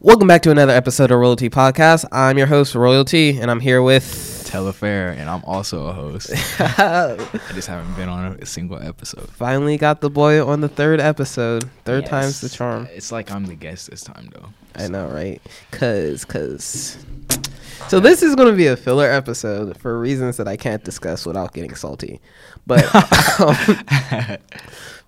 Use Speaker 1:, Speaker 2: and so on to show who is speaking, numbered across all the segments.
Speaker 1: Welcome back to another episode of Royalty Podcast. I'm your host, Royalty, and I'm here with.
Speaker 2: Telefair, and I'm also a host. I just haven't been on a single episode.
Speaker 1: Finally got the boy on the third episode. Third time's the
Speaker 2: Yes.
Speaker 1: charm.
Speaker 2: It's like I'm the guest this time, though.
Speaker 1: I know, right? Cause, cause. So this is gonna be a filler episode for reasons that I can't discuss without getting salty, but, um,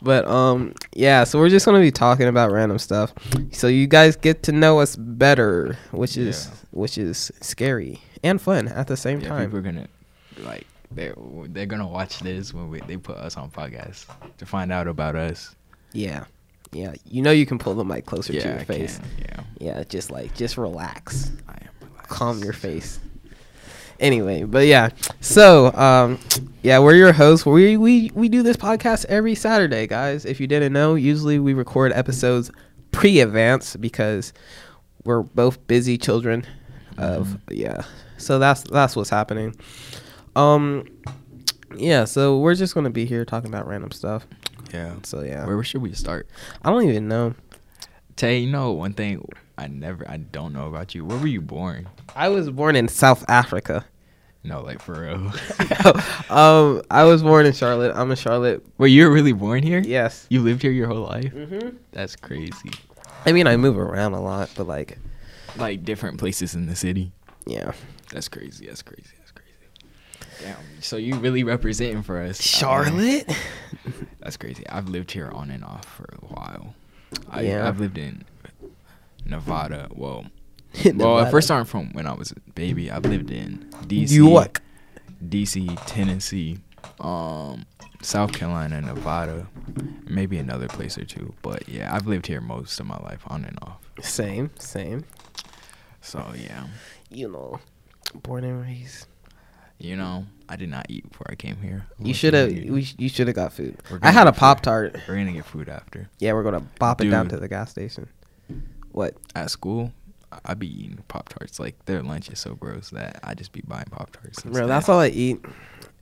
Speaker 1: but um, yeah. So we're just gonna be talking about random stuff, so you guys get to know us better, which is
Speaker 2: Yeah.
Speaker 1: which is scary and fun at the same
Speaker 2: Yeah,
Speaker 1: time.
Speaker 2: people are gonna like they they're gonna watch this when we, they put us on podcasts to find out about us.
Speaker 1: Yeah, yeah. You know you can pull the mic closer to your
Speaker 2: I
Speaker 1: face.
Speaker 2: can, Yeah,
Speaker 1: Yeah, just like just relax.
Speaker 2: I am. Relaxed.
Speaker 1: calm your face. Anyway, but yeah. So, um, yeah, we're your hosts. We we we do this podcast every Saturday, guys. If you didn't know, usually we record episodes pre-advance because we're both busy children of
Speaker 2: Mm-hmm.
Speaker 1: yeah. So that's that's what's happening. Um yeah, so we're just going to be here talking about random stuff.
Speaker 2: Yeah.
Speaker 1: So yeah.
Speaker 2: Where, where should we start?
Speaker 1: I don't even know.
Speaker 2: Tay, you know one thing I never I don't know about you. Where were you born?
Speaker 1: I was born in South Africa.
Speaker 2: No, like for real.
Speaker 1: um I was born in Charlotte. I'm a Charlotte.
Speaker 2: Wait, you were really born here?
Speaker 1: Yes.
Speaker 2: You lived here your whole life?
Speaker 1: Mm-hmm.
Speaker 2: That's crazy.
Speaker 1: I mean, I move around a lot, but like,
Speaker 2: Like different places in the city.
Speaker 1: yeah,
Speaker 2: That's crazy. That's crazy. That's crazy. Damn. So you really representing for us, Uh,
Speaker 1: Uh,
Speaker 2: That's crazy. I've lived here on and off for a while. I,
Speaker 1: Yeah.
Speaker 2: I've lived in Nevada. Well, well,
Speaker 1: Nevada.
Speaker 2: at first I'm from when I was a baby. I've lived in DC,
Speaker 1: York.
Speaker 2: DC, Tennessee, um, South Carolina, Nevada, maybe another place or two. But yeah, I've lived here most of my life on and off.
Speaker 1: Same, same.
Speaker 2: So yeah,
Speaker 1: You know, born and raised.
Speaker 2: you know, I did not eat before I came here.
Speaker 1: You should have.
Speaker 2: We're
Speaker 1: We sh- you should have got food.
Speaker 2: We're
Speaker 1: I had
Speaker 2: gonna
Speaker 1: a
Speaker 2: get food.
Speaker 1: pop tart.
Speaker 2: gonna get food after.
Speaker 1: Yeah, we're gonna bop it down
Speaker 2: Dude.
Speaker 1: to the gas station. What?
Speaker 2: at school, I- I be eating Pop Tarts. Like their lunch is so gross that I just be buying Pop Tarts.
Speaker 1: Bro, that's all I eat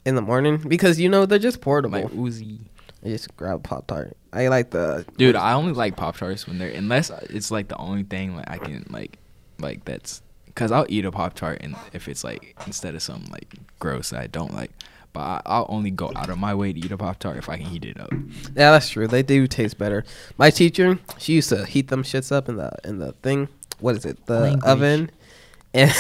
Speaker 1: in the morning because you know they're just portable.
Speaker 2: Like Uzi,
Speaker 1: I just grab pop tart. I like the
Speaker 2: dude. I only like Pop Tarts when they're unless it's like the only thing like I can like like that's because I'll eat a Pop Tart and if it's like instead of something like gross that I don't like. But I, I'll only go out of my way to eat a Pop Tart if I can heat it up.
Speaker 1: Yeah, that's true. They do taste better. My teacher, she used to heat them shits up in the in the thing. What is it? The
Speaker 2: Language.
Speaker 1: oven. And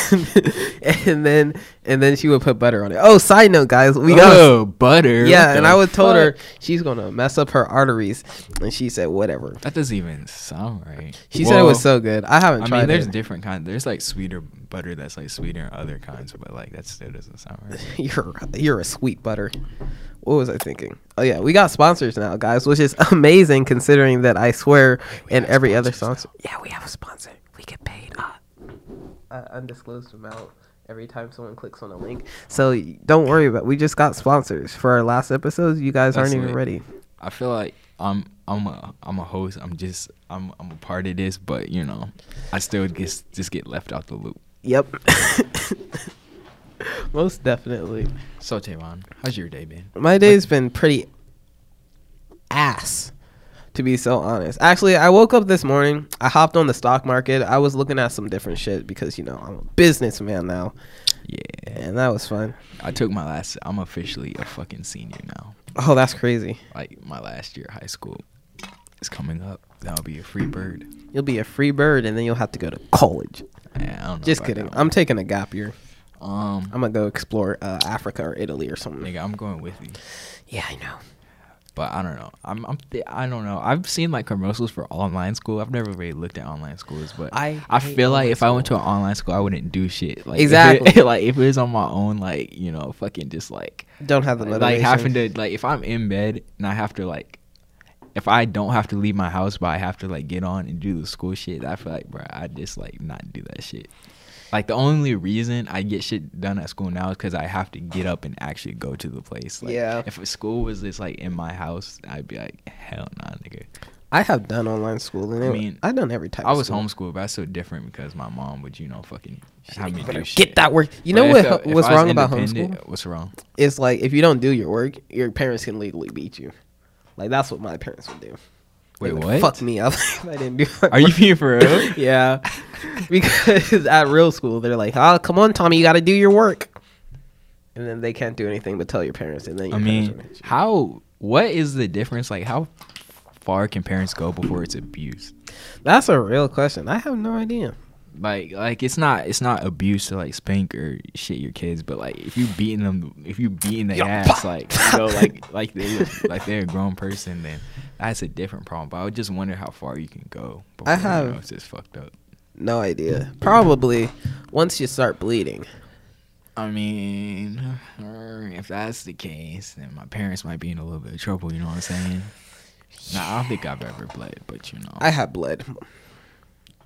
Speaker 1: and then and then she would put butter on it. Oh, side note, guys, we got
Speaker 2: oh, butter. what
Speaker 1: yeah.
Speaker 2: the
Speaker 1: And I was told her
Speaker 2: fuck?
Speaker 1: she's gonna mess up her arteries, and she said whatever.
Speaker 2: that doesn't even sound right.
Speaker 1: She said it was
Speaker 2: Well,
Speaker 1: so good. I haven't
Speaker 2: I
Speaker 1: tried
Speaker 2: mean, there's
Speaker 1: it.
Speaker 2: different kind. There's like sweeter butter that's like sweeter than other kinds, but like that still doesn't sound right.
Speaker 1: you're you're a sweet butter. What was I thinking? Oh yeah, we got sponsors now, guys, which is amazing considering that I swear
Speaker 2: we
Speaker 1: in
Speaker 2: have
Speaker 1: every other
Speaker 2: sponsors
Speaker 1: sponsor. Yeah, we have a sponsor. We get paid uh, uh, undisclosed amount every time someone clicks on a link. So y- don't worry about. We just got sponsors for our last episodes. You guys
Speaker 2: That's
Speaker 1: aren't even
Speaker 2: lit.
Speaker 1: ready.
Speaker 2: I feel like I'm I'm a I'm a host. I'm just I'm I'm a part of this, but you know, I still just just get left out the loop.
Speaker 1: Yep. Most definitely.
Speaker 2: So Tavon, how's your day been?
Speaker 1: My day's been pretty ass, to be so honest. Actually, I woke up this morning. I hopped on the stock market. I was looking at some different shit because you know I'm a businessman now,
Speaker 2: Yeah,
Speaker 1: and that was fun.
Speaker 2: I took my last. I'm officially a fucking senior now.
Speaker 1: Oh, that's crazy.
Speaker 2: Like my last year of high school is coming up. That'll be a free bird.
Speaker 1: You'll be a free bird, and then you'll have to go to college.
Speaker 2: Eh, I don't know
Speaker 1: Just
Speaker 2: about
Speaker 1: kidding.
Speaker 2: that
Speaker 1: I'm taking a gap year.
Speaker 2: one. um
Speaker 1: I'm gonna go explore uh, Africa or Italy or something.
Speaker 2: nigga, I'm going with you.
Speaker 1: Yeah, I know.
Speaker 2: But I don't know. I'm, I'm th- I don't know. I've seen like commercials for online school. I've never really looked at online schools, but
Speaker 1: I
Speaker 2: I
Speaker 1: hate
Speaker 2: feel like
Speaker 1: online
Speaker 2: if I went to an online school, I wouldn't do shit. Like if it-
Speaker 1: Exactly.
Speaker 2: like if it was on my own, like you know, fucking just like
Speaker 1: Don't have the
Speaker 2: like
Speaker 1: motivation.
Speaker 2: having to like if I'm in bed and I have to like if I don't have to leave my house, but I have to like get on and do the school shit. I feel like, bro, I just like not do that shit. Like the only reason I get shit done at school now is because I have to get up and actually go to the place. Like,
Speaker 1: Yeah.
Speaker 2: If a school was just like in my house, I'd be like, hell nah, nigga.
Speaker 1: I have done online school, and
Speaker 2: I
Speaker 1: I
Speaker 2: mean,
Speaker 1: I've done every type.
Speaker 2: I
Speaker 1: of
Speaker 2: was
Speaker 1: school.
Speaker 2: homeschooled, but that's so different because my mom would, you know, fucking have me
Speaker 1: You better
Speaker 2: do
Speaker 1: Get
Speaker 2: shit.
Speaker 1: that work. You
Speaker 2: But
Speaker 1: know
Speaker 2: if
Speaker 1: what?
Speaker 2: I-
Speaker 1: ho-
Speaker 2: if
Speaker 1: what's
Speaker 2: I was
Speaker 1: wrong about homeschool?
Speaker 2: independent- What's wrong?
Speaker 1: it's like if you don't do your work, your parents can legally beat you. Like that's what my parents would do. They
Speaker 2: Wait,
Speaker 1: would
Speaker 2: what?
Speaker 1: Fuck me up if I didn't do. my
Speaker 2: Are you
Speaker 1: work.
Speaker 2: being for real?
Speaker 1: yeah, because at real school they're like, "Ah, come on, Tommy, you got to do your work," and then they can't do anything but tell your parents, and then your
Speaker 2: I
Speaker 1: parents
Speaker 2: mean,
Speaker 1: will hit you.
Speaker 2: how? What is the difference? Like, how far can parents go before it's abuse?
Speaker 1: that's a real question. I have no idea.
Speaker 2: Like, like it's not it's not abuse to like spank or shit your kids, but like if you beating them, if you beating the
Speaker 1: Yeah,
Speaker 2: ass,
Speaker 1: pop.
Speaker 2: like you know, like like they like they're a grown person, then that's a different problem. But I would just wonder how far you can go. Before,
Speaker 1: I have-
Speaker 2: you know, it's just fucked up.
Speaker 1: No idea. Probably once you start bleeding.
Speaker 2: I mean, if that's the case, then my parents might be in a little bit of trouble. You know what I'm saying? Nah, I don't think I've ever bled, but you know,
Speaker 1: I have blood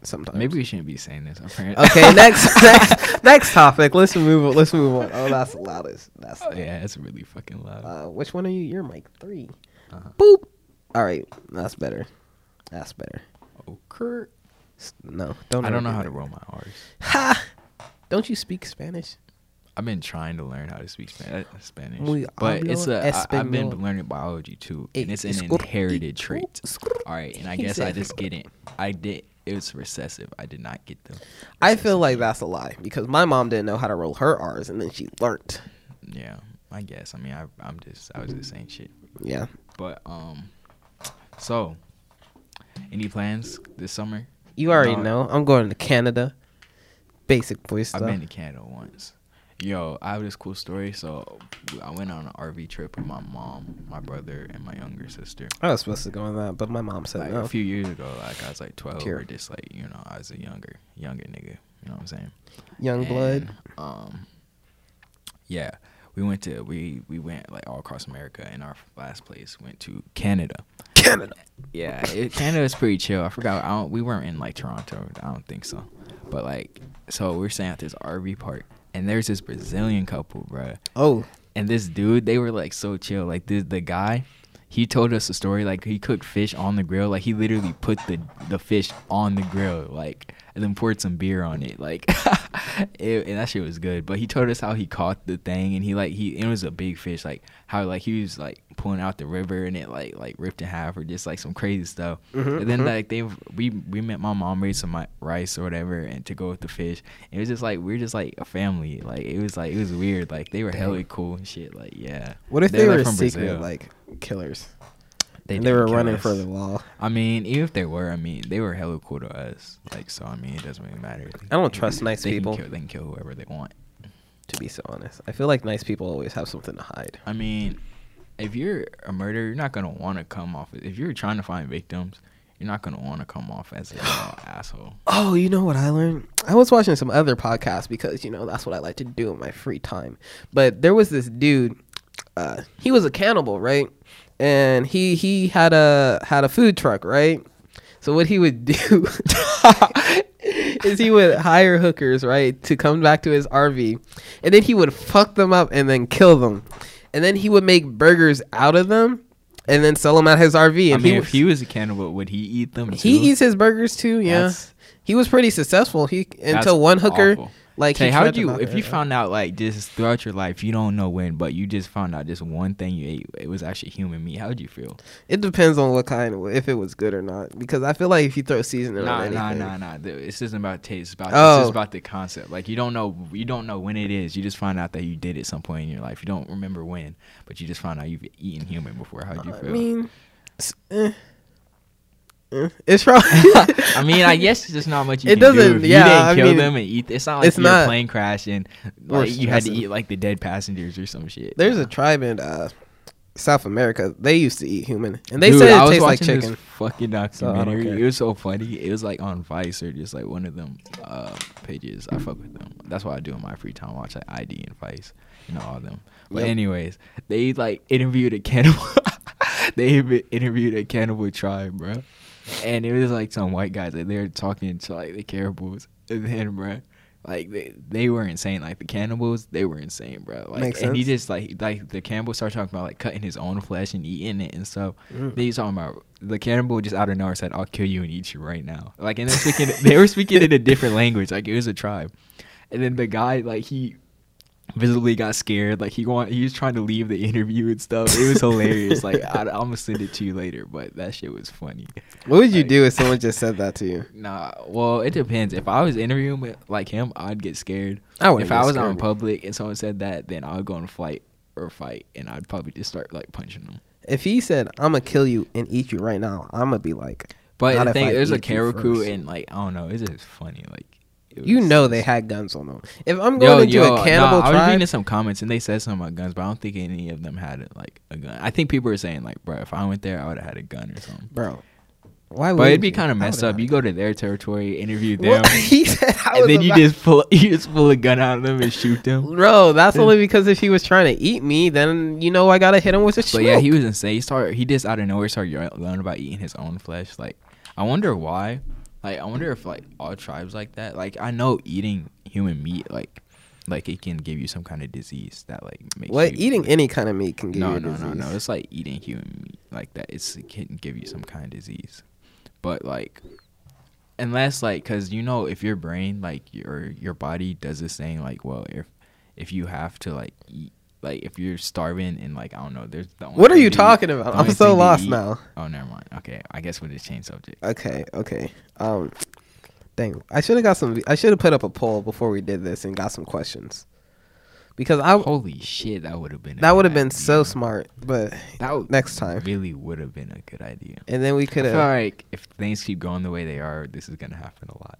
Speaker 1: sometimes.
Speaker 2: maybe we shouldn't be saying this. Our parents.
Speaker 1: Okay, next next next topic. Let's move on. Let's move on. Oh, that's the loudest. That's
Speaker 2: Oh, yeah, it's really fucking loud.
Speaker 1: uh, which one are you? You're mic 3
Speaker 2: Uh-huh.
Speaker 1: Boop. All right, that's better. That's better.
Speaker 2: oh, Kurt.
Speaker 1: S- No, don't.
Speaker 2: I
Speaker 1: ever
Speaker 2: don't know
Speaker 1: do
Speaker 2: how
Speaker 1: that.
Speaker 2: to roll my R's.
Speaker 1: Ha! Don't you speak Spanish?
Speaker 2: I've been trying to learn how to speak Spanish, Spanish
Speaker 1: Muy
Speaker 2: but it's
Speaker 1: hablo
Speaker 2: a. I, I've been
Speaker 1: español.
Speaker 2: learning biology too, and
Speaker 1: Eh,
Speaker 2: it's an
Speaker 1: escur-
Speaker 2: inherited
Speaker 1: eh,
Speaker 2: trait.
Speaker 1: escur-
Speaker 2: All right, and I
Speaker 1: He
Speaker 2: guess I
Speaker 1: said-
Speaker 2: just get it. I did. It was recessive. I did not get them.
Speaker 1: I feel
Speaker 2: recessive
Speaker 1: like
Speaker 2: gene.
Speaker 1: that's a lie because my mom didn't know how to roll her R's and then she learned.
Speaker 2: Yeah, I guess. I mean, I, I'm just. I was just saying shit.
Speaker 1: Yeah.
Speaker 2: But um, so, any plans this summer?
Speaker 1: You already
Speaker 2: No.
Speaker 1: know. I'm going to Canada. Basic boy stuff.
Speaker 2: I've been to Canada once. Yo, I have this cool story. So, I went on an RV trip with my mom, my brother, and my younger sister.
Speaker 1: I was supposed to go on that, but my mom said
Speaker 2: Like
Speaker 1: no.
Speaker 2: a few years ago, like I was like 12
Speaker 1: Pure.
Speaker 2: or just like, you know, I was a younger, younger nigga. You know what I'm saying?
Speaker 1: Young blood.
Speaker 2: And, Um, yeah, we went to we we went like all across America, and our last place went to Canada.
Speaker 1: Canada.
Speaker 2: Yeah, it, Canada's pretty chill. I forgot. I don't, we weren't in like Toronto. I don't think so. But like, so we're staying at this RV park, and there's this Brazilian couple, bruh.
Speaker 1: Oh,
Speaker 2: And this dude, they were like so chill. Like the the guy, he told us a story. Like he cooked fish on the grill. Like he literally put the the fish on the grill. Like and then poured some beer on it. Like it, and that shit was good. But he told us how he caught the thing and he like he it was a big fish. Like how like he was like pulling out the river and it like like ripped in half or just like some crazy stuff.
Speaker 1: Mhm,
Speaker 2: and then
Speaker 1: mhm.
Speaker 2: like they we we met my mom made some mi- rice or whatever and to go with the fish. It was just like we are just like a family. Like it was like it was weird. Like they were hella cool and shit. Like yeah.
Speaker 1: what if
Speaker 2: They're,
Speaker 1: they
Speaker 2: like,
Speaker 1: were
Speaker 2: from
Speaker 1: secret
Speaker 2: Brazil.
Speaker 1: like killers?
Speaker 2: They,
Speaker 1: and they
Speaker 2: didn't
Speaker 1: were
Speaker 2: kill
Speaker 1: running
Speaker 2: us.
Speaker 1: for the wall.
Speaker 2: I mean, even if they were, I mean, they were hella cool to us. Like, so I mean, it doesn't really matter.
Speaker 1: I don't trust nice
Speaker 2: They can
Speaker 1: people.
Speaker 2: kill- they can kill whoever they want.
Speaker 1: To be so honest, I feel like nice people always have something to hide.
Speaker 2: I mean, if you're a murderer, you're not gonna want to come off. If you're trying to find victims, you're not gonna want to come off as an asshole.
Speaker 1: Oh, you know what I learned? I was watching some other podcasts because you know that's what I like to do in my free time. But there was this dude. Uh, he was a cannibal, right? And he he had a had a food truck, right? So what he would do is he would hire hookers, right, to come back to his RV, and then he would fuck them up and then kill them, and then he would make burgers out of them, and then sell them at his RV.
Speaker 2: I
Speaker 1: And
Speaker 2: mean,
Speaker 1: he,
Speaker 2: if he was a cannibal, would he eat them?
Speaker 1: he
Speaker 2: too?
Speaker 1: eats his burgers too. Yeah,
Speaker 2: That's-
Speaker 1: he was pretty successful. He
Speaker 2: That's
Speaker 1: until one hooker,
Speaker 2: awful.
Speaker 1: like
Speaker 2: Tay,
Speaker 1: he
Speaker 2: how
Speaker 1: tried
Speaker 2: would
Speaker 1: to
Speaker 2: you?
Speaker 1: knock
Speaker 2: If
Speaker 1: her
Speaker 2: you
Speaker 1: out.
Speaker 2: found out like just throughout your life, you don't know when, but you just found out just one thing you ate, it was actually human meat. How would you feel?
Speaker 1: it depends on what kind, if it was good or not. Because I feel like if you throw seasoning on
Speaker 2: Nah,
Speaker 1: anything,
Speaker 2: nah, nah, nah. Th- This isn't about taste. It's about this
Speaker 1: Oh.
Speaker 2: is about the concept. Like you don't know, you don't know when it is. You just find out that you did at some point in your life. You don't remember when, but you just found out you've eaten human before. How'd you
Speaker 1: I
Speaker 2: feel?
Speaker 1: mean, it's, eh, eh, it's probably.
Speaker 2: I mean, I guess there's just not much you
Speaker 1: It
Speaker 2: can do.
Speaker 1: doesn't-
Speaker 2: If
Speaker 1: yeah,
Speaker 2: you didn't
Speaker 1: I
Speaker 2: kill
Speaker 1: mean,
Speaker 2: them and eat. It's not like
Speaker 1: it's
Speaker 2: your
Speaker 1: not-
Speaker 2: plane crashed and
Speaker 1: We're
Speaker 2: like you had to
Speaker 1: stressing.
Speaker 2: eat like the dead passengers or some shit.
Speaker 1: There's
Speaker 2: Yeah.
Speaker 1: a tribe in uh, South America. They used to eat human, and they
Speaker 2: Dude,
Speaker 1: said
Speaker 2: I
Speaker 1: it
Speaker 2: was
Speaker 1: tastes like
Speaker 2: watching this
Speaker 1: chicken.
Speaker 2: fucking
Speaker 1: so I don't
Speaker 2: documentary.
Speaker 1: care.
Speaker 2: it was so funny. It was like on Vice or just like one of them uh, pages. I fuck with them. That's what I do in my free time. Watch like ID and Vice, you know all of them. But
Speaker 1: Yep.
Speaker 2: anyways, they like interviewed a cannibal. they even interviewed a cannibal tribe, bro. And it was like some white guys that they were talking to like the cannibals, and then bro. Like they, they were insane. Like the cannibals, they were insane, bro. Like
Speaker 1: Makes
Speaker 2: and he
Speaker 1: sense.
Speaker 2: just like like the cannibal started talking about like cutting his own flesh and eating it and stuff.
Speaker 1: Mm.
Speaker 2: They was talking about the cannibal just out of nowhere said, "I'll kill you and eat you right now." Like and they're speaking, they were speaking in a different language. Like it was a tribe, and then the guy like he visibly got scared. Like he want, he was trying to leave the interview and stuff. It was hilarious. like I, I'm gonna send it to you later, but that shit was funny.
Speaker 1: What would you
Speaker 2: Like-
Speaker 1: do if someone just said that to you?
Speaker 2: Nah, well, it depends. If I was interviewing with, like him, I'd get scared.
Speaker 1: I wouldn't
Speaker 2: if
Speaker 1: get
Speaker 2: I was
Speaker 1: scared.
Speaker 2: out in public and someone said that, then I would go on a flight or fight, and I'd probably just start like punching them.
Speaker 1: If he said, "I'm gonna kill you and eat you right now," I'm gonna be like,
Speaker 2: But
Speaker 1: Not
Speaker 2: the
Speaker 1: if
Speaker 2: thing,
Speaker 1: I
Speaker 2: there's a
Speaker 1: eat you
Speaker 2: camera crew,
Speaker 1: first.
Speaker 2: and like I don't know, it's just funny. Like it
Speaker 1: you
Speaker 2: was-
Speaker 1: know they had guns on them. If I'm going
Speaker 2: Yo,
Speaker 1: into
Speaker 2: yo,
Speaker 1: a cannibal
Speaker 2: nah, I was
Speaker 1: tribe,
Speaker 2: reading some comments and they said something about guns, but I don't think any of them had like a gun. I think people were saying like, bro, if I went there, I would have had a gun or something.
Speaker 1: bro, why
Speaker 2: But
Speaker 1: would
Speaker 2: it'd be
Speaker 1: you?
Speaker 2: kind
Speaker 1: I
Speaker 2: of messed
Speaker 1: would've
Speaker 2: up.
Speaker 1: had
Speaker 2: You go to their territory, interview
Speaker 1: a gun.
Speaker 2: them,
Speaker 1: Well, he said, I was
Speaker 2: and then you
Speaker 1: about-
Speaker 2: just pull you just pull a gun out of them and shoot them.
Speaker 1: Bro, that's only because if he was trying to eat me, then you know I gotta hit him with a
Speaker 2: But
Speaker 1: shield.
Speaker 2: yeah, he was insane. He started. He just out of nowhere started yell- yelling about eating his own flesh. Like, I wonder why. Like, I wonder if like all tribes like that. Like, I know eating human meat, like, like it can give you some kind of disease that like makes
Speaker 1: what
Speaker 2: you-
Speaker 1: eating any kind of meat can give
Speaker 2: No,
Speaker 1: you a
Speaker 2: no,
Speaker 1: disease.
Speaker 2: no, no. It's like eating human meat like that. It's, it can give you some kind of disease, but like, unless like, cause you know, if your brain like your your body does this thing like, well, if if you have to like eat, like if you're starving and like I don't know, there's the only
Speaker 1: What are
Speaker 2: thing
Speaker 1: you
Speaker 2: to eat-
Speaker 1: talking
Speaker 2: the
Speaker 1: about?
Speaker 2: only
Speaker 1: I'm so
Speaker 2: thing to
Speaker 1: lost
Speaker 2: eat-
Speaker 1: now.
Speaker 2: Oh, never mind. Okay, I guess we'll just change subject.
Speaker 1: Okay, okay. Um, dang, I should have got some. I should have put up a poll before we did this and got some questions, because I
Speaker 2: Holy shit, that would have been a
Speaker 1: that
Speaker 2: good
Speaker 1: would have been so
Speaker 2: idea.
Speaker 1: smart. But
Speaker 2: That would,
Speaker 1: next time,
Speaker 2: really would have been a good idea.
Speaker 1: and then we
Speaker 2: I
Speaker 1: could
Speaker 2: feel
Speaker 1: have.
Speaker 2: like if things keep going the way they are, this is gonna happen a lot.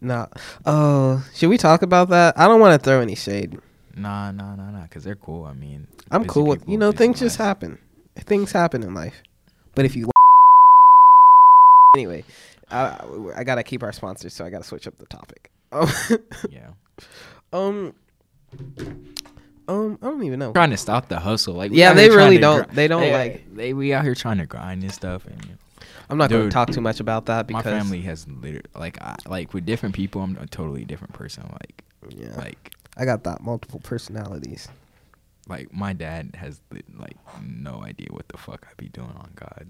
Speaker 1: Nah. Oh, should we talk about that? I don't want to throw any shade.
Speaker 2: Nah, nah, nah, nah. Cause they're cool. I mean,
Speaker 1: I'm
Speaker 2: busy
Speaker 1: cool with
Speaker 2: people,
Speaker 1: you know
Speaker 2: busy
Speaker 1: things just
Speaker 2: lives.
Speaker 1: happen. Things happen in life, but if you anyway, I, I gotta keep our sponsors, so I gotta switch up the topic. Um,
Speaker 2: Yeah,
Speaker 1: um, um, I don't even know.
Speaker 2: trying to stop the hustle. Like, we
Speaker 1: Yeah,
Speaker 2: out
Speaker 1: they
Speaker 2: here trying
Speaker 1: really
Speaker 2: to
Speaker 1: don't-
Speaker 2: gri-
Speaker 1: they don't, like-
Speaker 2: They we out here trying to grind and stuff. And you know,
Speaker 1: I'm not going to
Speaker 2: Dude,
Speaker 1: talk too much about that
Speaker 2: my
Speaker 1: because
Speaker 2: family has literally like, I, like with different people, I'm a totally different person. Like,
Speaker 1: Yeah,
Speaker 2: like,
Speaker 1: I got that multiple personalities.
Speaker 2: like my dad has li- like no idea what the fuck I be doing on God.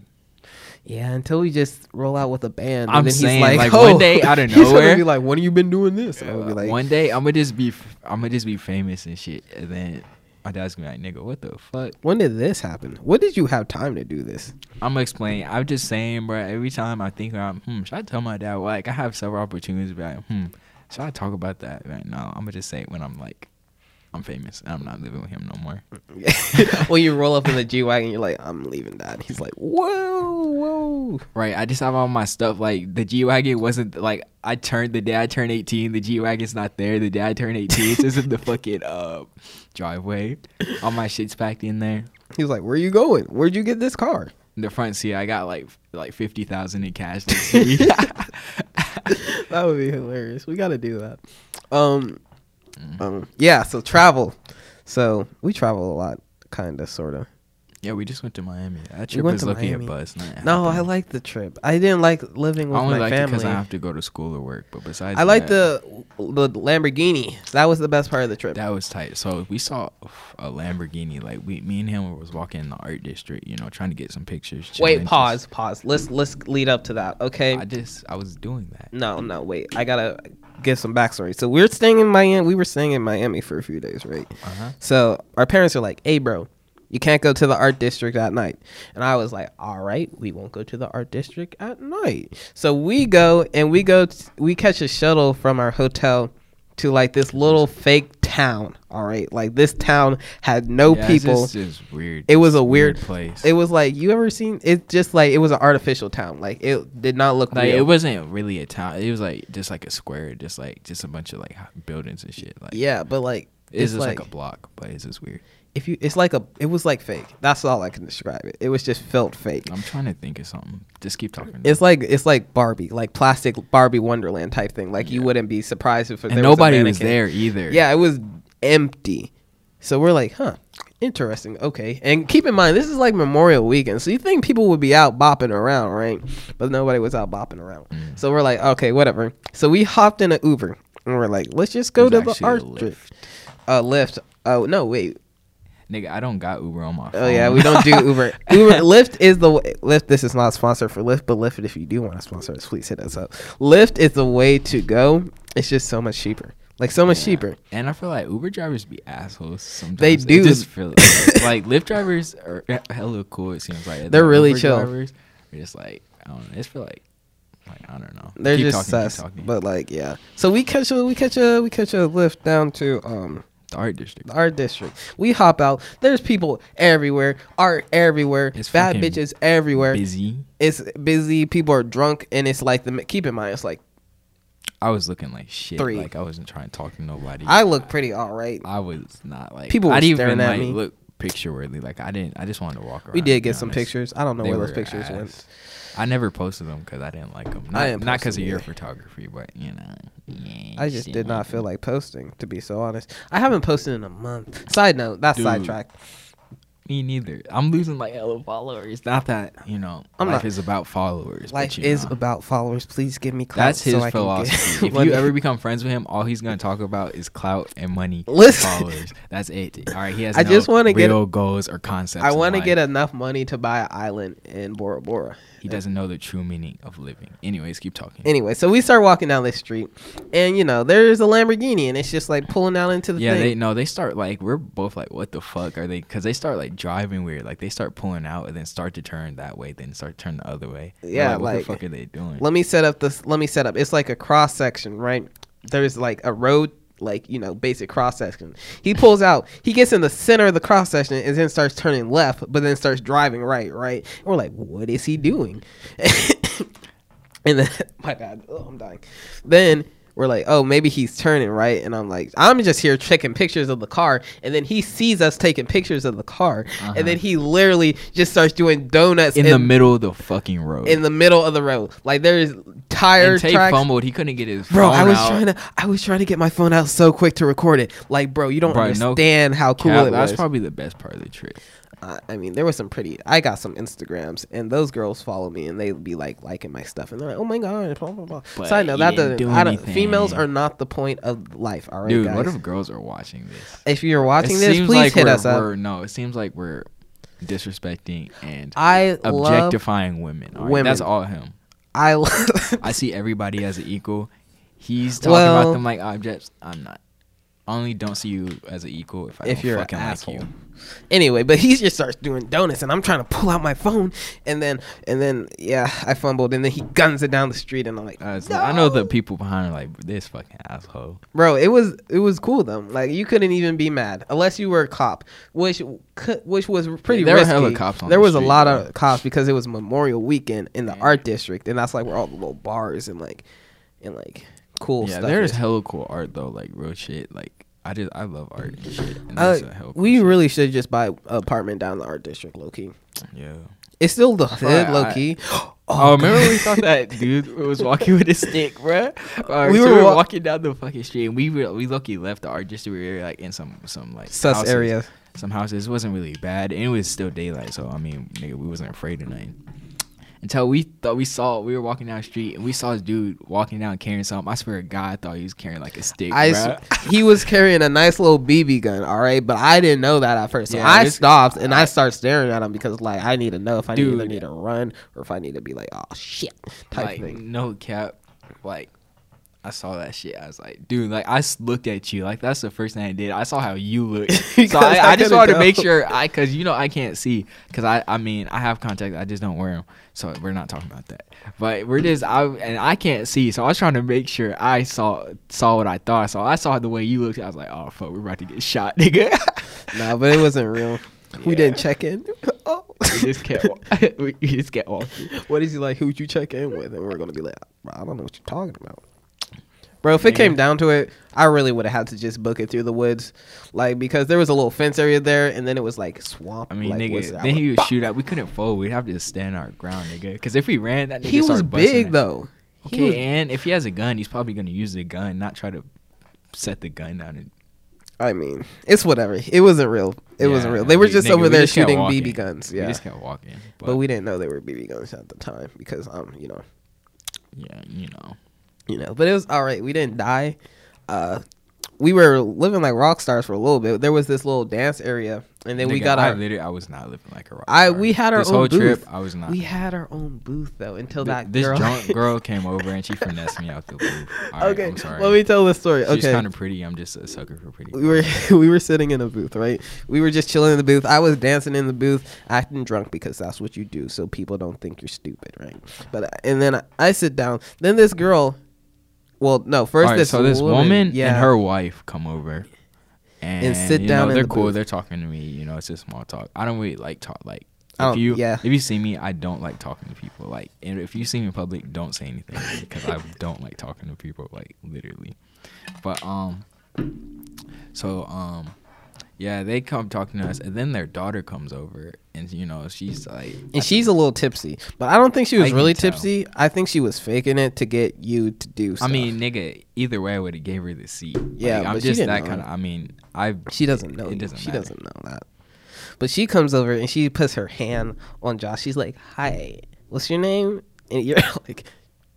Speaker 1: Yeah, until we just roll out with a band.
Speaker 2: I'm
Speaker 1: and then
Speaker 2: saying,
Speaker 1: he's like,
Speaker 2: like,
Speaker 1: oh.
Speaker 2: one day out of
Speaker 1: he's gonna
Speaker 2: nowhere-
Speaker 1: be like, "When have you been doing this?" And I'm gonna be
Speaker 2: Uh,
Speaker 1: like,
Speaker 2: one day I'm gonna just be, f- I'm gonna just be famous and shit. And then my dad's gonna be like, nigga, what the fuck?
Speaker 1: "When did this happen? When did you have time to do this?"
Speaker 2: I'm gonna explain. I'm just saying, bro. Every time I think, I'm, hmm, should I tell my dad? Like, I have several opportunities, but like, hmm, should I talk about that? Like, no, I'm gonna just say it when I'm like, I'm famous and I'm not living with him no more.
Speaker 1: when you roll up in the G wagon, you're like, "I'm leaving that." He's like, "Whoa, whoa."
Speaker 2: Right? I just have all my stuff. Like, the G wagon wasn't like I turned the day I turned 18. The G wagon's not there. The day I turned 18, it's just in the fucking uh driveway. All my shit's packed in there.
Speaker 1: He's like, "Where you going? Where'd you get this car?"
Speaker 2: In the front seat, I got like f- like fifty thousand in cash. this year.
Speaker 1: that would be hilarious. We got to do that. Um,
Speaker 2: Mm-hmm.
Speaker 1: um, yeah. So travel. So we travel a lot, kind of, sort of.
Speaker 2: yeah, we just went to Miami. That
Speaker 1: We
Speaker 2: trip
Speaker 1: went
Speaker 2: was
Speaker 1: to
Speaker 2: lucky
Speaker 1: Miami.
Speaker 2: a bus. Not
Speaker 1: No, I
Speaker 2: happening.
Speaker 1: like the trip. I didn't like living with
Speaker 2: I only
Speaker 1: my
Speaker 2: like it
Speaker 1: family.
Speaker 2: because I have to go to school or work. But besides,
Speaker 1: I like
Speaker 2: that,
Speaker 1: the the Lamborghini. That was the best part of the trip.
Speaker 2: that was tight. So we saw a Lamborghini. Like we, me and him was walking in the art district. You know, trying to get some pictures.
Speaker 1: wait,
Speaker 2: challenges.
Speaker 1: pause, pause. Let's let's lead up to that. Okay.
Speaker 2: I just I was doing that.
Speaker 1: no, no, wait. I gotta give some backstory. So we're staying in Miami. We were staying in Miami for a few days, right?
Speaker 2: Uh huh.
Speaker 1: So our parents are like, "Hey, bro, you can't go to the art district at night." And I was like, "All right, we won't go to the art district at night." So we go and we go, t- we catch a shuttle from our hotel to like this little fake town. All right, like this town had no people.
Speaker 2: It's just, just weird.
Speaker 1: It was
Speaker 2: just
Speaker 1: a weird
Speaker 2: place.
Speaker 1: it was like you ever seen? It's just like it was an artificial town. Like it did not look
Speaker 2: like
Speaker 1: real.
Speaker 2: it wasn't really a town. It was like just like a square, just like just a bunch of like h- buildings and shit. Like
Speaker 1: yeah, but like
Speaker 2: it's, just like, a block, but it's just weird.
Speaker 1: if you, it's like a, it was like fake. That's all I can describe it. It was just felt fake.
Speaker 2: I'm trying to think of something. Just keep talking.
Speaker 1: It's like it's like Barbie, like plastic Barbie Wonderland type thing. Like you
Speaker 2: Yeah.
Speaker 1: wouldn't be surprised if
Speaker 2: and nobody was
Speaker 1: mannequin.
Speaker 2: there either.
Speaker 1: Yeah, it was empty. So we're like, huh, interesting. Okay, and keep in mind this is like Memorial Weekend, so you think people would be out bopping around, right? But nobody was out bopping around.
Speaker 2: Mm.
Speaker 1: So we're like, okay, whatever. So we hopped in an Uber and we're like, let's just go
Speaker 2: It
Speaker 1: to
Speaker 2: was
Speaker 1: the
Speaker 2: actually a
Speaker 1: art
Speaker 2: Lyft.
Speaker 1: strip. Uh, Lyft. Oh no, wait.
Speaker 2: Nigga, I don't got Uber on my phone.
Speaker 1: Oh yeah, we don't do Uber. Uber Lyft is the way, Lyft. This is not sponsored for Lyft, but Lyft, if you do want to sponsor us, please hit us up. Lyft is the way to go. It's just so much cheaper. like so much
Speaker 2: Yeah.
Speaker 1: cheaper.
Speaker 2: And I feel like Uber drivers be assholes sometimes.
Speaker 1: They
Speaker 2: It
Speaker 1: do.
Speaker 2: just feel like, like Lyft drivers are hella cool. It seems like And
Speaker 1: They're
Speaker 2: then
Speaker 1: really
Speaker 2: Uber
Speaker 1: chill.
Speaker 2: Drivers are just like I don't know. It's for like, like I don't know.
Speaker 1: They're
Speaker 2: Keep
Speaker 1: just
Speaker 2: talking, keep
Speaker 1: sus,
Speaker 2: talking.
Speaker 1: but like yeah. So we catch a we catch a we catch a lift down to um
Speaker 2: the art district.
Speaker 1: our district. We hop out. There's people everywhere, art everywhere,
Speaker 2: It's
Speaker 1: bad
Speaker 2: fucking
Speaker 1: bitches everywhere.
Speaker 2: Busy.
Speaker 1: It's busy. People are drunk, and it's like the keep in mind it's like
Speaker 2: I was looking like shit.
Speaker 1: Three.
Speaker 2: Like I wasn't trying to talk to nobody.
Speaker 1: I look pretty all right.
Speaker 2: I was not like
Speaker 1: People
Speaker 2: I
Speaker 1: were
Speaker 2: didn't
Speaker 1: staring
Speaker 2: even
Speaker 1: at
Speaker 2: like
Speaker 1: me.
Speaker 2: look picture worthy. Like I didn't. I just wanted to walk around.
Speaker 1: We
Speaker 2: to
Speaker 1: did
Speaker 2: be
Speaker 1: get some
Speaker 2: honest.
Speaker 1: pictures. I don't know
Speaker 2: They
Speaker 1: where those
Speaker 2: were
Speaker 1: pictures went.
Speaker 2: ass. I never posted them because I didn't like them.
Speaker 1: I
Speaker 2: Not
Speaker 1: didn't
Speaker 2: not
Speaker 1: post
Speaker 2: because of
Speaker 1: them
Speaker 2: your
Speaker 1: either.
Speaker 2: photography, but you know. Yeah,
Speaker 1: I just
Speaker 2: shit
Speaker 1: did not
Speaker 2: like
Speaker 1: feel like posting, to be so honest. I haven't posted in a month. Side note, that's
Speaker 2: Dude.
Speaker 1: sidetracked.
Speaker 2: Me neither. I'm losing like hella followers. Not that you know,
Speaker 1: I'm
Speaker 2: life
Speaker 1: not-
Speaker 2: is about followers.
Speaker 1: Life
Speaker 2: but, you
Speaker 1: is
Speaker 2: know,
Speaker 1: about followers. Please give me clout.
Speaker 2: that's his
Speaker 1: so I can get
Speaker 2: philosophy. if
Speaker 1: money.
Speaker 2: you ever become friends with him, all he's gonna talk about is clout and money, and
Speaker 1: Listen.
Speaker 2: followers. That's it. All right, he has.
Speaker 1: I
Speaker 2: no
Speaker 1: just wanna
Speaker 2: real
Speaker 1: get-
Speaker 2: goals or concepts.
Speaker 1: I want to get
Speaker 2: A,
Speaker 1: enough money to buy an island in Bora Bora.
Speaker 2: he doesn't know the true meaning of living. Anyways, keep talking.
Speaker 1: Anyway, so we start walking down this street, and you know there's a Lamborghini, and it's just like pulling out into the
Speaker 2: yeah, they
Speaker 1: thing.
Speaker 2: no, they start like we're both like, what the fuck are they? Because they start like driving weird, like they start pulling out and then start to turn that way, then start to turn the other way. We're
Speaker 1: Yeah,
Speaker 2: what the
Speaker 1: like-
Speaker 2: fuck are they doing?
Speaker 1: let me set up this. Let me set up. It's like a cross section, right? There's like a road, like you know, basic cross section. He pulls out. He gets in the center of the cross section, and then starts turning left, but then starts driving right, right. And we're like, what is he doing? And then my God, oh, I'm dying. Then we're like, oh, maybe he's turning right, and I'm like, I'm just here taking pictures of the car, and then he sees us taking pictures of the car, and then he literally just starts doing donuts
Speaker 2: Uh-huh. in the middle of the fucking road.
Speaker 1: in the middle of the road. Like there's tire
Speaker 2: and Tate
Speaker 1: tracks.
Speaker 2: fumbled. He couldn't get his
Speaker 1: Bro,
Speaker 2: phone
Speaker 1: I was
Speaker 2: out.
Speaker 1: trying to I was trying to get my phone out so quick to record it. Like, bro, you don't
Speaker 2: Bro, no
Speaker 1: understand how cool
Speaker 2: Yeah,
Speaker 1: it
Speaker 2: that's
Speaker 1: was.
Speaker 2: probably the best part of the trip.
Speaker 1: I- I mean, there was some pretty. I got some Instagrams, and those girls follow me, and they be like liking my stuff, and they're like, "Oh my god!" Blah blah blah.
Speaker 2: But
Speaker 1: Side note,
Speaker 2: you
Speaker 1: that
Speaker 2: didn't
Speaker 1: doesn't.
Speaker 2: do
Speaker 1: I don't,
Speaker 2: anything.
Speaker 1: females are not the point of life. All right,
Speaker 2: Dude,
Speaker 1: guys.
Speaker 2: what if girls are watching this?
Speaker 1: if you're watching
Speaker 2: It
Speaker 1: this,
Speaker 2: seems
Speaker 1: please
Speaker 2: like
Speaker 1: hit
Speaker 2: we're-
Speaker 1: us up.
Speaker 2: we're- No, it seems like we're disrespecting and
Speaker 1: I love.
Speaker 2: objectifying women. all right?
Speaker 1: women.
Speaker 2: That's all him.
Speaker 1: I love.
Speaker 2: I see everybody as an equal. He's talking
Speaker 1: Well-
Speaker 2: about them like objects. I'm not. I only don't see you as an equal if I
Speaker 1: if
Speaker 2: don't
Speaker 1: you're an
Speaker 2: fucking like
Speaker 1: asshole.
Speaker 2: you.
Speaker 1: Anyway, but he just starts doing donuts, and I'm trying to pull out my phone, and then and then yeah, I fumbled, and then he guns it down the street, and I'm like,
Speaker 2: I, was like- I know the
Speaker 1: "No."
Speaker 2: people behind are like this fucking asshole.
Speaker 1: Bro, it was it was cool though. Like you couldn't even be mad unless you were a cop, which could, which was pretty.
Speaker 2: There were
Speaker 1: risky.
Speaker 2: hella cops on
Speaker 1: There
Speaker 2: the
Speaker 1: was a
Speaker 2: street,
Speaker 1: lot
Speaker 2: bro.
Speaker 1: of cops because it was Memorial Weekend in the art district, and that's like where all the little bars and like and like cool
Speaker 2: yeah,
Speaker 1: stuff.
Speaker 2: there's
Speaker 1: is.
Speaker 2: hella cool art though, like real shit. Like I just I love art and shit. And
Speaker 1: Uh,
Speaker 2: that's a hella cool
Speaker 1: we
Speaker 2: shit.
Speaker 1: really should just buy an apartment down the art district, low key.
Speaker 2: yeah.
Speaker 1: It's still the hood,
Speaker 2: I-
Speaker 1: low key. Oh,
Speaker 2: Oh, remember
Speaker 1: God.
Speaker 2: we thought that dude was walking with a stick, bruh? Alright,
Speaker 1: We
Speaker 2: so
Speaker 1: were wa-
Speaker 2: walking down the fucking street, and we were, we lucky left the art district. We were like in some some like
Speaker 1: sus
Speaker 2: houses.
Speaker 1: area.
Speaker 2: some houses. It wasn't really bad, and it was still daylight. So I mean, nigga, we wasn't afraid of nothing. Until we thought we saw, we were walking down the street and we saw this dude walking down carrying something. I swear to God, I thought he was carrying like a stick.
Speaker 1: I
Speaker 2: bruh.
Speaker 1: s- he was carrying a nice little BB gun, all right, but I didn't know that at first. So
Speaker 2: Yeah,
Speaker 1: I
Speaker 2: this-
Speaker 1: stopped and I started staring at him because like I need to know if I need, either
Speaker 2: Dude.
Speaker 1: need to run or if I need to be like, oh shit, type
Speaker 2: like
Speaker 1: thing.
Speaker 2: no cap, like. I saw that shit. I was like, dude, like I s- looked at you. Like that's the first thing I did. I saw how you looked.
Speaker 1: Because
Speaker 2: so I,
Speaker 1: I
Speaker 2: I, just
Speaker 1: couldn't
Speaker 2: wanted to
Speaker 1: tell.
Speaker 2: make sure I, cause you know I can't see. Cause I, I mean, I have contacts. I just don't wear them. So we're not talking about that. But we're just, I and I can't see. So I was trying to make sure I saw saw what I thought. So I saw the way you looked. I was like, oh fuck, we're about to get shot, nigga.
Speaker 1: No, but it wasn't real. We
Speaker 2: Yeah.
Speaker 1: didn't check in. oh,
Speaker 2: we just kept, we, we just kept walking.
Speaker 1: what is he like? Who'd you check in with? And we're gonna be like, "Bro, I don't know what you're talking about. Bro, if it
Speaker 2: Nigga.
Speaker 1: came down to it, I really would have had to just book it through the woods, like because there was a little fence area there, and then it was like swamp.
Speaker 2: I mean,
Speaker 1: like, woods.
Speaker 2: nigga,
Speaker 1: I
Speaker 2: then
Speaker 1: would-
Speaker 2: he would shoot out. We couldn't fold. We'd have to just stand our ground, nigga. Because if we ran, that nigga
Speaker 1: he was
Speaker 2: started busting
Speaker 1: big
Speaker 2: it.
Speaker 1: though. He
Speaker 2: Okay,
Speaker 1: was-
Speaker 2: and if he has a gun, he's probably gonna use the gun, not try to set the gun down. And
Speaker 1: I mean, it's whatever. It wasn't real. It wasn't
Speaker 2: Yeah,
Speaker 1: real. They were
Speaker 2: we-
Speaker 1: just
Speaker 2: nigga,
Speaker 1: over
Speaker 2: we
Speaker 1: there
Speaker 2: just kept
Speaker 1: shooting
Speaker 2: walking.
Speaker 1: BB guns.
Speaker 2: We
Speaker 1: Yeah,
Speaker 2: just kept walking. But,
Speaker 1: but, we didn't know they were BB guns at the time because um, you know,
Speaker 2: yeah, you know,
Speaker 1: you know. But it was all right. We didn't die. Uh, we were living like rock stars for a little bit. There was this little dance area and then we
Speaker 2: Nigga,
Speaker 1: got
Speaker 2: I
Speaker 1: our.
Speaker 2: literally, I was not living like a rock.
Speaker 1: I
Speaker 2: star.
Speaker 1: we had our
Speaker 2: this
Speaker 1: own
Speaker 2: whole
Speaker 1: booth.
Speaker 2: trip. I was not.
Speaker 1: We had our own booth though until
Speaker 2: Th-
Speaker 1: that
Speaker 2: this
Speaker 1: girl.
Speaker 2: drunk girl came over and she finessed me out the booth. All right,
Speaker 1: okay,
Speaker 2: I'm sorry.
Speaker 1: let me tell the story.
Speaker 2: She's
Speaker 1: okay,
Speaker 2: kind of pretty. I'm just a sucker for pretty.
Speaker 1: we were we were sitting in a booth, right? We were just chilling in the booth. I was dancing in the booth, acting drunk because that's what you do, so people don't think you're stupid, right? But uh, and then I, I sit down. Then this girl, well, no, first
Speaker 2: All right,
Speaker 1: this
Speaker 2: so this woman,
Speaker 1: yeah,
Speaker 2: and her wife come over and,
Speaker 1: sit
Speaker 2: you
Speaker 1: down
Speaker 2: Know,
Speaker 1: in
Speaker 2: they're
Speaker 1: the
Speaker 2: cool.
Speaker 1: booth.
Speaker 2: They're talking to me. You know, it's just small talk. I don't really like talk. Like
Speaker 1: I
Speaker 2: if
Speaker 1: don't-
Speaker 2: you
Speaker 1: Oh, yeah.
Speaker 2: if you see me, I don't like talking to people. Like and if you see me in public, don't say anything because I don't like talking to people. Like literally, but um, so um. Yeah, they come talking to us, and then their daughter comes over, and you know she's like,
Speaker 1: and she's a little tipsy, but I don't think she was
Speaker 2: I can
Speaker 1: really
Speaker 2: tell.
Speaker 1: tipsy. I think she was faking it to get you to do. Stuff.
Speaker 2: I mean, nigga, either way, I would have gave her the seat.
Speaker 1: Yeah,
Speaker 2: Like, I'm
Speaker 1: but she
Speaker 2: just
Speaker 1: didn't
Speaker 2: that
Speaker 1: know
Speaker 2: kind of. I mean, I
Speaker 1: She doesn't know.
Speaker 2: It
Speaker 1: you.
Speaker 2: doesn't.
Speaker 1: she
Speaker 2: matter.
Speaker 1: doesn't know that. But she comes over and she puts her hand on Josh. She's like, "Hi, what's your name?" And you're like,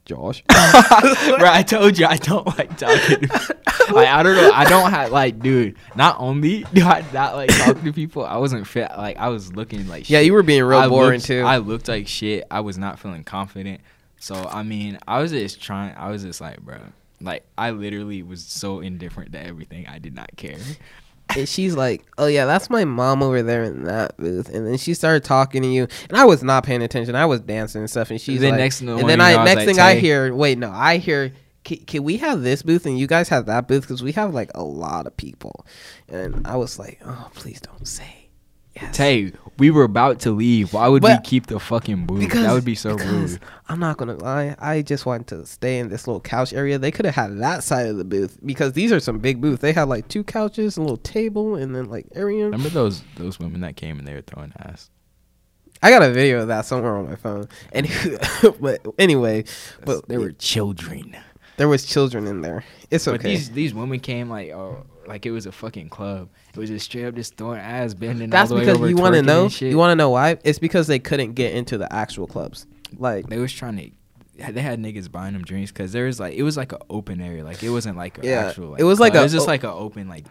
Speaker 1: "Josh."
Speaker 2: Bro, I told you I don't like talking. to- like I don't know. I don't have like, dude. Not only do I not like talking to people, I wasn't fit. Like I was looking like.
Speaker 1: yeah,
Speaker 2: shit.
Speaker 1: you were being real
Speaker 2: I
Speaker 1: boring
Speaker 2: looked,
Speaker 1: too.
Speaker 2: I looked like shit. I was not feeling confident. So I mean, I was just trying. I was just like, bro. Like I literally was so indifferent to everything. I did not care.
Speaker 1: and she's like, "Oh yeah, that's my mom over there in that booth." And then she started talking to you, and I was not paying attention. I was dancing and stuff. And she's
Speaker 2: then
Speaker 1: like,
Speaker 2: next thing the
Speaker 1: and
Speaker 2: one
Speaker 1: then
Speaker 2: you
Speaker 1: I
Speaker 2: know, I was
Speaker 1: next
Speaker 2: like,
Speaker 1: thing I
Speaker 2: "Tay."
Speaker 1: hear, wait, no, I hear. Can, can we have this booth and you guys have that booth because we have like a lot of people, and I was like, oh please don't say, yes.
Speaker 2: Tay, we were about to leave. Why would
Speaker 1: But-
Speaker 2: we keep the fucking booth?
Speaker 1: because
Speaker 2: that would be so
Speaker 1: because
Speaker 2: rude.
Speaker 1: I'm not gonna lie, I just wanted to stay in this little couch area. They could have had that side of the booth because these are some big booths. They had like two couches, a little table, and then like area.
Speaker 2: Remember those those women that came and they were throwing ass.
Speaker 1: I got a video of that somewhere on my phone. And but anyway, but
Speaker 2: they were children.
Speaker 1: there was children in there. It's
Speaker 2: But
Speaker 1: okay.
Speaker 2: these these women came like oh like it was a fucking club. It was just straight up just throwing ass bending.
Speaker 1: That's
Speaker 2: all the
Speaker 1: because
Speaker 2: way over,
Speaker 1: you want to
Speaker 2: twerking
Speaker 1: know.
Speaker 2: and shit.
Speaker 1: You want to know why? It's because they couldn't get into the actual clubs. Like
Speaker 2: They was trying to. They had niggas buying them drinks because there was like it was like an open area. Like it wasn't like an
Speaker 1: Yeah,
Speaker 2: actual. Like,
Speaker 1: it was like
Speaker 2: club.
Speaker 1: a
Speaker 2: It was just
Speaker 1: o-
Speaker 2: like an open like.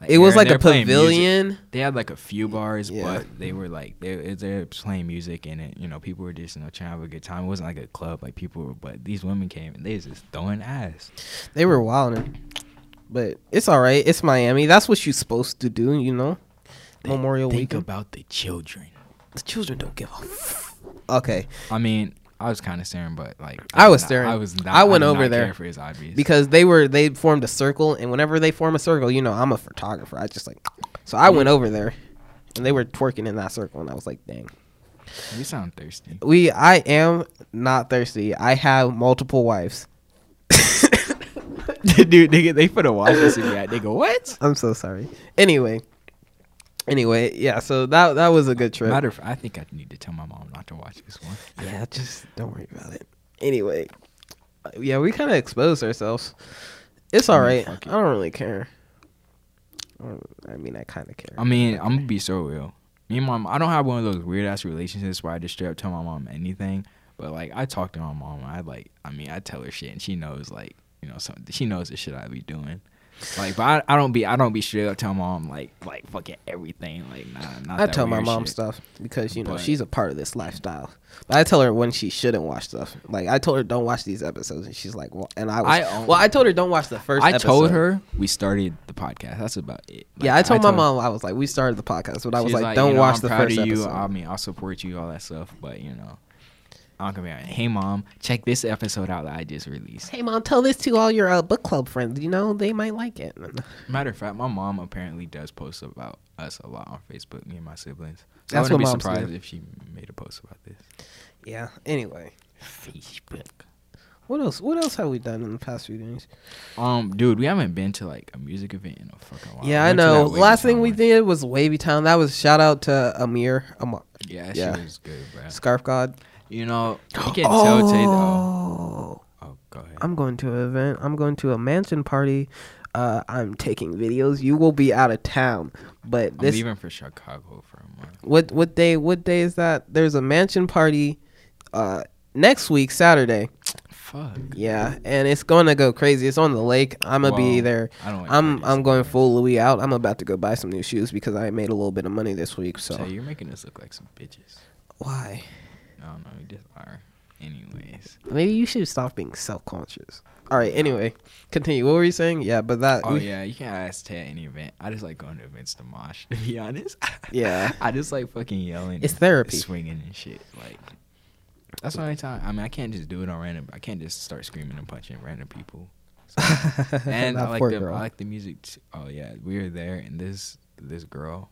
Speaker 2: like
Speaker 1: it was
Speaker 2: area,
Speaker 1: like
Speaker 2: and
Speaker 1: a
Speaker 2: they were playing music.
Speaker 1: pavilion.
Speaker 2: They had like a few bars,
Speaker 1: Yeah.
Speaker 2: but they were like they they're playing music and it. You know, people were just you know trying to have a good time. It wasn't like a club like people. were But these women came and they was just throwing ass.
Speaker 1: They were wilding. But it's all right. It's Miami. That's what you're supposed to do, you know. Memorial
Speaker 2: Think
Speaker 1: weekend.
Speaker 2: about the children.
Speaker 1: The children don't give a. F- okay,
Speaker 2: I mean, I was kind of staring, but like
Speaker 1: I was
Speaker 2: did not-
Speaker 1: staring.
Speaker 2: I was not.
Speaker 1: I went
Speaker 2: did
Speaker 1: over
Speaker 2: not
Speaker 1: there
Speaker 2: care for his obvious.
Speaker 1: because they were they formed a circle, and whenever they form a circle, you know I'm a photographer. I just like, so I went over there, and they were twerking in that circle, and I was like, dang.
Speaker 2: you sound thirsty.
Speaker 1: We I am not thirsty. I have multiple wives.
Speaker 2: Dude, nigga, they put a watch this in me. Nigga, what?
Speaker 1: I'm so sorry. Anyway, anyway, yeah. So that that was a good trip.
Speaker 2: Matter of fact, I think I need to tell my mom not to watch this one.
Speaker 1: Yeah, just don't worry about it. Anyway, uh, yeah, we kind of exposed ourselves. It's all
Speaker 2: mean,
Speaker 1: right.
Speaker 2: fuck
Speaker 1: I
Speaker 2: it.
Speaker 1: don't really care. I don't- I mean, I kind of care.
Speaker 2: I mean, I'm gonna be so real. Me and mom, I don't have one of those weird ass relationships where I just straight up tell my mom anything. But like, I talk to my mom. I like, I mean, I tell her shit, and she knows like, you know, something. She knows the shit I be doing. Like, but I, I don't be, I don't be straight up telling my mom like, like fucking everything. Like, nah, not.
Speaker 1: I
Speaker 2: that
Speaker 1: tell my
Speaker 2: weird
Speaker 1: mom
Speaker 2: shit.
Speaker 1: stuff because you know
Speaker 2: But-
Speaker 1: she's a part of this lifestyle. But I tell her when she shouldn't watch stuff. Like I told her don't watch these episodes, and she's like, "Well," and I was,
Speaker 2: I own-
Speaker 1: well, I told her don't watch the first.
Speaker 2: I told
Speaker 1: episode."
Speaker 2: her we started the podcast. That's about it. Like,
Speaker 1: Yeah, I told my mom I was like, "We started the podcast," but I was
Speaker 2: she's
Speaker 1: like, "Don't
Speaker 2: you know,
Speaker 1: watch
Speaker 2: I'm
Speaker 1: the
Speaker 2: proud
Speaker 1: first
Speaker 2: of you.
Speaker 1: episode."
Speaker 2: I mean, I'll support you, all that stuff. But you know, I'm gonna be like, hey mom, check this episode out that I just released.
Speaker 1: hey mom, tell this to all your uh, book club friends. You know they might like it.
Speaker 2: Matter of fact, my mom apparently does post about us a lot on Facebook. Me and my siblings. So
Speaker 1: That's
Speaker 2: I wouldn't
Speaker 1: what
Speaker 2: be
Speaker 1: moms do.
Speaker 2: surprised if she made a post about this.
Speaker 1: Yeah. Anyway.
Speaker 2: Facebook.
Speaker 1: What else? What else have we done in the past few days?
Speaker 2: Um, dude, we haven't been to like a music event in a fucking while.
Speaker 1: yeah,
Speaker 2: We
Speaker 1: I
Speaker 2: went to that
Speaker 1: know.
Speaker 2: Wavy
Speaker 1: Last thing
Speaker 2: Town
Speaker 1: we
Speaker 2: one.
Speaker 1: did was Wavy Town. That was shout out to Amir, Amar,
Speaker 2: Yeah,
Speaker 1: Yeah. Oh.
Speaker 2: she was good, bro.
Speaker 1: Scarf God.
Speaker 2: You know, you can tell Tay though. Oh, go ahead.
Speaker 1: I'm going to an event. I'm going to a mansion party. Uh, I'm taking videos. You will be out of town, but
Speaker 2: I'm
Speaker 1: this
Speaker 2: leaving for Chicago for a month.
Speaker 1: what what day? What day is that? There's a mansion party uh, next week, Saturday.
Speaker 2: Fuck.
Speaker 1: Yeah, and it's gonna go crazy. It's on the lake. I'm gonna be
Speaker 2: Well,
Speaker 1: there.
Speaker 2: I don't. like
Speaker 1: I'm
Speaker 2: parties.
Speaker 1: I'm going full Louis out. I'm about to go buy some new shoes because I made a little bit of money this week. So
Speaker 2: Say, you're making us look like some bitches.
Speaker 1: why?
Speaker 2: I don't know. We just are. Anyways.
Speaker 1: Maybe you should stop being self conscious. All right. Anyway, continue. What were you saying? Yeah, but that.
Speaker 2: Oh
Speaker 1: we-
Speaker 2: yeah, you can ask Tay at any event. I just like going to events to mosh. To be honest.
Speaker 1: Yeah.
Speaker 2: I just like fucking yelling.
Speaker 1: It's
Speaker 2: and
Speaker 1: therapy.
Speaker 2: Swinging and shit. Like. That's the only time. I mean, I can't just do it on random. I can't just start screaming and punching random people.
Speaker 1: That
Speaker 2: and I like
Speaker 1: poor
Speaker 2: the
Speaker 1: girl.
Speaker 2: I like the music. Too. Oh yeah, we were there, and this this girl,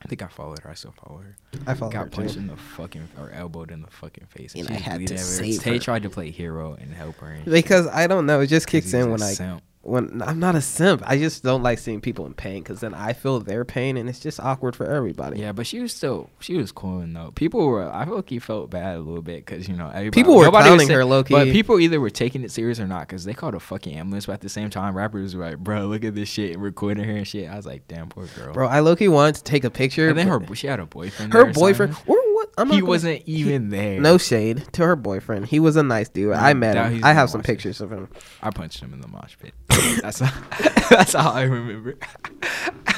Speaker 2: I think I followed her. I still follow her.
Speaker 1: I followed
Speaker 2: Got
Speaker 1: her, too.
Speaker 2: punched in the fucking or elbowed in the fucking face,
Speaker 1: And
Speaker 2: she
Speaker 1: I
Speaker 2: was
Speaker 1: had
Speaker 2: bleeding
Speaker 1: to
Speaker 2: everywhere.
Speaker 1: save
Speaker 2: Tay
Speaker 1: her.
Speaker 2: tried to play hero and help her. And shit, 'cause
Speaker 1: because I don't know. It just kicks
Speaker 2: he's
Speaker 1: in
Speaker 2: a
Speaker 1: when I
Speaker 2: simp.
Speaker 1: when I'm not a simp. I just don't like seeing people in pain because then I feel their pain and it's just awkward for everybody.
Speaker 2: Yeah, but she was still she was cool though. People were I feel like he felt bad a little bit because you know everybody,
Speaker 1: People were
Speaker 2: nobody was
Speaker 1: clowning
Speaker 2: saying-
Speaker 1: her low key.
Speaker 2: But people either were taking it serious or not because they called a fucking ambulance. But at the same time, rappers were like, "Bro, look at this shit," and recording her and shit. I was like, "Damn, poor girl."
Speaker 1: bro. I low key wanted to take a picture.
Speaker 2: and then
Speaker 1: but-
Speaker 2: her she had a boyfriend. there
Speaker 1: her
Speaker 2: or
Speaker 1: boyfriend
Speaker 2: something.
Speaker 1: or what? I'm not
Speaker 2: he
Speaker 1: gonna-
Speaker 2: wasn't even there.
Speaker 1: No shade to her boyfriend. He was a nice dude. I
Speaker 2: I
Speaker 1: met
Speaker 2: doubt
Speaker 1: him.
Speaker 2: Mm, he's
Speaker 1: I
Speaker 2: gonna
Speaker 1: have some
Speaker 2: watch this.
Speaker 1: pictures of him.
Speaker 2: I punched him in the mosh pit. that's all, that's all I remember.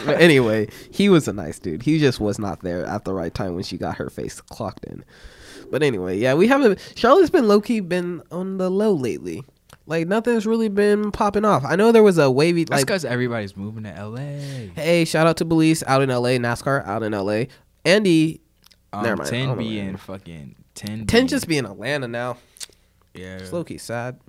Speaker 1: But anyway, he was a nice dude. He just was not there at the right time when she got her face clocked in. But anyway, yeah, we haven't. Charlotte's been low key been on the low lately. Like nothing's really been popping off. I know there was a wavy
Speaker 2: That's
Speaker 1: like
Speaker 2: because everybody's moving to LA.
Speaker 1: Hey, shout out to Belize out in LA, NASCAR out in LA. Andy,
Speaker 2: Um,
Speaker 1: Never mind,
Speaker 2: Ten
Speaker 1: hold on,
Speaker 2: be
Speaker 1: wait.
Speaker 2: in fucking ten.
Speaker 1: Ten
Speaker 2: be-
Speaker 1: just be in Atlanta now.
Speaker 2: Mm. yeah.
Speaker 1: It's low key sad.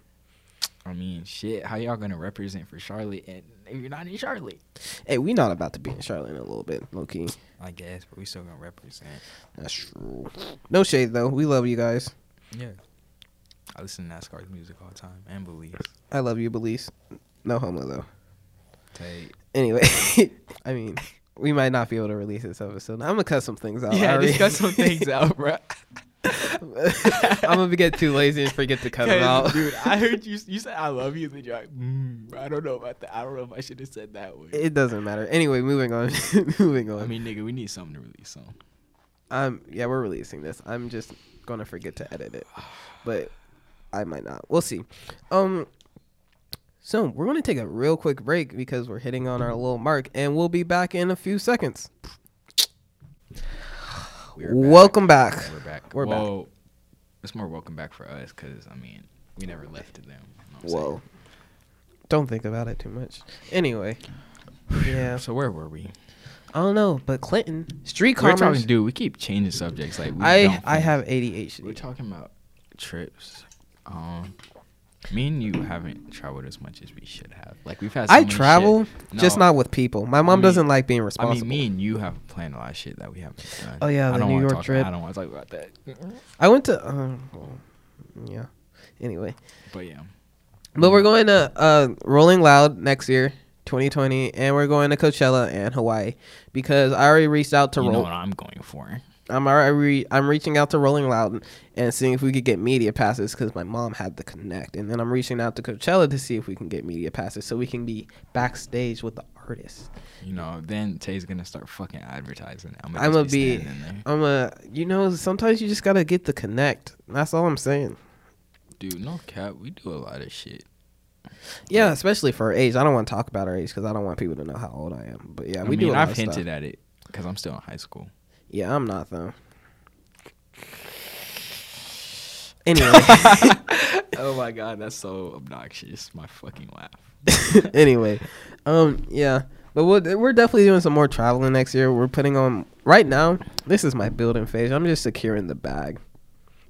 Speaker 2: I mean, shit. How y'all gonna represent for Charlotte and if you're not in Charlotte?
Speaker 1: Hey, we not about to be in Charlotte in a little bit, low key.
Speaker 2: I guess, but we still gonna represent.
Speaker 1: That's true. No shade though. We love you guys.
Speaker 2: Yeah. I listen to NASCAR's music all the time and Belize.
Speaker 1: I love you, Belize. No homo though.
Speaker 2: Tay.
Speaker 1: Anyway, I mean, we might not be able to release this episode. I'm gonna cut some things out. Oh, I
Speaker 2: Yeah,
Speaker 1: already-
Speaker 2: just cut some things out, bro.
Speaker 1: I'm gonna get too lazy and forget to cut them out.
Speaker 2: dude. I heard you. You said I love you. Then you're like, mm, bro, I don't know about that. I don't know if I should have said that way.
Speaker 1: It doesn't matter. Anyway, moving on. moving on.
Speaker 2: I mean, nigga, we need something to release. So
Speaker 1: Um, yeah, we're releasing this. I'm just gonna forget to edit it, but I might not. We'll see. Um, so we're gonna take a real quick break because we're hitting on our little mark, and we'll be back in a few seconds.
Speaker 2: we're
Speaker 1: Welcome back.
Speaker 2: We're back.
Speaker 1: We're back.
Speaker 2: Well, It's more welcome back for us because I mean, we never left to them. you know what I'm saying?
Speaker 1: Whoa. Don't think about it too much. Anyway, yeah,
Speaker 2: So where were we?
Speaker 1: I don't know, but Clinton street
Speaker 2: We're talking,
Speaker 1: commerce.
Speaker 2: dude. We keep changing subjects. Like we
Speaker 1: I
Speaker 2: don't
Speaker 1: I
Speaker 2: finish.
Speaker 1: have
Speaker 2: We're
Speaker 1: ADHD.
Speaker 2: talking about trips. Um, me and you haven't traveled as much as we should have. Like we've had. So
Speaker 1: I
Speaker 2: much shit.
Speaker 1: travel, just
Speaker 2: No,
Speaker 1: not with people. My mom
Speaker 2: mean-
Speaker 1: doesn't like being
Speaker 2: I
Speaker 1: responsible.
Speaker 2: mean, me and you have planned a lot of shit that we haven't done.
Speaker 1: Oh, yeah,
Speaker 2: I
Speaker 1: the
Speaker 2: don't
Speaker 1: New
Speaker 2: wanna
Speaker 1: York
Speaker 2: talk,
Speaker 1: trip.
Speaker 2: I don't want to talk about that.
Speaker 1: I went to, um, well, yeah. Anyway,
Speaker 2: But yeah,
Speaker 1: but we're going to uh, Rolling Loud next year, 2020, and we're going to Coachella and Hawaii because I already reached out to
Speaker 2: you know
Speaker 1: Roll.
Speaker 2: what I'm going for.
Speaker 1: I'm already re- I'm reaching out to Rolling Loud and seeing if we could get media passes because my mom had the connect, and then I'm reaching out to Coachella to see if we can get media passes so we can be backstage with the artists.
Speaker 2: You know, then Tay's gonna start fucking advertising. I'm
Speaker 1: I'ma
Speaker 2: just
Speaker 1: be-
Speaker 2: standing there.
Speaker 1: I'm a, you know, sometimes you just gotta get the connect. That's all I'm saying.
Speaker 2: dude. No cap, we do a lot of shit.
Speaker 1: Yeah, especially for our age. I don't want to talk about our age because I don't want people to know how old I am. But yeah,
Speaker 2: I
Speaker 1: we
Speaker 2: mean,
Speaker 1: do. A lot
Speaker 2: I've
Speaker 1: of
Speaker 2: hinted
Speaker 1: Stuff.
Speaker 2: at it because I'm still in high school.
Speaker 1: Yeah, I'm not though. Anyway,
Speaker 2: oh my god, that's so obnoxious. My fucking laugh.
Speaker 1: anyway, um, yeah. But we'll, we're definitely doing some more traveling next year. We're putting on right now. This is my building phase. I'm just securing the bag.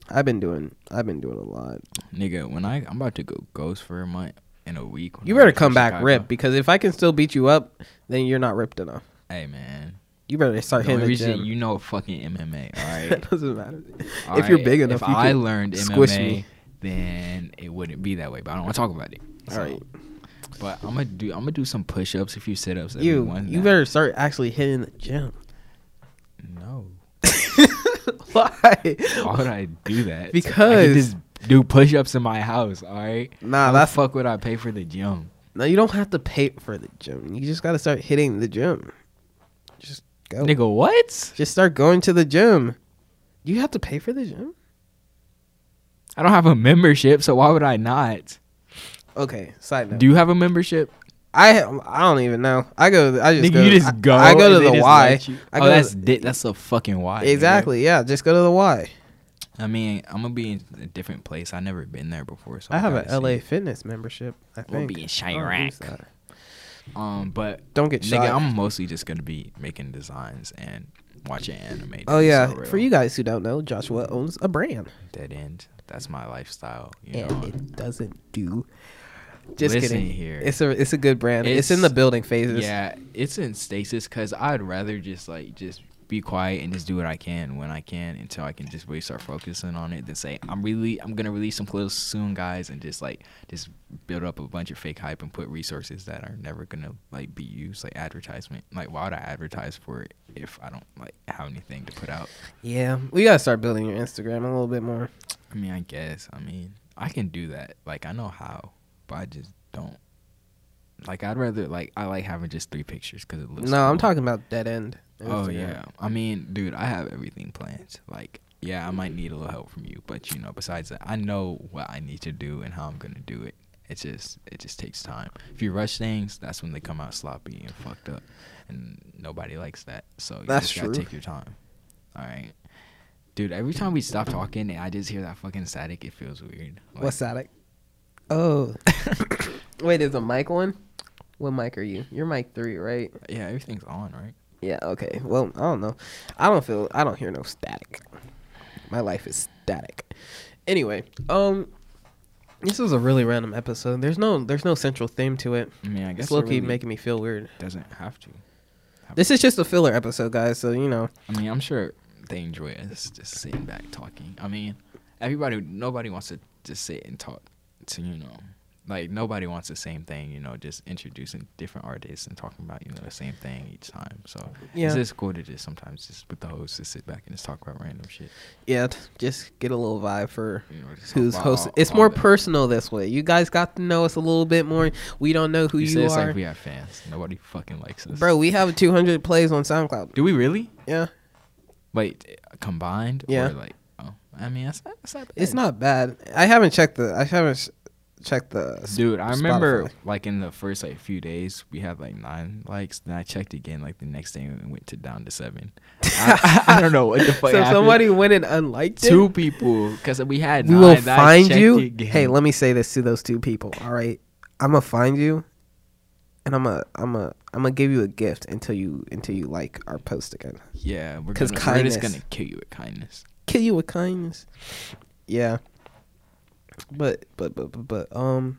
Speaker 1: I've been doing. I've been doing a lot.
Speaker 2: Nigga, when I I'm about to go ghost for a month in a week. when
Speaker 1: You
Speaker 2: I
Speaker 1: better
Speaker 2: get to
Speaker 1: come back
Speaker 2: Chicago.
Speaker 1: ripped because if I can still beat you up, then you're not ripped enough.
Speaker 2: Hey man,
Speaker 1: You better start
Speaker 2: the
Speaker 1: hitting
Speaker 2: only
Speaker 1: the
Speaker 2: reason
Speaker 1: gym.
Speaker 2: you know fucking MMA. All right,
Speaker 1: That doesn't matter.
Speaker 2: All
Speaker 1: if you're
Speaker 2: right?
Speaker 1: big enough,
Speaker 2: If
Speaker 1: you
Speaker 2: I
Speaker 1: can
Speaker 2: learned
Speaker 1: squish
Speaker 2: MMA,
Speaker 1: me.
Speaker 2: then it wouldn't be that way. But I don't want to talk about it.
Speaker 1: All right.
Speaker 2: But I'm gonna do I'm gonna do some push ups, a few sit ups.
Speaker 1: You you better start actually hitting the gym.
Speaker 2: no.
Speaker 1: Why?
Speaker 2: Why would I do that? I
Speaker 1: Because-
Speaker 2: could just do push ups in my house. All right.
Speaker 1: Nah,
Speaker 2: How the
Speaker 1: that's-
Speaker 2: fuck would I pay for the gym?
Speaker 1: No, you don't have to pay for the gym. You just gotta start hitting the gym. Just go.
Speaker 2: Nigga, what?
Speaker 1: Just start going to the gym. You have to pay for the gym.
Speaker 2: I don't have a membership, so why would I not?
Speaker 1: Okay, side note.
Speaker 2: Do you have a membership?
Speaker 1: I I don't even know. I go. I just
Speaker 2: Nigga,
Speaker 1: go.
Speaker 2: you just go.
Speaker 1: I, I go
Speaker 2: and
Speaker 1: to
Speaker 2: they
Speaker 1: the
Speaker 2: just
Speaker 1: Y.
Speaker 2: let you-
Speaker 1: I
Speaker 2: oh,
Speaker 1: go to
Speaker 2: that's di- that's a fucking why. nigga.
Speaker 1: Exactly. Yeah. Just go to the Y.
Speaker 2: I mean, I'm gonna be in a different place. I've never been there before, so
Speaker 1: I have a
Speaker 2: gotta
Speaker 1: LA
Speaker 2: Oh, see.
Speaker 1: fitness membership. I
Speaker 2: We'll
Speaker 1: think.
Speaker 2: be in
Speaker 1: I don't
Speaker 2: Chirac.
Speaker 1: use that.
Speaker 2: Um, but
Speaker 1: Don't get
Speaker 2: nigga,
Speaker 1: shot.
Speaker 2: I'm mostly just gonna be making designs and watching anime.
Speaker 1: oh
Speaker 2: dude,
Speaker 1: yeah.
Speaker 2: so
Speaker 1: For
Speaker 2: real.
Speaker 1: you guys who don't know, Joshua owns a brand,
Speaker 2: dead end. That's my lifestyle. You
Speaker 1: and
Speaker 2: know,
Speaker 1: it doesn't do. Just
Speaker 2: Listen
Speaker 1: kidding.
Speaker 2: here.
Speaker 1: It's a it's a good brand. It's, in
Speaker 2: It's-
Speaker 1: the building phases.
Speaker 2: yeah, it's in stasis because I'd rather just like just be quiet and just do what I can when I can until I can just really start focusing on it. Then say I'm really I'm gonna release some clothes soon, guys, and just like just build up a bunch of fake hype and put resources that are never gonna like be used, like advertisement. Like why would I advertise for it if I don't like have anything to put out?
Speaker 1: Yeah. We gotta start building your Instagram a little bit more.
Speaker 2: I mean, I guess. I mean, I can do that. Like I know how, but I just don't. Like I'd rather like I like having just three pictures because it looks.
Speaker 1: No, I'm
Speaker 2: cool.
Speaker 1: talking about dead end.
Speaker 2: Oh
Speaker 1: Instagram.
Speaker 2: yeah. I mean, dude, I have everything planned. Like, yeah, I might need a little help from you, but you know, besides that, I know what I need to do and how I'm gonna do it. It just it just takes time. If you rush things, that's when they come out sloppy and fucked up, and nobody likes that. So you
Speaker 1: That's
Speaker 2: just gotta
Speaker 1: true.
Speaker 2: take your time. All right, dude. Every time we stop talking, and I just hear that fucking static. It feels weird. Like,
Speaker 1: What's that? like? Oh. Wait, is a mic on? What mic are you? You're mic three, right?
Speaker 2: Yeah, everything's on, right?
Speaker 1: Yeah, okay. Well, I don't know. I don't feel I don't hear no static. My life is static. Anyway, um this is a really random episode. There's no there's no central theme to it.
Speaker 2: I mean, I guess
Speaker 1: It's
Speaker 2: it
Speaker 1: low key
Speaker 2: really
Speaker 1: making me feel weird.
Speaker 2: doesn't have to.
Speaker 1: This is just a filler episode, guys, so you know.
Speaker 2: I mean, I'm sure they enjoy us just sitting back talking. I mean, everybody, nobody wants to just sit and talk to, you know, like nobody wants the same thing, you know, just introducing different artists and talking about, you know, the same thing each time. So
Speaker 1: Yeah.
Speaker 2: it's just cool to just sometimes just with the host to sit back and just talk about random shit.
Speaker 1: Yeah, t- just get a little vibe for
Speaker 2: You know, just talk
Speaker 1: who's
Speaker 2: about
Speaker 1: hosting.
Speaker 2: all-
Speaker 1: It's
Speaker 2: all
Speaker 1: more
Speaker 2: the-
Speaker 1: personal this way. You guys got to know us a little bit more. We don't know who
Speaker 2: You,
Speaker 1: you,
Speaker 2: say it's
Speaker 1: are.
Speaker 2: like we have fans. Nobody fucking likes us.
Speaker 1: Bro, we have 200 plays on SoundCloud.
Speaker 2: Do we really?
Speaker 1: Yeah,
Speaker 2: Wait, combined?
Speaker 1: Yeah.
Speaker 2: Or like, oh, I mean, that's not, that's not
Speaker 1: it's
Speaker 2: bad.
Speaker 1: not bad. I haven't checked the. I haven't sh- checked the. s-
Speaker 2: Dude, I remember
Speaker 1: Spotify.
Speaker 2: like in the first like few days we had like nine likes. Then I checked again like the next day and it went to down to seven. I, I don't know what the fuck.
Speaker 1: so if
Speaker 2: happened.
Speaker 1: somebody went and unliked it.
Speaker 2: two people because we had.
Speaker 1: we
Speaker 2: nine,
Speaker 1: will
Speaker 2: then I
Speaker 1: find
Speaker 2: checked
Speaker 1: you.
Speaker 2: again.
Speaker 1: Hey, let me say this to those two people. All right, I'm gonna find you, and I'm gonna I'm gonna I'm gonna give you a gift until you until you like our post again.
Speaker 2: yeah, we're
Speaker 1: 'cause
Speaker 2: gonna, we're just
Speaker 1: kindness.
Speaker 2: gonna kill you with kindness.
Speaker 1: Kill you with kindness. Yeah. But but but but, but um.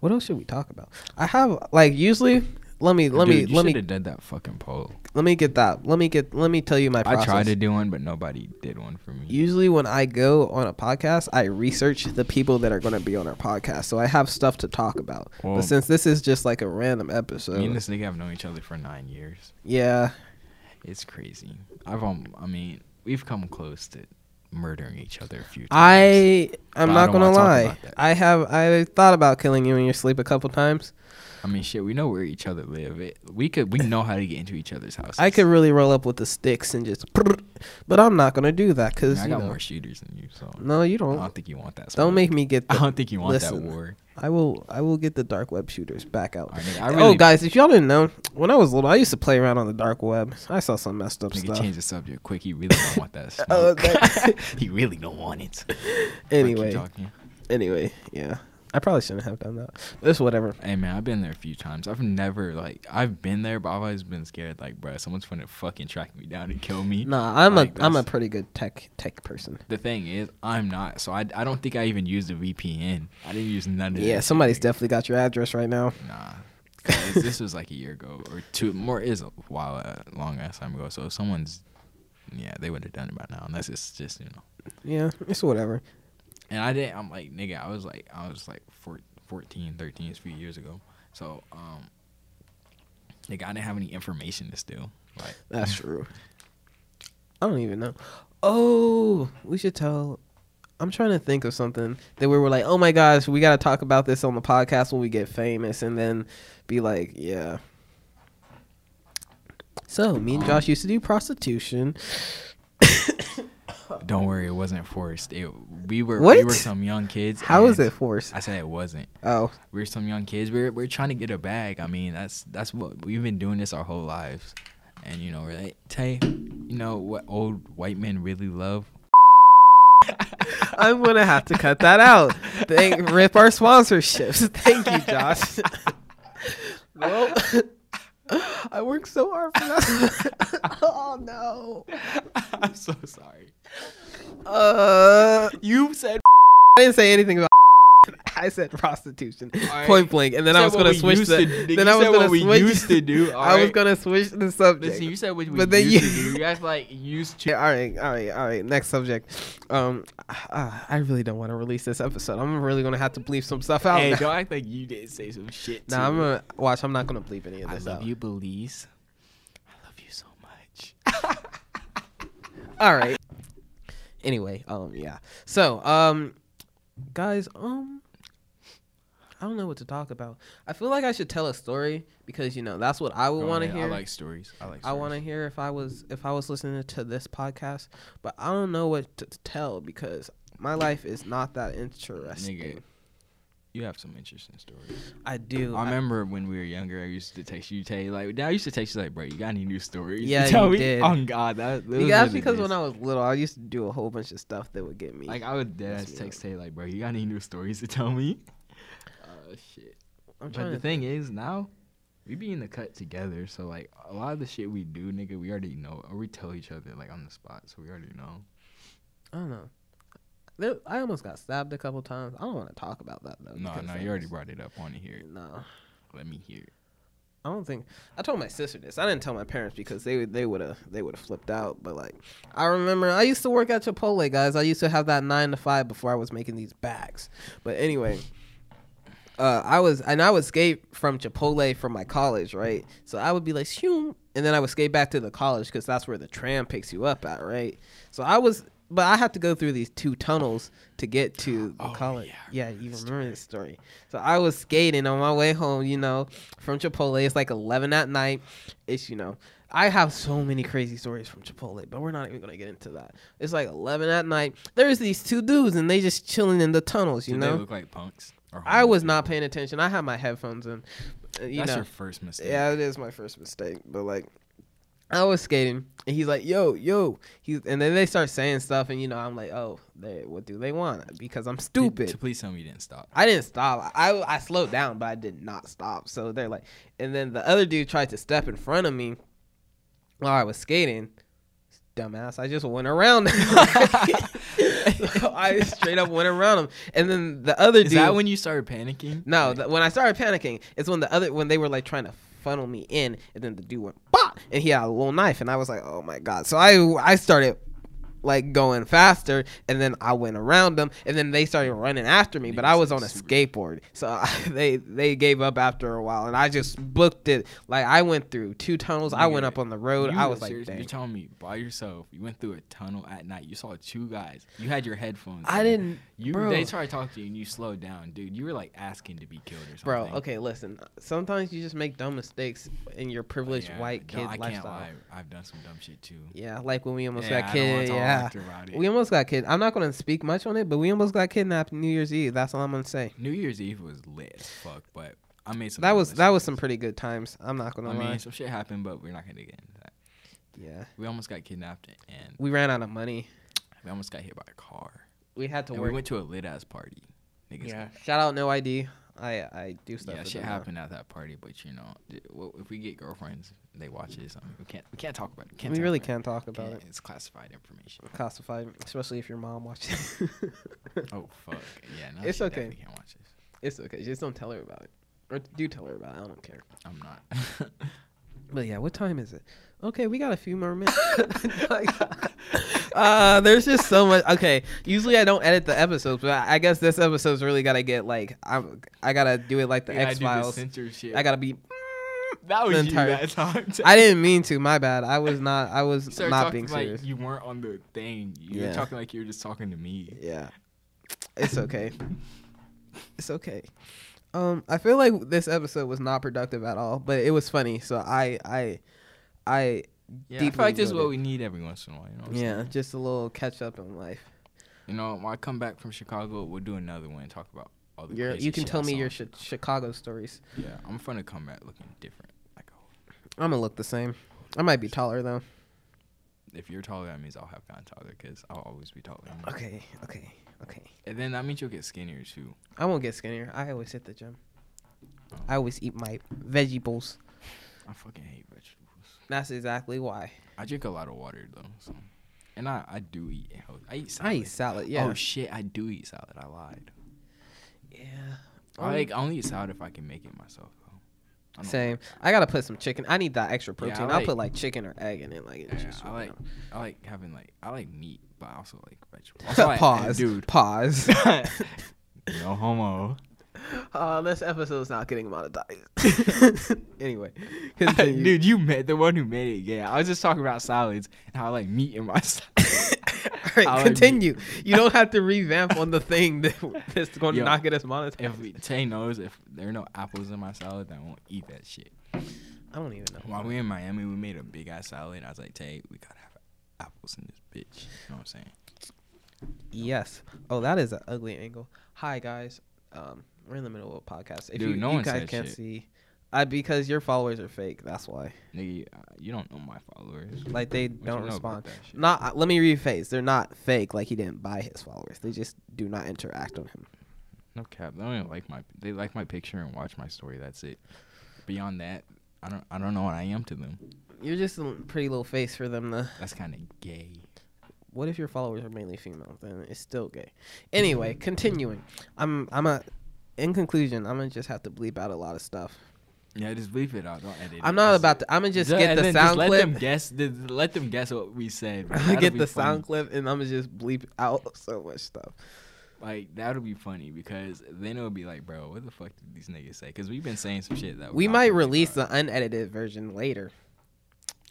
Speaker 1: What else should we talk about? I have like usually. Let me let
Speaker 2: Dude,
Speaker 1: me
Speaker 2: you
Speaker 1: let me
Speaker 2: shoulda done that fucking poll.
Speaker 1: let me get that. Let me get. Let me tell you my process.
Speaker 2: I tried to do one, but nobody did one for me.
Speaker 1: Usually, when I go on a podcast, I research the people that are going to be on our podcast, so I have stuff to talk about.
Speaker 2: Well-
Speaker 1: but since this is just like a random episode,
Speaker 2: me and this nigga have known each other for nine years.
Speaker 1: yeah,
Speaker 2: It's crazy. I've um, I mean, we've come close to murdering each other a few times.
Speaker 1: I
Speaker 2: But
Speaker 1: I'm
Speaker 2: I
Speaker 1: not
Speaker 2: don't
Speaker 1: going to
Speaker 2: wanna talk
Speaker 1: lie.
Speaker 2: about that.
Speaker 1: I have I thought about killing you in your sleep a couple times.
Speaker 2: I mean, shit, we know where each other live. It, we could, we know how to get into each other's houses.
Speaker 1: I could really roll up with the sticks and just, but I'm not going to do that
Speaker 2: I,
Speaker 1: because
Speaker 2: mean, I
Speaker 1: you
Speaker 2: got
Speaker 1: know.
Speaker 2: more shooters than you, so
Speaker 1: No, you
Speaker 2: I
Speaker 1: don't.
Speaker 2: don't think you want that.
Speaker 1: don't
Speaker 2: smoke.
Speaker 1: make me get.
Speaker 2: I
Speaker 1: The,
Speaker 2: don't think you want that
Speaker 1: listen.
Speaker 2: war.
Speaker 1: I will. I will get the dark web shooters back out.
Speaker 2: Alright, nigga, I
Speaker 1: oh,
Speaker 2: really-
Speaker 1: guys, if y'all didn't know, when I was little, I used to play around on the dark web. I saw some messed up
Speaker 2: Nigga,
Speaker 1: stuff.
Speaker 2: change the subject quick. You really don't want that. Smoke.
Speaker 1: Oh, okay.
Speaker 2: he really don't want it. Fuck you
Speaker 1: anyway,
Speaker 2: talking.
Speaker 1: anyway, yeah. I probably shouldn't have done that. But it's whatever.
Speaker 2: Hey man, I've been there a few times. I've never like I've been there, but I've always been scared. Like, bruh, someone's gonna fucking track me down and kill me.
Speaker 1: Nah, I'm
Speaker 2: Like,
Speaker 1: a I'm a
Speaker 2: that's-
Speaker 1: pretty good tech tech person.
Speaker 2: The thing is, I'm not. So I, I don't think I even used a VPN. I didn't use none of that.
Speaker 1: Yeah,
Speaker 2: shit,
Speaker 1: somebody's
Speaker 2: nigga.
Speaker 1: definitely got your address right now.
Speaker 2: Nah. 'Cause this was like a year ago or two more is a while uh, long ass time ago. So if someone's yeah, they would have done it by now unless it's just, you know.
Speaker 1: Yeah, it's whatever.
Speaker 2: And I didn't I'm like nigga, I was like I was like four, 14, 13 it's a few years ago. So um nigga, I didn't have any information to steal. Like
Speaker 1: That's true. I don't even know. Oh, we should tell. I'm trying to think of something that we were like, oh my gosh, we got to talk about this on the podcast when we get famous, and then be like, yeah. So me and Josh used to do prostitution.
Speaker 2: Don't worry, it wasn't forced. It we were we
Speaker 1: What?
Speaker 2: were some young kids.
Speaker 1: How is
Speaker 2: and
Speaker 1: it forced?
Speaker 2: I said it wasn't.
Speaker 1: Oh,
Speaker 2: We're some young kids. We're we're trying to get a bag. I mean, that's that's what we've been doing this our whole lives, and you know we're like, Tay, you know what old white men really love?
Speaker 1: I'm gonna have to cut that out. Thank, rip our sponsorships. Thank you, Josh. well, I worked so hard for that. oh no.
Speaker 2: I'm so sorry.
Speaker 1: Uh,
Speaker 2: You said
Speaker 1: I didn't say anything about. I said prostitution,
Speaker 2: right.
Speaker 1: point blank, and then I
Speaker 2: said
Speaker 1: was
Speaker 2: what
Speaker 1: gonna
Speaker 2: we
Speaker 1: switch
Speaker 2: used
Speaker 1: the.
Speaker 2: to-
Speaker 1: then
Speaker 2: you
Speaker 1: I was
Speaker 2: said
Speaker 1: gonna
Speaker 2: what we
Speaker 1: switch.
Speaker 2: used to do,
Speaker 1: I was
Speaker 2: alright?
Speaker 1: gonna switch the subject.
Speaker 2: Listen, you said what we
Speaker 1: But then
Speaker 2: used
Speaker 1: you-
Speaker 2: to do. You guys like used to.
Speaker 1: Yeah, all right, all right, all right. Next subject. Um, uh, I really don't want to release this episode. I'm really gonna have to bleep some stuff out.
Speaker 2: Hey,
Speaker 1: now.
Speaker 2: don't act like you didn't say some shit.
Speaker 1: Nah,
Speaker 2: too.
Speaker 1: I'm gonna watch. I'm not gonna bleep any of
Speaker 2: I
Speaker 1: this
Speaker 2: love
Speaker 1: out.
Speaker 2: you, Belize. I love you so much.
Speaker 1: All right. Anyway, um, yeah. So, um, guys, um, I don't know what to talk about. I feel like I should tell a story because you know that's what I would want to hear.
Speaker 2: I like stories. I like.
Speaker 1: I want to hear if I was if I was listening to this podcast, but I don't know what to tell because my life is not that interesting.
Speaker 2: Nigga, you have some interesting stories.
Speaker 1: I do.
Speaker 2: I remember when we were younger, I used to text you, Tay. Like, I used to text you, like, bro, you got any new stories?
Speaker 1: Yeah,
Speaker 2: tell
Speaker 1: you
Speaker 2: me.
Speaker 1: did.
Speaker 2: On God, that. that
Speaker 1: You guys, because when I was little, I used to do a whole bunch of stuff that would get me.
Speaker 2: like, I would dead
Speaker 1: Mess
Speaker 2: ass
Speaker 1: me
Speaker 2: text Tay, like, bro, you got any new stories to tell me? Oh shit.
Speaker 1: I'm
Speaker 2: But
Speaker 1: trying
Speaker 2: the
Speaker 1: to
Speaker 2: thing is, now we be in the cut together, so like a lot of the shit we do, nigga, we already know, or we tell each other like on the spot, so we already know.
Speaker 1: I don't know. There, I almost got stabbed a couple times. I don't want to talk about that though.
Speaker 2: No,
Speaker 1: because
Speaker 2: no,
Speaker 1: that
Speaker 2: you already
Speaker 1: was-
Speaker 2: brought it up on here.
Speaker 1: No,
Speaker 2: Let me hear. it.
Speaker 1: I don't think I told my sister this. I didn't tell my parents because they would- they would have they would have flipped out. But like, I remember I used to work at Chipotle, guys. I used to have that nine to five before I was making these bags. But anyway. Uh, I was and I would skate from Chipotle from my college, right? So I would be like, shoom, and then I would skate back to the college because that's where the tram picks you up at, right? So I was, but I had to go through these two tunnels to get to the
Speaker 2: Oh,
Speaker 1: college.
Speaker 2: yeah,
Speaker 1: Yeah, you remember this story. So I was skating on my way home, you know, from Chipotle. It's like eleven at night. It's you know, I have so many crazy stories from Chipotle, but we're not even gonna get into that. It's like eleven at night. There's these two dudes and they just chilling in the tunnels, you
Speaker 2: Did
Speaker 1: know.
Speaker 2: they look like punks? Or
Speaker 1: I
Speaker 2: homeless
Speaker 1: was
Speaker 2: people?
Speaker 1: not paying attention. I had my headphones in. Uh, You
Speaker 2: That's
Speaker 1: know,
Speaker 2: your first mistake.
Speaker 1: yeah, it is my first mistake. But like, I was skating, and he's like, "Yo, yo," he's, and then they start saying stuff, and you know, I'm like, "Oh, they, what do they want?" Because I'm
Speaker 2: Dude,
Speaker 1: stupid.
Speaker 2: To please tell me you didn't stop.
Speaker 1: I didn't stop. I, I slowed down, but I did not stop. So they're like, and then the other dude tried to step in front of me while I was skating. Dumbass, I just went around him. So I straight up went around him. And then the other
Speaker 2: Is
Speaker 1: dude.
Speaker 2: that when you started panicking?
Speaker 1: No,
Speaker 2: Like,
Speaker 1: th- when I started panicking, it's when the other when they were like trying to funnel me in, and then the dude went pop, and he had a little knife, and I was like, oh my god. So I I started like going faster, and then I went around them, and then they started running after me, but I
Speaker 2: Niggas
Speaker 1: was
Speaker 2: like
Speaker 1: on a
Speaker 2: super-
Speaker 1: skateboard, so they they gave up after a while, and I just booked it. Like I went through two tunnels, I went
Speaker 2: Nigga,
Speaker 1: up on the road,
Speaker 2: you
Speaker 1: I
Speaker 2: were
Speaker 1: was like,
Speaker 2: serious-
Speaker 1: dang.
Speaker 2: You're telling me by yourself, you went through a tunnel at night. You saw two guys. You had your headphones.
Speaker 1: I
Speaker 2: in.
Speaker 1: didn't-
Speaker 2: You
Speaker 1: bro.
Speaker 2: they tried to talk to you and you slowed down, dude. You were like asking to be killed or something.
Speaker 1: Bro, okay, listen. Sometimes you just make dumb mistakes in your privileged
Speaker 2: Yeah,
Speaker 1: white
Speaker 2: no,
Speaker 1: kid
Speaker 2: I can't
Speaker 1: lifestyle.
Speaker 2: lie. I've done some dumb shit too.
Speaker 1: Yeah, like when we almost
Speaker 2: Yeah,
Speaker 1: got
Speaker 2: I don't wanna
Speaker 1: kid.
Speaker 2: talk
Speaker 1: Yeah,
Speaker 2: after about it.
Speaker 1: we almost got kid. I'm not gonna speak much on it, but we almost got kidnapped New Year's Eve. That's all I'm gonna say.
Speaker 2: New Year's Eve was lit as fuck, but I made some.
Speaker 1: That was
Speaker 2: dumb
Speaker 1: that was
Speaker 2: decisions.
Speaker 1: some pretty good times. I'm not gonna
Speaker 2: I
Speaker 1: lie.
Speaker 2: mean, some shit happened, but we're not gonna get into that.
Speaker 1: yeah,
Speaker 2: We almost got kidnapped and
Speaker 1: we ran out of money.
Speaker 2: we almost got hit by a car.
Speaker 1: We had to
Speaker 2: And
Speaker 1: work.
Speaker 2: we went to a lit ass party. Niggas
Speaker 1: yeah. Shout out No ID. I I do stuff.
Speaker 2: yeah,
Speaker 1: for
Speaker 2: shit
Speaker 1: them now.
Speaker 2: happened at that party, but you know, d- well, if we get girlfriends, they watch it. So we can't, we can't talk about it. Can't
Speaker 1: we
Speaker 2: talk
Speaker 1: really
Speaker 2: about
Speaker 1: can't talk about it.
Speaker 2: Can't- It's classified information.
Speaker 1: Classified, especially if your mom watches.
Speaker 2: Oh fuck, yeah, no,
Speaker 1: It's
Speaker 2: she
Speaker 1: okay.
Speaker 2: definitely Can't watch this.
Speaker 1: it's okay. Just don't tell her about it. Or do tell her about it. I don't care.
Speaker 2: I'm not.
Speaker 1: But yeah, what time is it? Okay, we got a few more minutes. uh, there's just so much. Okay, usually I don't edit the episodes, but I I guess this episode's really gotta get like I'm. I gotta do it like the
Speaker 2: Yeah, I do
Speaker 1: X Files.
Speaker 2: censorship.
Speaker 1: I gotta be.
Speaker 2: that
Speaker 1: the
Speaker 2: was you
Speaker 1: entire-
Speaker 2: that time.
Speaker 1: I didn't mean to. My bad. I was not. I
Speaker 2: You
Speaker 1: was
Speaker 2: started
Speaker 1: not
Speaker 2: talking
Speaker 1: being
Speaker 2: like
Speaker 1: serious.
Speaker 2: you weren't on the thing. You
Speaker 1: Yeah.
Speaker 2: were talking like you were just talking to me.
Speaker 1: Yeah, it's okay. it's okay. Um, I feel like this episode was not productive at all, but it was funny. So I, I, I
Speaker 2: Yeah, I
Speaker 1: deeply
Speaker 2: feel like this is what
Speaker 1: rooted.
Speaker 2: we need every once in a while. You know. What I'm
Speaker 1: Yeah,
Speaker 2: saying?
Speaker 1: just a little catch up in life.
Speaker 2: You know, when I come back from Chicago, we'll do another one and talk about all the.
Speaker 1: Your,
Speaker 2: crazy
Speaker 1: you can
Speaker 2: shit
Speaker 1: tell
Speaker 2: I
Speaker 1: me
Speaker 2: saw.
Speaker 1: your chi- Chicago stories.
Speaker 2: Yeah, I'm gonna come back looking different. Like, oh,
Speaker 1: I'm gonna look the same. I might be taller though.
Speaker 2: if you're taller, that means I'll have gotten taller because I'll always be taller. than you.
Speaker 1: Okay, okay, okay.
Speaker 2: And then that means you'll get skinnier too.
Speaker 1: I won't get skinnier. I always hit the gym. I always eat my vegetables.
Speaker 2: I fucking hate vegetables.
Speaker 1: That's exactly why.
Speaker 2: I drink a lot of water though, so. And I, I do eat healthy. I eat salad.
Speaker 1: I eat salad. Yeah.
Speaker 2: Oh shit, I do eat salad. I lied. Oh.
Speaker 1: yeah.
Speaker 2: I like I only eat salad if I can make it myself though. I don't-
Speaker 1: Same. I gotta put some chicken. I need that extra
Speaker 2: Yeah, I
Speaker 1: protein. I'll
Speaker 2: like-
Speaker 1: put like chicken or egg in it. Like, it's
Speaker 2: Yeah,
Speaker 1: just
Speaker 2: I
Speaker 1: really
Speaker 2: like
Speaker 1: not-
Speaker 2: I like having like I like meat, but I also like vegetables. Also, like-
Speaker 1: pause,
Speaker 2: dude.
Speaker 1: Pause.
Speaker 2: No homo.
Speaker 1: uh, this episode's not getting monetized. anyway, continue.
Speaker 2: Dude, you met the one who made it. Yeah, I was just talking about salads and how I like meat in my salad.
Speaker 1: All right,
Speaker 2: I like
Speaker 1: continue. you don't have to revamp on the thing that, that's going to
Speaker 2: Yo,
Speaker 1: not get us monetized.
Speaker 2: if we, Tay knows if there are no apples in my salad, then I won't eat that shit.
Speaker 1: I don't even know.
Speaker 2: While we were in Miami, we made a big ass salad. I was like, Tay, we gotta have apples in this bitch. You know what I'm saying?
Speaker 1: Yes. Oh, that is an ugly angle. Hi guys. Um, we're in the middle of a podcast. If
Speaker 2: Dude,
Speaker 1: you,
Speaker 2: no
Speaker 1: you
Speaker 2: one
Speaker 1: guys
Speaker 2: said
Speaker 1: can't
Speaker 2: shit.
Speaker 1: see, I because your followers are fake. That's why.
Speaker 2: Nigga, you, uh, you don't know my followers.
Speaker 1: Like they
Speaker 2: you
Speaker 1: don't
Speaker 2: know
Speaker 1: respond.
Speaker 2: about that shit?
Speaker 1: Not. uh, Let me rephrase. They're not fake. Like he didn't buy his followers. They just do not interact on him.
Speaker 2: No cap. They don't even like my. They like my picture and watch my story. That's it. Beyond that, I don't. I don't know what I am to them.
Speaker 1: You're just a l- pretty little face for them to.
Speaker 2: That's kind of gay.
Speaker 1: What if your followers are mainly female? Then it's still gay. Anyway, continuing. I'm. I'm a. In conclusion, I'm gonna just have to bleep out a lot of stuff.
Speaker 2: Yeah, just leave it out. Don't edit.
Speaker 1: I'm not about to. I'm gonna just get
Speaker 2: and
Speaker 1: the
Speaker 2: then
Speaker 1: sound
Speaker 2: let
Speaker 1: clip.
Speaker 2: Them guess, th- let them guess what we said. bro.
Speaker 1: I'm gonna
Speaker 2: That'll
Speaker 1: get
Speaker 2: be
Speaker 1: the
Speaker 2: funny.
Speaker 1: sound clip and I'm gonna just bleep out so much stuff.
Speaker 2: Like that'll be funny because then it'll be like, bro, what the fuck did these niggas say? Because we've been saying some shit that
Speaker 1: We
Speaker 2: we're not
Speaker 1: might
Speaker 2: thinking
Speaker 1: release
Speaker 2: about
Speaker 1: the unedited version later.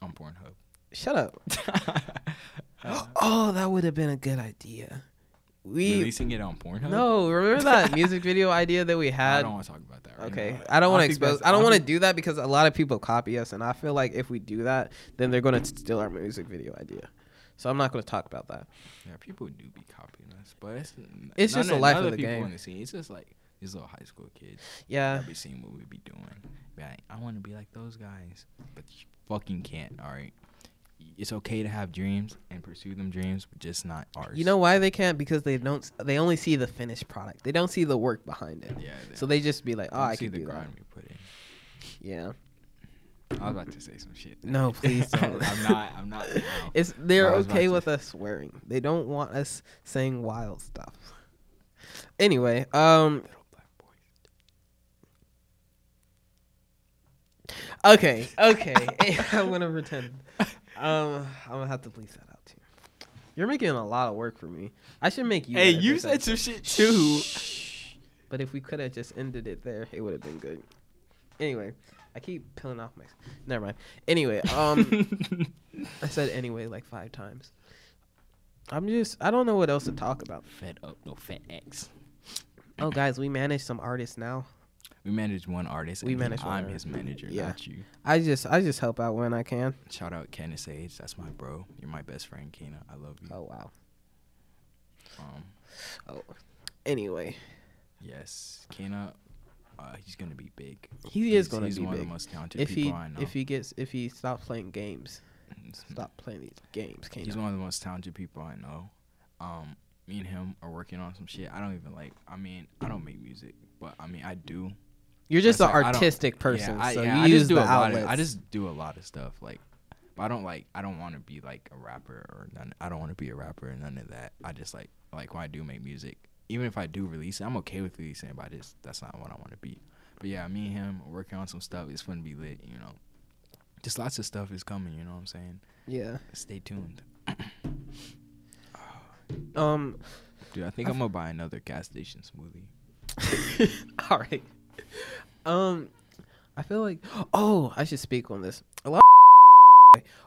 Speaker 2: on Pornhub.
Speaker 1: Shut up.
Speaker 2: Uh,
Speaker 1: Oh, that would have been a good idea. We
Speaker 2: releasing it on Pornhub.
Speaker 1: no, remember that music video idea that we
Speaker 2: I
Speaker 1: had.
Speaker 2: don't want to talk about that. Right
Speaker 1: okay,
Speaker 2: now.
Speaker 1: I don't want to
Speaker 2: think that's-
Speaker 1: expose. I don't want to
Speaker 2: think-
Speaker 1: do that because a lot of people copy us, and I feel like if we do that, then they're gonna steal our music video idea. So I'm not gonna talk about that.
Speaker 2: Yeah, people do be copying us, but it's,
Speaker 1: It's
Speaker 2: none
Speaker 1: just the life
Speaker 2: none
Speaker 1: of the
Speaker 2: people
Speaker 1: game.
Speaker 2: in the scene. It's just like these little high school kids.
Speaker 1: Yeah,
Speaker 2: that be seeing what we be doing. Be like, I want to be like those guys, but you fucking can't. All right, it's okay to have dreams and pursue them dreams, but just not ours.
Speaker 1: you know why they can't? Because they don't. They only see the finished product. They don't see the work behind it.
Speaker 2: Yeah. They,
Speaker 1: So they just be like, "Oh, I
Speaker 2: see
Speaker 1: can
Speaker 2: the
Speaker 1: do that."
Speaker 2: grind we put in.
Speaker 1: Yeah.
Speaker 2: I was about to say some shit.
Speaker 1: No, please don't.
Speaker 2: I'm not. I'm not. now.
Speaker 1: It's they're
Speaker 2: I was
Speaker 1: okay
Speaker 2: about to-
Speaker 1: with us swearing. They don't want us saying wild stuff. Anyway, um
Speaker 2: Little black boy.
Speaker 1: okay, okay. I'm gonna pretend. Um I'm gonna have to bleep that out too. You're making a lot of work for me. I should make you
Speaker 2: Hey,
Speaker 1: edit
Speaker 2: you
Speaker 1: this
Speaker 2: said
Speaker 1: out.
Speaker 2: some shit too.
Speaker 1: But if we could have just ended it there, it would have been good. Anyway, I keep peeling off my never mind. Anyway, um I said anyway like five times. I'm just I don't know what else to talk about.
Speaker 2: Fed up, no fat X.
Speaker 1: Oh guys, we manage some artists now.
Speaker 2: We manage one artist.
Speaker 1: We
Speaker 2: and then
Speaker 1: manage one
Speaker 2: I'm
Speaker 1: artist.
Speaker 2: his manager,
Speaker 1: Yeah.
Speaker 2: not you.
Speaker 1: I just I just help out when I can.
Speaker 2: Shout out Kenneth Sage. That's my bro. You're my best friend, Kena. I love you.
Speaker 1: Oh wow. Uh,
Speaker 2: Um,
Speaker 1: Oh. Anyway,
Speaker 2: yes, Kena. Uh, he's gonna be big.
Speaker 1: he
Speaker 2: He's-
Speaker 1: is going
Speaker 2: he's
Speaker 1: to be
Speaker 2: one of
Speaker 1: big.
Speaker 2: the most talented
Speaker 1: If
Speaker 2: people
Speaker 1: he
Speaker 2: I know.
Speaker 1: if he gets if he stops playing games,
Speaker 2: He's-
Speaker 1: stop playing these games. Kano.
Speaker 2: he's one of the most talented people I know. Um, me and him are working on some shit. I don't even like. I mean, I don't make music, but I mean, I do.
Speaker 1: You're just an
Speaker 2: That's like, I don't-
Speaker 1: artistic
Speaker 2: yeah,
Speaker 1: person,
Speaker 2: I-
Speaker 1: so
Speaker 2: yeah,
Speaker 1: you
Speaker 2: I just
Speaker 1: use
Speaker 2: do
Speaker 1: the
Speaker 2: a lot of-
Speaker 1: outlets.
Speaker 2: I just do a lot of stuff. Like, but I don't like. I don't want to be like a rapper or none. I don't want to be a rapper or none of that. I just like like when I do make music. Even if I do release it, I'm okay with releasing it. But I just that's not what I want to be. But yeah, me and him are working on some stuff. It's gonna be lit. You know, just lots of stuff is coming. You know what I'm saying?
Speaker 1: yeah.
Speaker 2: Stay tuned,
Speaker 1: Um.
Speaker 2: dude. I think I'm gonna buy another gas station smoothie.
Speaker 1: all right. Um. I feel like oh I should speak on this. A lot.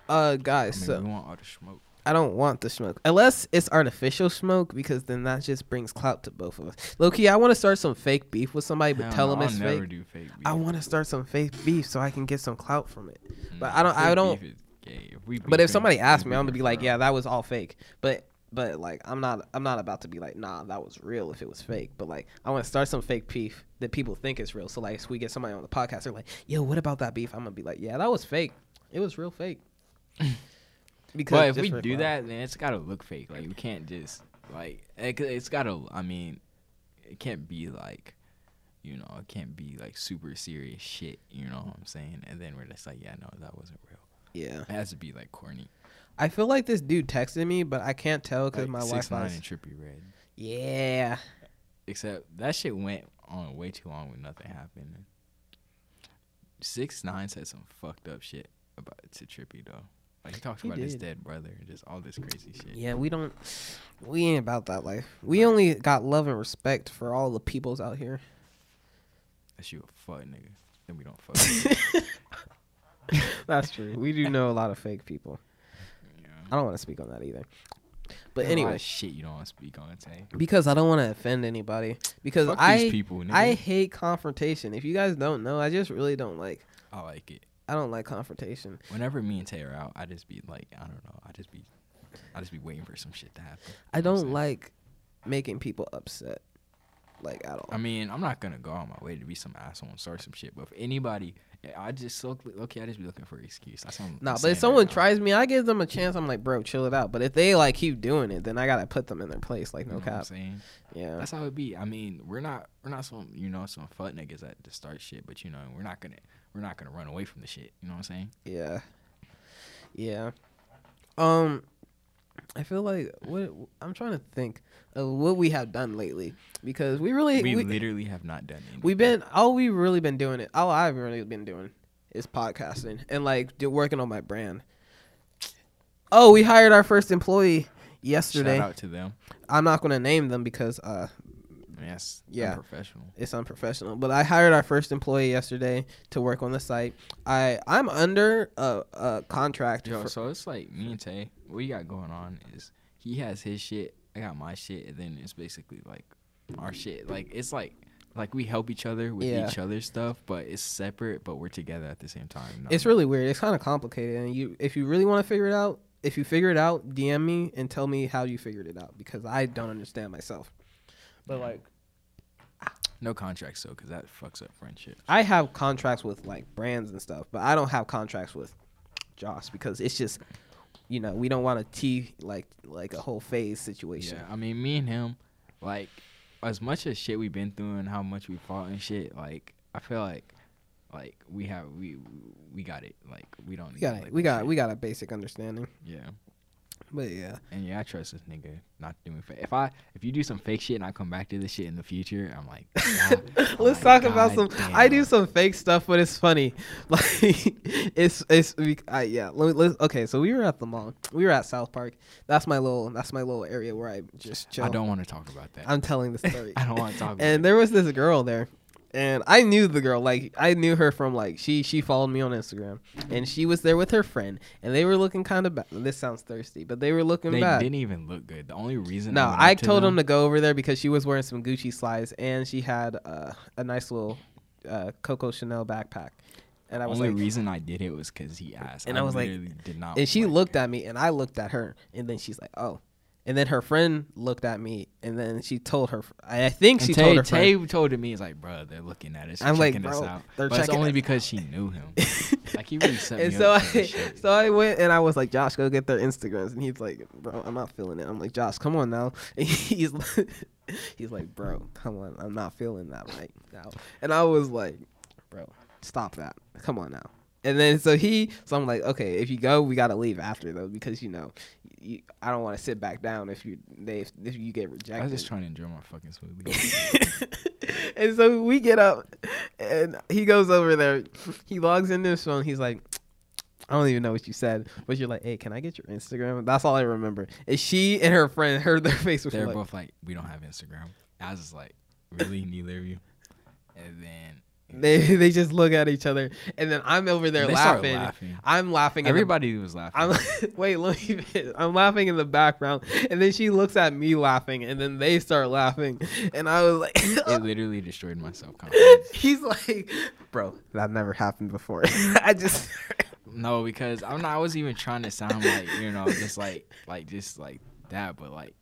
Speaker 1: Uh,
Speaker 2: I
Speaker 1: guys.
Speaker 2: mean,
Speaker 1: so
Speaker 2: we want all the smoke.
Speaker 1: I don't want the smoke unless it's artificial smoke because then that just brings clout to both of us. Loki, I want to start some fake beef with somebody, but
Speaker 2: Hell
Speaker 1: tell
Speaker 2: no,
Speaker 1: them
Speaker 2: I'll
Speaker 1: it's
Speaker 2: never
Speaker 1: fake.
Speaker 2: do fake. Beef.
Speaker 1: I want to start some fake beef so I can get some clout from it. but
Speaker 2: Mm,
Speaker 1: I don't- I
Speaker 2: fake
Speaker 1: don't-
Speaker 2: beef is gay. If we
Speaker 1: But if
Speaker 2: beefing,
Speaker 1: somebody
Speaker 2: we
Speaker 1: asked me, I'm gonna
Speaker 2: beefing
Speaker 1: be like,
Speaker 2: for-
Speaker 1: yeah, that was all fake. But but like I'm not I'm not about to be like, nah, that was real if it was fake. But like I want to start some fake beef that people think is real. So like if we get somebody on the podcast, they're like, yo, what about that beef? I'm gonna be like, yeah, that was fake. It was real fake. Because
Speaker 2: But if
Speaker 1: just
Speaker 2: we
Speaker 1: for
Speaker 2: do
Speaker 1: fun.
Speaker 2: that, then it's gotta look fake. Like we can't just like it, it's gotta. I mean, it can't be like, you know, it can't be like super serious shit. You know what I'm saying? And then we're just like, yeah, no, that wasn't real.
Speaker 1: yeah,
Speaker 2: It has to be like corny.
Speaker 1: I feel like this dude texted me, but I can't tell because
Speaker 2: Like,
Speaker 1: my
Speaker 2: six nine
Speaker 1: Wi-Fi.
Speaker 2: and trippy red.
Speaker 1: Yeah,
Speaker 2: Except that shit went on way too long when nothing happened. Six nine said some fucked up shit about to trippy though. Like he talks
Speaker 1: He
Speaker 2: about his
Speaker 1: did.
Speaker 2: dead brother and just all this crazy shit.
Speaker 1: yeah, we don't, we ain't about that life. We only got love and respect for all the peoples out here.
Speaker 2: That you a fuck nigga. Then we don't fuck.
Speaker 1: That's true. We do know a lot of fake people.
Speaker 2: yeah.
Speaker 1: I don't want to speak on that either. But
Speaker 2: There's a lot
Speaker 1: anyway,
Speaker 2: of shit you don't want to speak on, Tay.
Speaker 1: because I don't want to offend anybody, because
Speaker 2: Fuck
Speaker 1: I
Speaker 2: these people, nigga.
Speaker 1: I hate confrontation. If you guys don't know, I just really don't like
Speaker 2: I like it.
Speaker 1: I don't like confrontation.
Speaker 2: Whenever me and Tay are out, I just be like, I don't know, I just be, I just be waiting for some shit to happen.
Speaker 1: I
Speaker 2: You know what I'm
Speaker 1: don't
Speaker 2: saying?
Speaker 1: like making people upset, like at all.
Speaker 2: I mean, I'm not gonna go out my way to be some asshole and start some shit, but if anybody, I just look okay. I just be looking for an excuse. That's what I'm
Speaker 1: Nah, but
Speaker 2: saying
Speaker 1: if someone
Speaker 2: right now.
Speaker 1: tries me, I give them a chance. I'm like, bro, chill it out. But if they like keep doing it, then I gotta put them in their place. Like,
Speaker 2: You
Speaker 1: no
Speaker 2: know what I'm
Speaker 1: cap.
Speaker 2: saying?
Speaker 1: Yeah.
Speaker 2: That's how it be. I mean, we're not we're not some you know some fuck niggas that just start shit, but you know we're not gonna we're not gonna run away from the shit. You know what I'm saying?
Speaker 1: Yeah. Yeah. Um I feel like what I'm trying to think of what we have done lately because we really
Speaker 2: we,
Speaker 1: we, we
Speaker 2: literally have not done anything.
Speaker 1: have been all we've really been doing it all I've really been doing is podcasting and like do, working on my brand. Oh, we hired our first employee yesterday.
Speaker 2: Shout out to them.
Speaker 1: I'm not going to name them because uh
Speaker 2: Yes.
Speaker 1: Yeah.
Speaker 2: Professional.
Speaker 1: it's unprofessional. But I hired our first employee yesterday to work on the site. I I'm under a, a contract.
Speaker 2: Yo,
Speaker 1: for-
Speaker 2: so it's like me and Tay, what you got going on is he has his shit, I got my shit, and then it's basically like our shit. Like it's like like we help each other with
Speaker 1: Yeah.
Speaker 2: each other's stuff, but it's separate, but we're together at the same time. you know?
Speaker 1: It's really weird. It's kind of complicated, and you if you really want to figure it out, if you figure it out, DM me and tell me how you figured it out because I don't understand myself. But like,
Speaker 2: no contracts though, because that fucks up friendship.
Speaker 1: I have contracts with like brands and stuff, but I don't have contracts with Joss because it's just, you know, we don't want to tee like like a whole phase situation.
Speaker 2: Yeah, I mean, me and him, like as much as shit we've been through and how much we fought and shit, like I feel like like we have we we got it. Like we don't.
Speaker 1: We got we got we got a basic understanding,
Speaker 2: Yeah.
Speaker 1: but yeah,
Speaker 2: And yeah, I trust this nigga not doing fake. If I if you do some fake shit and I come back to this shit in the future, I'm like, God- I'm
Speaker 1: let's
Speaker 2: like,
Speaker 1: talk about some.
Speaker 2: Oh God
Speaker 1: I
Speaker 2: damn.
Speaker 1: do some fake stuff, but it's funny. Like it's it's we- I, yeah. Let me let's, okay. So we were at the mall. We were at South Park. That's my little that's my little area where I just chill.
Speaker 2: I don't want to talk about that.
Speaker 1: I'm telling the story.
Speaker 2: I don't want to talk. about
Speaker 1: and
Speaker 2: it.
Speaker 1: there was this girl there, and I knew the girl. Like I knew her from like she she followed me on Instagram, and she was there with her friend, and they were looking kind of bad. This sounds thirsty, but they were looking
Speaker 2: they
Speaker 1: bad.
Speaker 2: didn't even look good. The only reason
Speaker 1: No,
Speaker 2: went
Speaker 1: I
Speaker 2: up to
Speaker 1: told
Speaker 2: them,
Speaker 1: him to go over there because she was wearing some Gucci slides and she had uh, a nice little uh, Coco Chanel backpack. And I
Speaker 2: the
Speaker 1: was
Speaker 2: only
Speaker 1: like,
Speaker 2: reason I did it was because he asked,
Speaker 1: And I was like-
Speaker 2: literally did not.
Speaker 1: and she
Speaker 2: like-
Speaker 1: looked at me and I looked at her and then she's like, oh. And then her friend looked at me and then she told her. I I think
Speaker 2: And
Speaker 1: she
Speaker 2: Tay,
Speaker 1: told her
Speaker 2: Tay
Speaker 1: friend.
Speaker 2: told it me, he's like, bro, they're looking at us.
Speaker 1: I'm like,
Speaker 2: checking us
Speaker 1: "Bro,
Speaker 2: out.
Speaker 1: they're
Speaker 2: but it's
Speaker 1: checking
Speaker 2: only
Speaker 1: us
Speaker 2: because she knew him. like he really set
Speaker 1: and
Speaker 2: me
Speaker 1: so
Speaker 2: up.
Speaker 1: I,
Speaker 2: for this shit.
Speaker 1: so I went and I was like, Josh, go get their Instagrams. And he's like, bro, I'm not feeling it. I'm like, Josh, come on now. And he's like, he's like, bro, come on, I'm not feeling that right now. And I was like, bro, stop that. Come on now. And then so he, so I'm like, okay, if you go, we gotta leave after though because you know, you, I don't want to sit back down if you they if, if you get rejected
Speaker 2: I was just trying to enjoy my fucking smoothie.
Speaker 1: and so we get up, and he goes over there. He logs into his phone. He's like, I don't even know what you said, but you're like, hey, can I get your Instagram? That's all I remember. And she and her friend heard their face was
Speaker 2: They're
Speaker 1: like,
Speaker 2: both like, we don't have Instagram. I was just like, really, neither of you. And then
Speaker 1: they they just look at each other, and then I'm over there
Speaker 2: They start
Speaker 1: laughing.
Speaker 2: laughing.
Speaker 1: I'm laughing. in the-
Speaker 2: everybody was laughing.
Speaker 1: I'm wait, let me. finish. I'm laughing in the background, and then she looks at me laughing, and then they start laughing, and I was like,
Speaker 2: it literally destroyed my self confidence.
Speaker 1: He's like, bro, that never happened before. I just
Speaker 2: No, because I'm not. I was even trying to sound like you know, just like like just like that, but like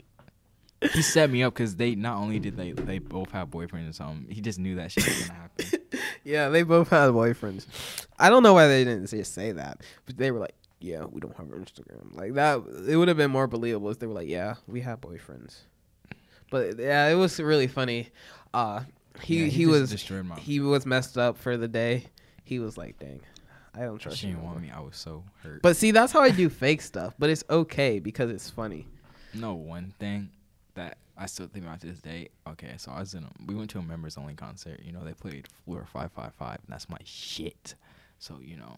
Speaker 2: he set me up because they not only did they they both have boyfriends or something. He just knew that shit was gonna happen.
Speaker 1: yeah, they both had boyfriends. I don't know why they didn't just say that, but they were like, "Yeah, we don't have Instagram." Like that, it would have been more believable if they were like, "Yeah, we have boyfriends." But yeah, it was really funny. Uh, he
Speaker 2: Yeah,
Speaker 1: he,
Speaker 2: he just
Speaker 1: was
Speaker 2: destroyed my-
Speaker 1: he was messed up for the day. He was like, "Dang, I don't trust
Speaker 2: She
Speaker 1: you."
Speaker 2: didn't
Speaker 1: no
Speaker 2: want
Speaker 1: more."
Speaker 2: me. I was so hurt.
Speaker 1: But see, that's how I do fake stuff. But it's okay because it's funny.
Speaker 2: no one thing that I still think about to this day. Okay, so I was in. A, we went to a members only concert. You know, they played Floor Five Five Five, and that's my shit. So you know,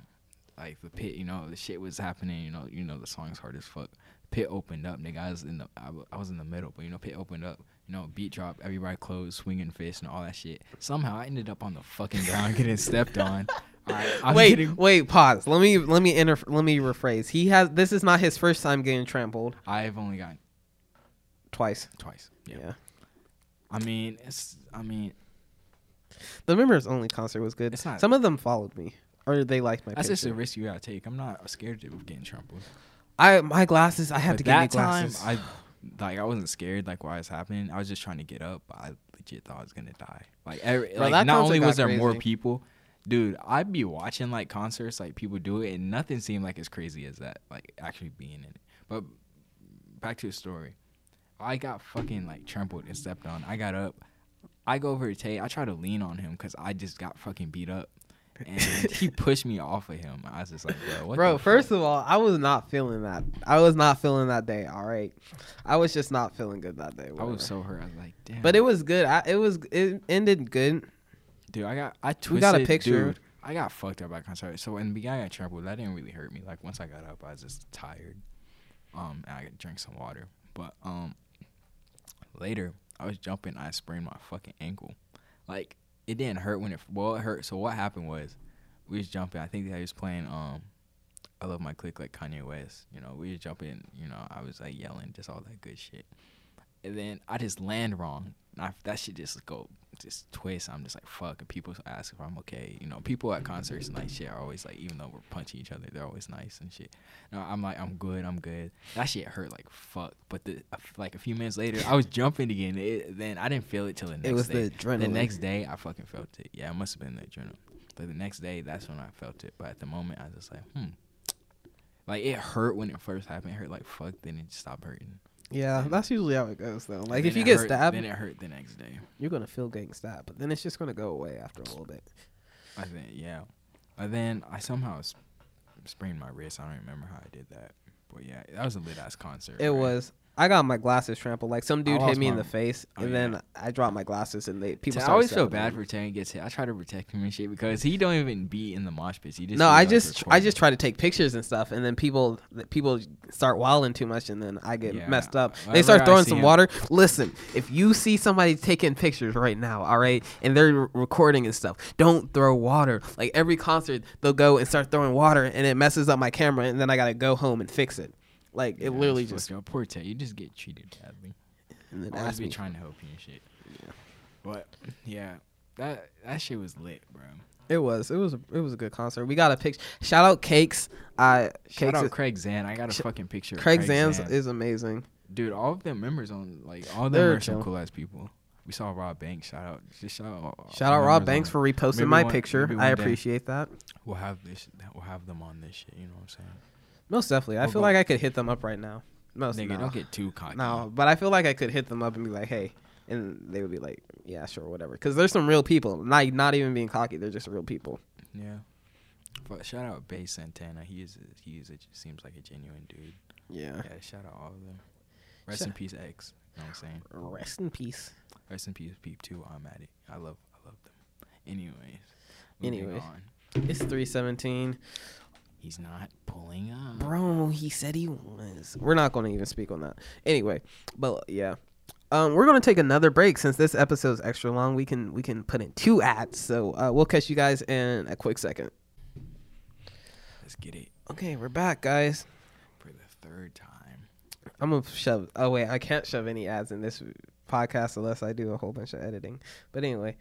Speaker 2: like the pit. You know, the shit was happening. You know, you know the song's hard as fuck. Pit opened up, nigga. I was in the. I, w- I was in the middle, but you know, pit opened up. You know, beat drop, everybody closed, swinging fist and all that shit. Somehow I ended up on the fucking ground getting stepped on. All right, I'm
Speaker 1: wait,
Speaker 2: getting-
Speaker 1: wait, pause. Let me let me inter- let me rephrase. He has this is not his first time getting trampled
Speaker 2: I've only gotten
Speaker 1: twice.
Speaker 2: twice.
Speaker 1: Yeah.
Speaker 2: I mean, it's. I mean,
Speaker 1: The members only concert was good.
Speaker 2: It's not-
Speaker 1: Some of them followed me or they liked my
Speaker 2: That's just a
Speaker 1: picture.
Speaker 2: risk you gotta take. I'm not scared of getting trampled.
Speaker 1: I my glasses, I had to
Speaker 2: But
Speaker 1: get new
Speaker 2: that
Speaker 1: glasses.
Speaker 2: time, I like I wasn't scared like why it's happening. I was just trying to get up. But I legit thought I was gonna die. Like every,
Speaker 1: Bro, that
Speaker 2: like not
Speaker 1: concert
Speaker 2: only
Speaker 1: got
Speaker 2: was there more
Speaker 1: crazy.
Speaker 2: people, dude. I'd be watching like concerts like people do it, and nothing seemed like as crazy as that. Like actually being in it. But back to the story. I got fucking like trampled and stepped on. I got up. I go over to Tay. I try to lean on him because I just got fucking beat up. And he pushed me off of him. I was just like, bro, what
Speaker 1: Bro,
Speaker 2: the fuck?
Speaker 1: first of all, I was not feeling that. I was not feeling that day, all right? I was just not feeling good that day.
Speaker 2: I
Speaker 1: whatever.
Speaker 2: was so hurt. I was like, damn.
Speaker 1: but it was good. I, it was it ended good.
Speaker 2: dude, I got I twisted.
Speaker 1: We got a picture.
Speaker 2: Dude, I got fucked up at concert. So in the beginning, I got trampled. That didn't really hurt me. Like once I got up, I was just tired. Um, and I drank some water. But um, later I was jumping. I sprained my fucking ankle. Like it didn't hurt when it well it hurt. So what happened was we was jumping. I think they was playing um. I love my clique like Kanye West. You know, we was jumping. You know, I was like yelling, just all that good shit. And then I just land wrong. And I, that shit just go just twist. I'm just like fuck. And people ask if I'm okay. You know, people at concerts and like shit are always like, even though we're punching each other, they're always nice and shit. No, I'm like, I'm good. I'm good. That shit hurt like fuck. But the like a few minutes later, I was jumping again. It, then I didn't feel it till the next
Speaker 1: was
Speaker 2: day.
Speaker 1: the adrenaline.
Speaker 2: next day, I fucking felt it. Yeah, it must have been the adrenaline. But the next day, that's when I felt it. But at the moment, I was just like, hmm. Like it hurt when it first happened. It hurt like fuck. Then it just stopped hurting.
Speaker 1: Yeah, that's usually how it goes though. Like
Speaker 2: Then
Speaker 1: if you
Speaker 2: it
Speaker 1: get
Speaker 2: hurt-
Speaker 1: stabbed,
Speaker 2: then it hurt the next day.
Speaker 1: you're gonna feel getting stabbed, but then it's just gonna go away after a little bit.
Speaker 2: I think yeah. And then I somehow s- sprained my wrist. I don't remember how I did that. But yeah, that was a lit ass concert.
Speaker 1: It
Speaker 2: right?
Speaker 1: was. I got my glasses trampled. Like some dude hit
Speaker 2: lost
Speaker 1: me in
Speaker 2: my-
Speaker 1: the face,
Speaker 2: Oh,
Speaker 1: and
Speaker 2: yeah.
Speaker 1: then I dropped my glasses, and they people.
Speaker 2: I
Speaker 1: started
Speaker 2: always feel
Speaker 1: stepping on
Speaker 2: bad
Speaker 1: me.
Speaker 2: for Terry gets hit. I try to protect him and shit because he don't even be in the mosh pits. He just
Speaker 1: No,
Speaker 2: be,
Speaker 1: I
Speaker 2: like,
Speaker 1: just I
Speaker 2: recording.
Speaker 1: just try to take pictures and stuff, and then people th- people start wilding too much, and then I get
Speaker 2: Yeah,
Speaker 1: messed up. They
Speaker 2: whenever
Speaker 1: start
Speaker 2: I
Speaker 1: throwing
Speaker 2: see
Speaker 1: some
Speaker 2: him-
Speaker 1: water. Listen, if you see somebody taking pictures right now, all right, and they're re- recording and stuff, don't throw water. Like every concert, they'll go and start throwing water, and it messes up my camera, and then I gotta go home and fix it. Like it
Speaker 2: Yeah, it's
Speaker 1: literally
Speaker 2: fucked
Speaker 1: just
Speaker 2: up. poor Tay. You just get treated badly.
Speaker 1: and then
Speaker 2: Always
Speaker 1: asked
Speaker 2: be
Speaker 1: me.
Speaker 2: trying to help you and shit. But yeah, that that shit was lit, bro.
Speaker 1: It was it was a, it was a good concert. We got a picture. Shout out Cakes. I
Speaker 2: Shout
Speaker 1: Cakes
Speaker 2: out
Speaker 1: is-
Speaker 2: Craig Zan. I got a
Speaker 1: Sh-
Speaker 2: fucking picture. of
Speaker 1: Craig Zans
Speaker 2: Zan.
Speaker 1: is amazing.
Speaker 2: dude. All of them members on like all of
Speaker 1: They're
Speaker 2: them are some
Speaker 1: chill.
Speaker 2: cool ass people. We saw Rob Banks. Shout out, just shout out. all
Speaker 1: Shout
Speaker 2: the
Speaker 1: out Rob
Speaker 2: members
Speaker 1: Banks
Speaker 2: on-
Speaker 1: for reposting
Speaker 2: maybe
Speaker 1: my
Speaker 2: one-
Speaker 1: picture.
Speaker 2: maybe
Speaker 1: I
Speaker 2: one day.
Speaker 1: appreciate that.
Speaker 2: We'll have this. We'll have them on this shit. You know what I'm saying?
Speaker 1: Most definitely. I
Speaker 2: We'll
Speaker 1: feel
Speaker 2: Oh, go-
Speaker 1: like I could hit them up right now. Most
Speaker 2: Nigga,
Speaker 1: no.
Speaker 2: don't get too cocky.
Speaker 1: no, but I feel like I could hit them up and be like, "Hey," and they would be like, "Yeah, sure, whatever." Because there's some real people. Not not even being cocky. They're just real people.
Speaker 2: Yeah. But shout out Bay Santana. He is. A, he is. A, seems like a genuine dude.
Speaker 1: Yeah.
Speaker 2: Yeah. Shout out all of them. Rest
Speaker 1: Shout-
Speaker 2: in peace, X. You know what I'm saying?
Speaker 1: Rest in peace.
Speaker 2: Rest in peace, Peep. Too. I'm at it. I love. I love them. Anyways. moving
Speaker 1: Anyways.
Speaker 2: on.
Speaker 1: It's three seventeen,
Speaker 2: He's not pulling up.
Speaker 1: bro. He said he was. We're not going to even speak on that. Anyway, but yeah. Um, we're gonna take another break since this episode's extra long. We can we can put in two ads, so uh, we'll catch you guys in a quick second.
Speaker 2: Let's get it
Speaker 1: Okay, we're back, guys.
Speaker 2: for the third time.
Speaker 1: I'm gonna shove. Oh wait, I can't shove any ads in this podcast unless I do a whole bunch of editing. But anyway,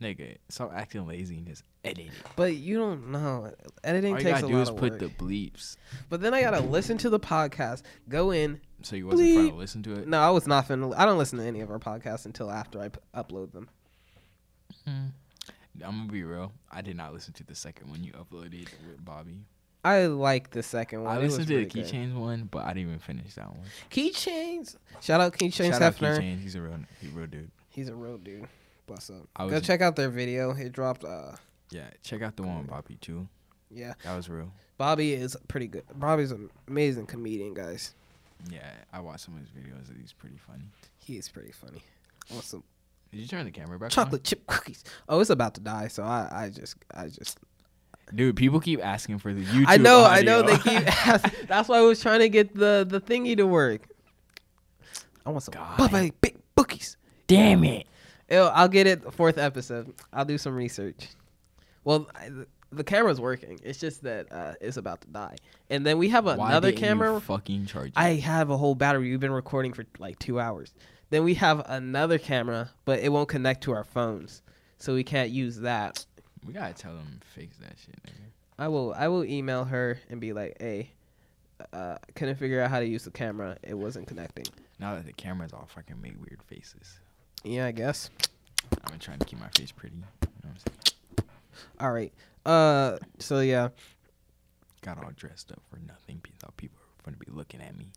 Speaker 2: Nigga, stop acting lazy and just edit it.
Speaker 1: But you don't know. Editing
Speaker 2: All you
Speaker 1: takes
Speaker 2: gotta
Speaker 1: a
Speaker 2: do
Speaker 1: lot
Speaker 2: is
Speaker 1: of
Speaker 2: put
Speaker 1: work.
Speaker 2: the bleeps.
Speaker 1: but then I gotta listen to the podcast. Go in.
Speaker 2: So you wasn't trying
Speaker 1: Bleep.
Speaker 2: to listen to it.
Speaker 1: No, I was not finna. I don't listen to any of our podcasts until after I p- upload them.
Speaker 2: I'm gonna Hmm. be real. I did not listen to the second one you uploaded with Bobby.
Speaker 1: I like the second one.
Speaker 2: I
Speaker 1: It was
Speaker 2: listened to the
Speaker 1: pretty good.
Speaker 2: Keychains one, but I didn't even finish that one.
Speaker 1: Keychains. Shout out Keychains
Speaker 2: Shout out
Speaker 1: Hefner.
Speaker 2: Keychains. He's a real, he's a real dude.
Speaker 1: He's a real dude. Bless up.
Speaker 2: I
Speaker 1: Go
Speaker 2: was-
Speaker 1: check out their video. It dropped. Uh,
Speaker 2: Yeah, check out the one with Bobby too.
Speaker 1: yeah.
Speaker 2: That was real.
Speaker 1: Bobby is pretty good. Bobby's an amazing comedian, guys.
Speaker 2: Yeah, I watched some of his videos. He's pretty funny.
Speaker 1: He is pretty funny. Awesome.
Speaker 2: Did you turn the camera back?
Speaker 1: Chocolate chip cookies. Oh, it's about to die. So I, I just, I just.
Speaker 2: on? dude. People keep asking for the YouTube.
Speaker 1: I know, I know.
Speaker 2: audio.
Speaker 1: They keep. ask- That's why I was trying to get the the thingy to work. I want some
Speaker 2: God.
Speaker 1: Bobby big cookies.
Speaker 2: Damn it!
Speaker 1: Ew, I'll get it the fourth episode. I'll do some research. Well, I, the- the camera's working. It's just that uh, it's about to die. And then we have
Speaker 2: Why
Speaker 1: another
Speaker 2: didn't you
Speaker 1: camera.
Speaker 2: fucking charge.
Speaker 1: I have a whole battery. We've been recording for like two hours. Then we have another camera, but it won't connect to our phones, so we can't use that.
Speaker 2: it? we gotta tell them to fix that shit. Nigga.
Speaker 1: I will. I will email her and be like, "Hey, uh, couldn't figure out how to use the camera. It wasn't connecting."
Speaker 2: Now that the camera's off, I can make weird faces.
Speaker 1: Yeah, I guess.
Speaker 2: I've been trying to keep my face pretty. You know what I'm saying?
Speaker 1: All right. Uh. So yeah.
Speaker 2: Got all dressed up for nothing. Pe- Thought people were going to be looking at me.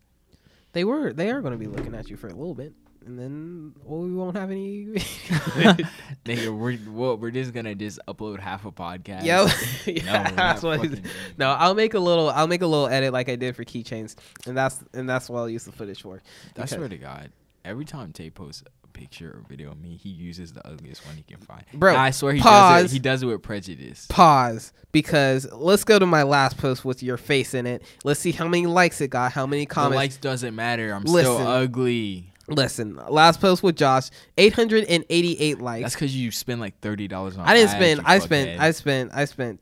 Speaker 1: They were they are going to be looking at you for a little bit, and then well, we won't have any.
Speaker 2: Nigga, we're what, we're just gonna just upload half a podcast.
Speaker 1: Yo,
Speaker 2: No,
Speaker 1: yeah,
Speaker 2: we're
Speaker 1: that's
Speaker 2: not
Speaker 1: what.
Speaker 2: fucking doing
Speaker 1: No, I'll make a little. I'll make a little edit like I did for keychains, and that's and that's what I'll use the footage for.
Speaker 2: I
Speaker 1: Because-
Speaker 2: swear to God, every time Tay posts a picture or video of me, he uses the ugliest one he can find.
Speaker 1: Bro,
Speaker 2: Nah, I swear he
Speaker 1: pause.
Speaker 2: does it. He does it with prejudice.
Speaker 1: Pause because let's go to my last post with your face in it. Let's see how many likes it got, how many
Speaker 2: The
Speaker 1: comments.
Speaker 2: likes doesn't matter. I'm
Speaker 1: Listen.
Speaker 2: still ugly.
Speaker 1: Listen, last post with Josh, eight hundred and eighty-eight likes.
Speaker 2: That's because you spend like thirty dollars on.
Speaker 1: I didn't
Speaker 2: ads,
Speaker 1: spend.
Speaker 2: you
Speaker 1: I spent.
Speaker 2: fuckhead.
Speaker 1: I spent. I spent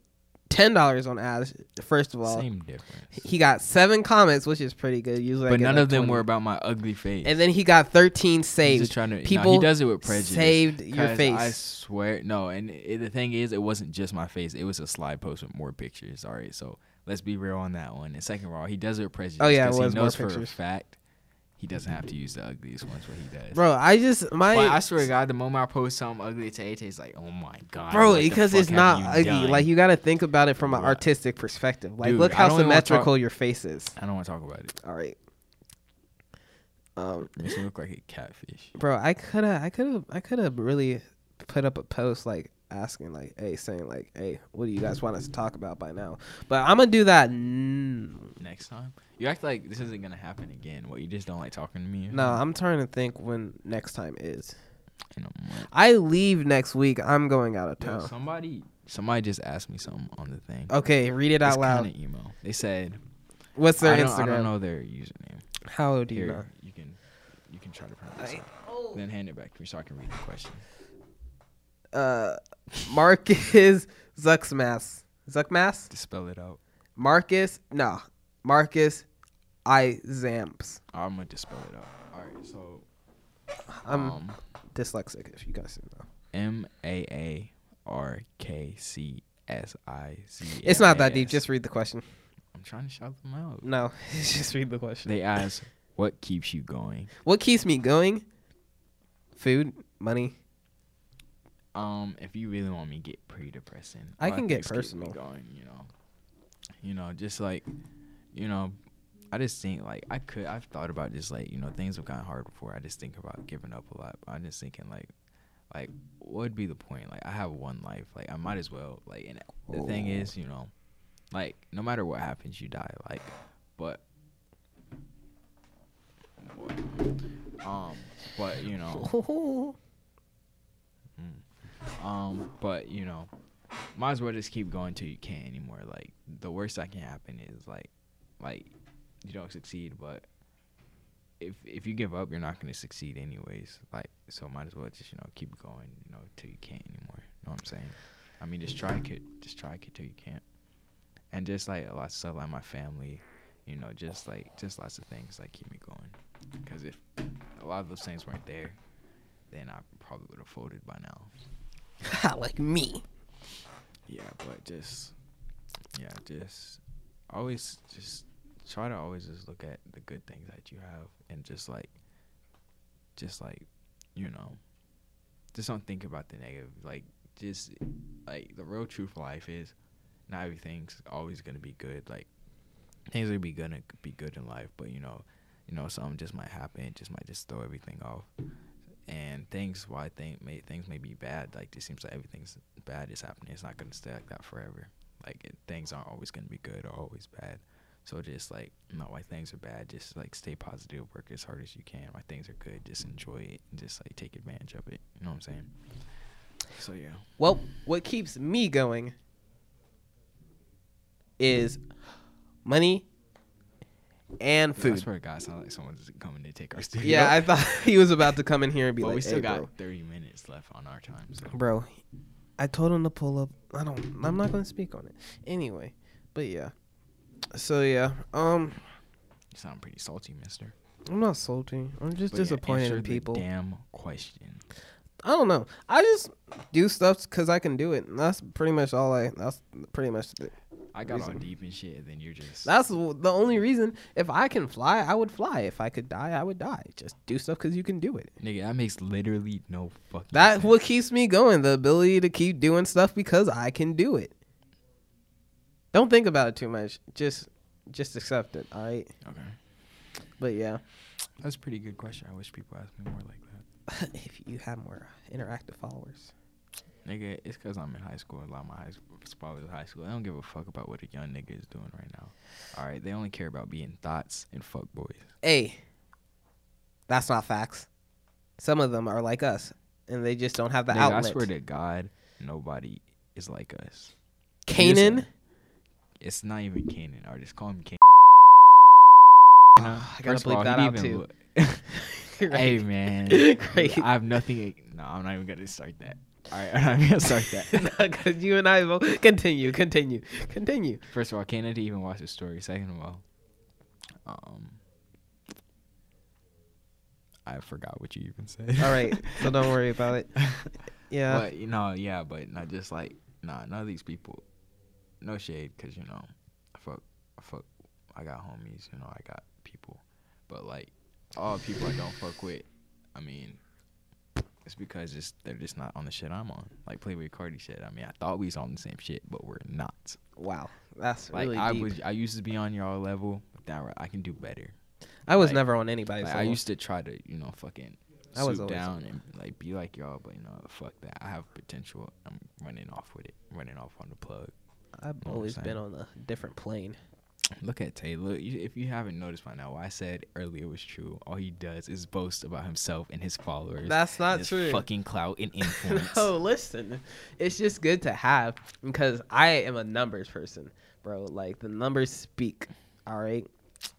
Speaker 1: ten dollars on ads. First of all,
Speaker 2: Same difference.
Speaker 1: He got seven comments, which is pretty good. Usually, I
Speaker 2: But
Speaker 1: get
Speaker 2: none
Speaker 1: like
Speaker 2: of them
Speaker 1: 20.
Speaker 2: were about my ugly face.
Speaker 1: And then he got thirteen
Speaker 2: He's
Speaker 1: saved.
Speaker 2: just trying to. nah,
Speaker 1: People
Speaker 2: he does it with prejudice.
Speaker 1: saved your
Speaker 2: 'Cause I
Speaker 1: face.
Speaker 2: swear, no. And it, the thing is, it wasn't just my face. It was a slide post with more pictures. All right, so let's be real on that one. And second of all, he does it with prejudice.
Speaker 1: Oh, yeah, it
Speaker 2: 'cause
Speaker 1: was
Speaker 2: he
Speaker 1: more
Speaker 2: knows for a
Speaker 1: pictures.
Speaker 2: fact he doesn't have to use the ugliest ones, but he does.
Speaker 1: bro, I just my
Speaker 2: But I swear to God, the moment I post something ugly to AJ, it's like, oh my god,
Speaker 1: bro
Speaker 2: what the
Speaker 1: because
Speaker 2: fuck
Speaker 1: it's
Speaker 2: have
Speaker 1: not
Speaker 2: you
Speaker 1: ugly.
Speaker 2: done?
Speaker 1: Like you got to think about it from an
Speaker 2: Bruh.
Speaker 1: artistic perspective. Like
Speaker 2: Dude,
Speaker 1: look
Speaker 2: I
Speaker 1: how
Speaker 2: don't even wanna talk-
Speaker 1: symmetrical your face is.
Speaker 2: I don't want to talk about it.
Speaker 1: All right. Um,
Speaker 2: It makes me look like a catfish.
Speaker 1: bro, I could have, I could have, I could have really put up a post like asking, like, hey, saying like, hey, what do you guys want us to talk about by now? But I'm gonna do that. N-
Speaker 2: Next time, you act like this isn't gonna happen again. What you just don't like talking to me? or
Speaker 1: no, I'm trying to think when next time is.
Speaker 2: something? And I'm like,
Speaker 1: I leave next week. I'm going out of
Speaker 2: Yo,
Speaker 1: town.
Speaker 2: somebody, somebody just asked me something on the thing.
Speaker 1: Okay, read it
Speaker 2: It's
Speaker 1: out Oh, loud.
Speaker 2: Kinda emo. They said
Speaker 1: What's their
Speaker 2: I don't,
Speaker 1: Instagram?
Speaker 2: I don't know their username.
Speaker 1: How do you
Speaker 2: Here,
Speaker 1: know?
Speaker 2: you can, you can try to pronounce
Speaker 1: I-
Speaker 2: it. Then hand it back to me so I can read the question.
Speaker 1: Uh, Marcus Zuxmas. Zuckmas?
Speaker 2: To spell it out,
Speaker 1: Marcus? No. Marcus I Zamps.
Speaker 2: I'm gonna just spell it out. All right, so
Speaker 1: I'm
Speaker 2: um,
Speaker 1: dyslexic, if you guys didn't know.
Speaker 2: M A A R K C S I Z.
Speaker 1: It's not that deep.
Speaker 2: S.
Speaker 1: Just read the question.
Speaker 2: I'm trying to shout them out.
Speaker 1: No, just read the question.
Speaker 2: They asked, "What keeps you going?"
Speaker 1: What keeps me going? Food, money.
Speaker 2: Um, if you really want me to get pretty depressing,
Speaker 1: I
Speaker 2: a lot
Speaker 1: can
Speaker 2: of
Speaker 1: get
Speaker 2: things keep me
Speaker 1: personal.
Speaker 2: going, you know, you know, just like, you know, I just think like I could. I've thought about just like you know things were kind of hard before. I just think about giving up a lot. But I'm just thinking like, like what would be the point? Like I have one life. Like I might as well. Like and the thing
Speaker 1: Oh.
Speaker 2: is, you know, like no matter what happens, you die. Like, but. Um, but you know, um, but you know, might as well just keep going till you can't anymore. Like the worst that can happen is like, like you don't succeed, but if if you give up, you're not gonna succeed anyways. Like so, might as well just you know keep going, you know, till you can't anymore. You know what I'm saying? I mean, just try it, just try it till you can't, and just like a lot of stuff like my family, you know, just like just lots of things like keep me going, because if a lot of those things weren't there, then I probably would have folded by now.
Speaker 1: like me.
Speaker 2: Yeah, but just yeah, just always just try to always just look at the good things that you have and just like just like you know just don't think about the negative like just like the real truth of life is not everything's always gonna be good like things are be gonna be good in life but you know you know something just might happen it just might just throw everything off and things why think may things may be bad like it seems like everything's bad is happening it's not gonna stay like that forever like it, things aren't always gonna be good or always bad so just like not why things are bad, just like stay positive, work as hard as you can. Why things are good, just enjoy it and just like take advantage of it. You know what I'm saying? So yeah.
Speaker 1: Well, what keeps me going is money and
Speaker 2: I
Speaker 1: food.
Speaker 2: swear to God, it sounds like someone's coming to take our studio.
Speaker 1: Yeah, I thought he was about to come in here and be
Speaker 2: But
Speaker 1: like,
Speaker 2: we still
Speaker 1: "Hey,
Speaker 2: got
Speaker 1: bro,
Speaker 2: 30 minutes left on our time. So
Speaker 1: bro, I told him to pull up. I don't. I'm not gonna speak on it anyway. But yeah. So yeah. Um,
Speaker 2: you sound pretty salty, mister.
Speaker 1: I'm not salty. I'm just
Speaker 2: But yeah,
Speaker 1: disappointed
Speaker 2: answer
Speaker 1: in
Speaker 2: the
Speaker 1: people.
Speaker 2: damn question.
Speaker 1: I don't know. I just do stuff because I can do it. And that's pretty much all I. That's pretty much. The,
Speaker 2: I got all
Speaker 1: Reason.
Speaker 2: deep and shit, and then you're just.
Speaker 1: that's w- the only reason. If I can fly, I would fly. If I could die, I would die. Just do stuff because you can do it.
Speaker 2: nigga, that makes literally no fucking
Speaker 1: That's
Speaker 2: sense.
Speaker 1: what keeps me going. The ability to keep doing stuff because I can do it. Don't think about it too much. Just, just accept it. All right.
Speaker 2: Okay.
Speaker 1: But yeah,
Speaker 2: That's a pretty good question. I wish people asked me more like that.
Speaker 1: if you have more uh, interactive followers,
Speaker 2: Nigga, it's because I'm in high school. A lot of my high school, followers in high school. I don't give a fuck about what a young nigga is doing right now. All right, they only care about being thoughts and fuck boys.
Speaker 1: hey, that's not facts. Some of them are like us, and they just don't have the
Speaker 2: Nigga,
Speaker 1: outlet.
Speaker 2: I swear to God, nobody is like us.
Speaker 1: Kanan.
Speaker 2: It's not even Kanan. Or just call him Kanan.
Speaker 1: I gotta bleep that out too.
Speaker 2: Hey man,
Speaker 1: Great.
Speaker 2: I have nothing. No, I'm not even gonna start that. All right, I'm not even gonna start that.
Speaker 1: Because you and I both continue, continue, continue.
Speaker 2: First of all, Kanan didn't even watch the story. Second of all, um, I forgot what you even said.
Speaker 1: All right, so don't worry about it. Yeah,
Speaker 2: But you know, yeah, but not just like nah, none of these people. No shade, cause you know, I fuck, I fuck, I got homies. You know, I got people, but like all people I don't fuck with. I mean, it's because it's they're just not on the shit I'm on. Like Playboy Cardi shit. I mean, I thought we was on the same shit, but we're not.
Speaker 1: wow, that's
Speaker 2: Like
Speaker 1: really
Speaker 2: I
Speaker 1: deep.
Speaker 2: was, I used to be on y'all level. But now I can do better.
Speaker 1: I was
Speaker 2: like-
Speaker 1: never on anybody's.
Speaker 2: Like,
Speaker 1: level.
Speaker 2: I used to try to, you know, fucking
Speaker 1: I was
Speaker 2: swoop
Speaker 1: always-
Speaker 2: down and like be like y'all, but you know, fuck that. I have potential. I'm running off with it. running off on the plug.
Speaker 1: I've
Speaker 2: what I'm
Speaker 1: always been
Speaker 2: saying.
Speaker 1: on a different plane.
Speaker 2: Look at Taylor. You, if you haven't noticed by now, what I said earlier was true. All he does is boast about himself and his followers.
Speaker 1: That's
Speaker 2: and
Speaker 1: not
Speaker 2: his
Speaker 1: true.
Speaker 2: Fucking clout and influence.
Speaker 1: no, listen, it's just good to have because I am a numbers person, bro. Like the numbers speak. All right,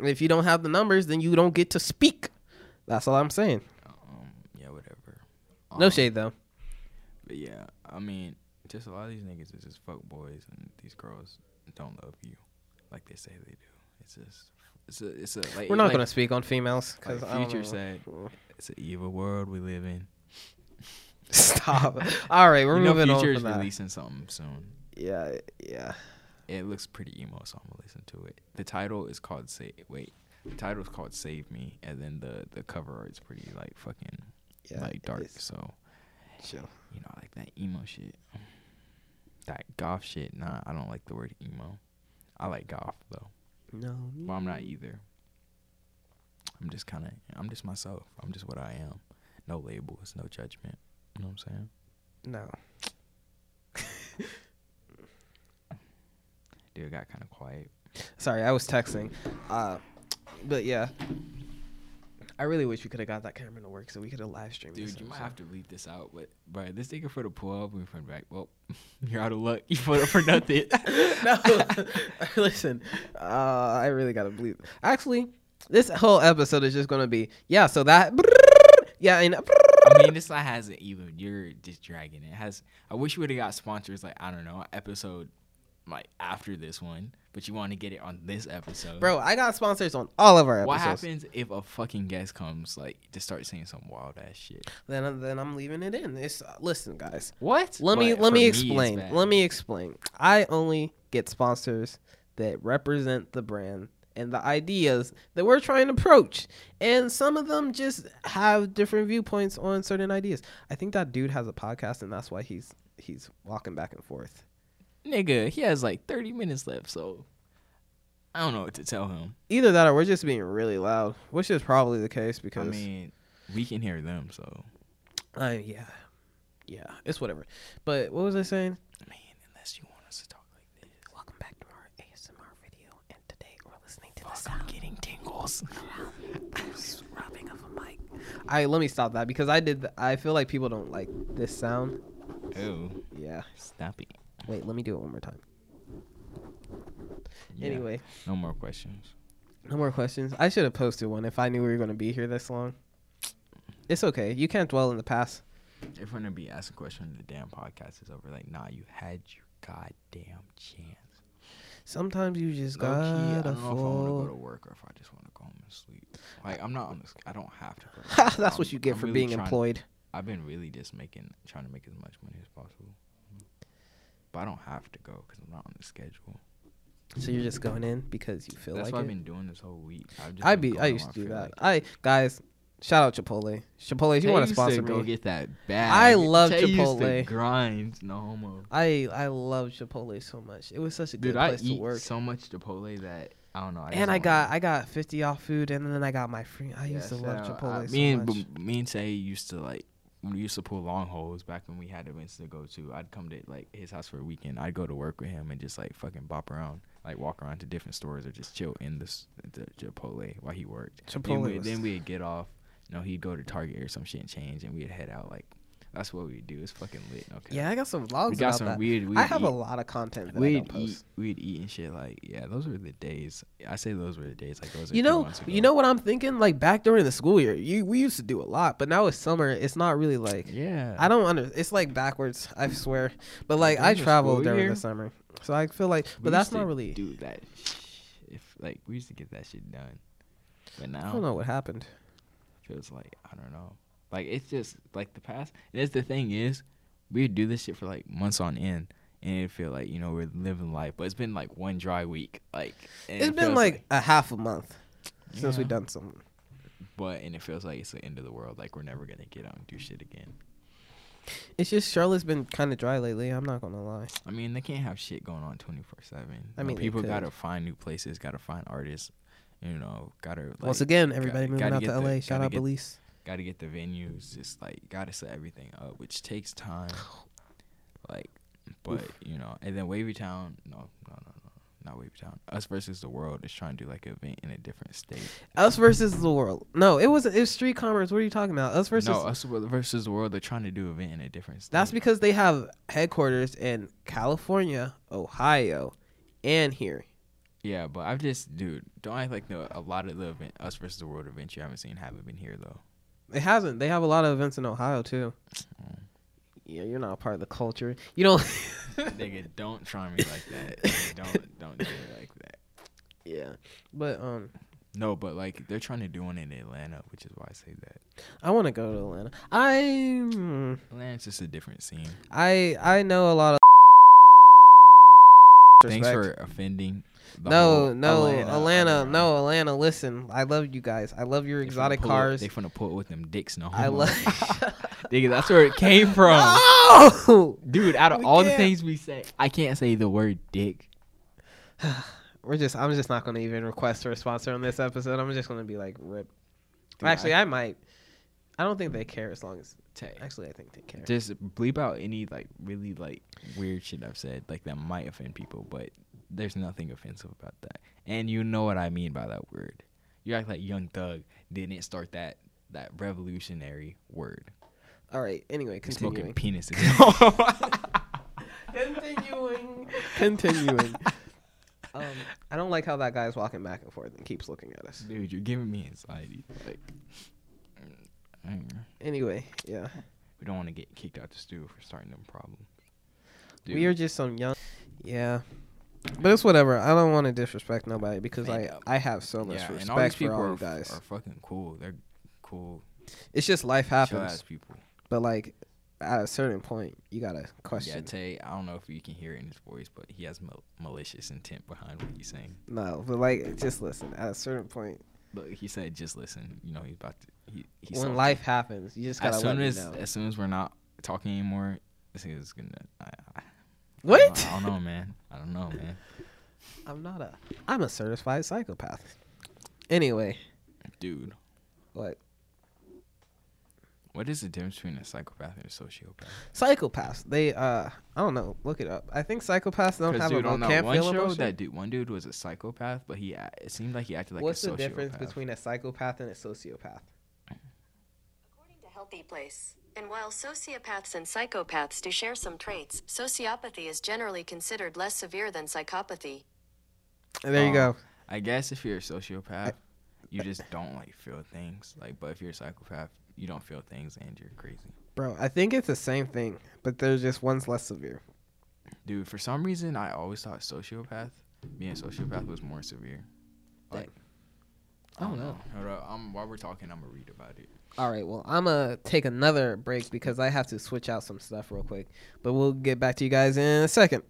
Speaker 1: if you don't have the numbers, then you don't get to speak. That's all I'm saying.
Speaker 2: Um, yeah, whatever.
Speaker 1: No
Speaker 2: Um,
Speaker 1: shade though.
Speaker 2: But yeah, I mean, just a lot of these niggas is just fuck boys, and these girls don't love you like they say they do. It's just, it's a, it's a. Like,
Speaker 1: We're not
Speaker 2: like-
Speaker 1: gonna speak on females
Speaker 2: Like
Speaker 1: because
Speaker 2: Future said, "It's an evil world we live in."
Speaker 1: Stop. All right, we're
Speaker 2: you know,
Speaker 1: moving on.
Speaker 2: Future
Speaker 1: from
Speaker 2: is
Speaker 1: that.
Speaker 2: releasing something soon.
Speaker 1: Yeah, yeah.
Speaker 2: It looks pretty emo, so I'm gonna listen to it. The title is called "Say Wait." The title is called "Save Me," and then the the cover art's pretty like fucking
Speaker 1: Yeah,
Speaker 2: like dark.
Speaker 1: it's-
Speaker 2: So
Speaker 1: Chill.
Speaker 2: you know, I like that emo shit, that goth shit. Nah, I don't like the word emo. I like goth though.
Speaker 1: No.
Speaker 2: Well, I'm not either. I'm just kind of, I'm just myself. I'm just what I am. No labels, no judgment. You know what I'm saying?
Speaker 1: No.
Speaker 2: Dude, it got kind of quiet.
Speaker 1: Sorry, I was texting. Uh, but yeah. I really wish we could have got that camera to work so we could have live streamed.
Speaker 2: Dude, you might have to leave this out, but bro, this nigga for the pull up, we front back. Well, you're out of luck. You put up for nothing.
Speaker 1: no, listen. Uh, I really gotta believe. Actually, this whole episode is just gonna be yeah. So that yeah, and
Speaker 2: I mean, this like hasn't even. You're just dragging it. Has I wish you would have got sponsors like I don't know episode like after this one, but you want to get it on this episode.
Speaker 1: Bro, I got sponsors on all of our episodes.
Speaker 2: what happens if a fucking guest comes like to start saying some wild ass shit?
Speaker 1: Then then I'm leaving it in. It's uh, listen, guys.
Speaker 2: What?
Speaker 1: Let me let me explain. let me explain. I only get sponsors that represent the brand and the ideas that we're trying to approach. And some of them just have different viewpoints on certain ideas. I think that dude has a podcast and that's why he's he's walking back and forth.
Speaker 2: nigga. He has like thirty minutes left, so I don't know what to tell him.
Speaker 1: Either that or we're just being really loud, which is probably the case because
Speaker 2: I mean, we can hear them, so
Speaker 1: Uh, yeah. Yeah, it's whatever. But what was I saying?
Speaker 2: man, unless you want us to talk like this,
Speaker 1: Welcome back to our ASMR video, and today we're listening to the
Speaker 2: I'm getting tingles.
Speaker 1: rubbing of a mic. I let me stop that because I did. Th- I feel like people don't like this sound.
Speaker 2: Ew,
Speaker 1: Yeah.
Speaker 2: stop it.
Speaker 1: Wait, let me do it one more time.
Speaker 2: Yeah,
Speaker 1: Anyway,
Speaker 2: no more questions.
Speaker 1: no more questions. I should have posted one if I knew we were going to be here this long. It's okay. You can't dwell in the past.
Speaker 2: If we're gonna be asking questions, when the damn podcast is over. Like, nah, you had your goddamn chance.
Speaker 1: Sometimes you just
Speaker 2: Low key,
Speaker 1: gotta
Speaker 2: I don't know if I want to go to
Speaker 1: fall.
Speaker 2: work or if I just want to go home and sleep. Like I'm not on this. I don't have to. Go to
Speaker 1: Ha,
Speaker 2: work.
Speaker 1: That's what
Speaker 2: I'm-
Speaker 1: you get
Speaker 2: I'm
Speaker 1: for
Speaker 2: really
Speaker 1: being
Speaker 2: trying-
Speaker 1: employed.
Speaker 2: I've been really just making, trying to make as much money as possible. But I don't have to go because I'm not on the schedule.
Speaker 1: So you're just going in because you feel
Speaker 2: That's
Speaker 1: like
Speaker 2: what
Speaker 1: it.
Speaker 2: I've been doing this whole week. I've just
Speaker 1: I
Speaker 2: been
Speaker 1: be I
Speaker 2: going
Speaker 1: used
Speaker 2: when
Speaker 1: to do
Speaker 2: feel
Speaker 1: that.
Speaker 2: like it.
Speaker 1: I guys, shout out Chipotle. Chipotle, if you want to
Speaker 2: Tay used
Speaker 1: sponsor
Speaker 2: go
Speaker 1: me,
Speaker 2: get that bag.
Speaker 1: I love
Speaker 2: Tay used to
Speaker 1: Chipotle.
Speaker 2: grind, no homo.
Speaker 1: I I love Chipotle so much. It was such a good
Speaker 2: Dude, I
Speaker 1: place to
Speaker 2: eat
Speaker 1: work.
Speaker 2: so much Chipotle that I don't know. I just
Speaker 1: and I
Speaker 2: don't
Speaker 1: got
Speaker 2: like
Speaker 1: I got fifty off food, and then I got my free. I
Speaker 2: it.
Speaker 1: used to
Speaker 2: Yeah,
Speaker 1: love
Speaker 2: so,
Speaker 1: Chipotle
Speaker 2: I,
Speaker 1: so
Speaker 2: me and
Speaker 1: much.
Speaker 2: b- me and Tay used to like. We used to pull long holes back when we had events to go to. I'd come to like his house for a weekend. I'd go to work with him and just like fucking bop around, like walk around to different stores or just chill in this the Chipotle while he worked. Then,
Speaker 1: Chipotle
Speaker 2: we,
Speaker 1: was-
Speaker 2: then we'd get off. No, he'd go to Target or some shit and change, and we'd head out. Like that's what we do. It's fucking lit. Okay.
Speaker 1: yeah, I got some
Speaker 2: We
Speaker 1: vlogs
Speaker 2: got
Speaker 1: about
Speaker 2: some
Speaker 1: that.
Speaker 2: weird. We'd
Speaker 1: I have
Speaker 2: eat,
Speaker 1: a lot of content that I don't
Speaker 2: We'd eat.
Speaker 1: post.
Speaker 2: We'd eat and shit. Like yeah, those were the days. I say those were the days. Like those. Are
Speaker 1: You
Speaker 2: two
Speaker 1: know,
Speaker 2: months ago.
Speaker 1: you know what I'm thinking. Like back during the school year, you we used to do a lot, but now it's summer. It's not really like
Speaker 2: Yeah.
Speaker 1: I don't under. It's like backwards. I swear. But like I
Speaker 2: During the
Speaker 1: travel
Speaker 2: school
Speaker 1: during
Speaker 2: year?
Speaker 1: the summer, so I feel like.
Speaker 2: We
Speaker 1: But that's
Speaker 2: used to
Speaker 1: not really.
Speaker 2: do that. sh- If like we used to get that shit done, but now
Speaker 1: I don't know what happened.
Speaker 2: feels like I don't know. Like it's just like the past. And that's the thing is, we do this shit for like months on end, and it feel like you know we're living life. But it's been like one dry week. Like and
Speaker 1: it's
Speaker 2: it
Speaker 1: been
Speaker 2: feels
Speaker 1: like, a half a month since we
Speaker 2: Yeah.
Speaker 1: done something.
Speaker 2: but and it feels like it's the end of the world. Like we're never gonna get out and do shit again.
Speaker 1: It's just Charlotte's been kind of dry lately. I'm not gonna lie.
Speaker 2: I mean, they can't have shit going on twenty four seven.
Speaker 1: I mean, they
Speaker 2: people
Speaker 1: could.
Speaker 2: gotta find new places, gotta find artists. You know, gotta like,
Speaker 1: Once again, everybody
Speaker 2: gotta-
Speaker 1: moving
Speaker 2: gotta
Speaker 1: out
Speaker 2: get
Speaker 1: to
Speaker 2: the-
Speaker 1: LA. Shout
Speaker 2: gotta
Speaker 1: out
Speaker 2: get-
Speaker 1: Belize.
Speaker 2: gotta get the venues. Just like gotta set everything up, which takes time. Like, but you know, and then Wavy Town, no, no, no, no, not Wavy Town. Us versus the world is trying to do like an event in a different state.
Speaker 1: Us versus the world. No, it was it was street commerce. What are you talking about? Us versus.
Speaker 2: no, uh, us wo- versus the world. They're trying to do an event in a different state.
Speaker 1: that's because they have headquarters in California, Ohio, and here.
Speaker 2: yeah, but I've just dude, don't act like the, a lot of the event us versus the world events you haven't seen haven't been here though.
Speaker 1: It hasn't. They have a lot of events in Ohio too.
Speaker 2: Mm.
Speaker 1: Yeah, you're not a part of the culture. You don't.
Speaker 2: Nigga, don't try me like that. Nigga, Don't don't do it like that.
Speaker 1: yeah, but um,
Speaker 2: No, but like they're trying to do one in Atlanta, which is why I say that.
Speaker 1: I want to go to Atlanta. I. mm,
Speaker 2: Atlanta's just a different scene.
Speaker 1: I I know a lot of.
Speaker 2: Thanks
Speaker 1: Respect.
Speaker 2: for offending. the
Speaker 1: no
Speaker 2: whole
Speaker 1: no Atlanta,
Speaker 2: underground.
Speaker 1: no Atlanta. Listen, I love you guys. I love your
Speaker 2: They finna
Speaker 1: exotic
Speaker 2: pull it-
Speaker 1: cars.
Speaker 2: they finna pull it with them dicks. No,
Speaker 1: I
Speaker 2: homo.
Speaker 1: love.
Speaker 2: Nigga, that's where it came from,
Speaker 1: oh,
Speaker 2: dude. Out of
Speaker 1: We
Speaker 2: all the
Speaker 1: can't.
Speaker 2: things we say, I can't say the word dick.
Speaker 1: we're just. I'm just not gonna even request for a sponsor on this episode. I'm just gonna be like rip.
Speaker 2: Dude,
Speaker 1: actually,
Speaker 2: I,
Speaker 1: I, might. I don't think they care as long as.
Speaker 2: take.
Speaker 1: Actually, I think they care.
Speaker 2: Just bleep out any like really like weird shit I've said, like that might offend people, but there's nothing offensive about that. And you know what I mean by that word. You act like Young Thug didn't start that that revolutionary word.
Speaker 1: All right. Anyway,
Speaker 2: Smoking
Speaker 1: continuing.
Speaker 2: penises.
Speaker 1: continuing. Continuing. um, I don't like how that guy's walking back and forth and keeps looking at us.
Speaker 2: Dude, you're giving me anxiety. Like, I don't know.
Speaker 1: Anyway, yeah.
Speaker 2: we don't want to get kicked out the studio for starting them problems.
Speaker 1: We are just some young. Yeah. But it's whatever. I don't want to disrespect nobody because I
Speaker 2: Man.
Speaker 1: I have so much
Speaker 2: Yeah,
Speaker 1: respect
Speaker 2: and all these
Speaker 1: for
Speaker 2: people
Speaker 1: all
Speaker 2: are,
Speaker 1: you guys.
Speaker 2: are fucking cool. They're cool,
Speaker 1: it's just life
Speaker 2: chill
Speaker 1: happens.
Speaker 2: ass people.
Speaker 1: But like at a certain point, you gotta
Speaker 2: Yeah,
Speaker 1: question.
Speaker 2: Tay. I don't know if you can hear it in his voice, but he has mal- malicious intent behind what he's saying.
Speaker 1: no, but like just listen. At a certain point,
Speaker 2: Look, he said, "Just listen." You know, he's about to. He, he's
Speaker 1: when life happens, you just gotta
Speaker 2: as soon
Speaker 1: let
Speaker 2: as
Speaker 1: me know.
Speaker 2: as soon as we're not talking anymore, this is gonna. I, I,
Speaker 1: what?
Speaker 2: I don't know, man. I don't know, man.
Speaker 1: I'm not a. I'm a certified psychopath. Anyway,
Speaker 2: Dude,
Speaker 1: like
Speaker 2: what is the difference between a psychopath and a sociopath?
Speaker 1: psychopaths, they uh, I don't know. Look it up. I think psychopaths don't
Speaker 2: 'Cause,
Speaker 1: have
Speaker 2: dude,
Speaker 1: a
Speaker 2: on
Speaker 1: mo-
Speaker 2: that
Speaker 1: can't
Speaker 2: one
Speaker 1: feel
Speaker 2: show,
Speaker 1: emotion.
Speaker 2: that dude, one dude was a psychopath, but he a- it seemed like he acted like
Speaker 1: What's
Speaker 2: a sociopath.
Speaker 1: the difference between a psychopath and a sociopath?
Speaker 3: According to Healthy Place, and while sociopaths and psychopaths do share some traits, sociopathy is generally considered less severe than psychopathy.
Speaker 1: There you
Speaker 2: Oh.
Speaker 1: go.
Speaker 2: I guess if you're a sociopath, you just don't like feel things. Like, but if you're a psychopath, you don't feel things and you're crazy.
Speaker 1: Bro, I think it's the same thing, but there's just one's less severe.
Speaker 2: Dude, for some reason, I always thought sociopath, being a sociopath was more severe. Like,
Speaker 1: I don't know.
Speaker 2: Hold up, I'm, while we're talking, I'm gonna read about it.
Speaker 1: All right, well, I'm going to take another break because I have to switch out some stuff real quick. But we'll get back to you guys in a second.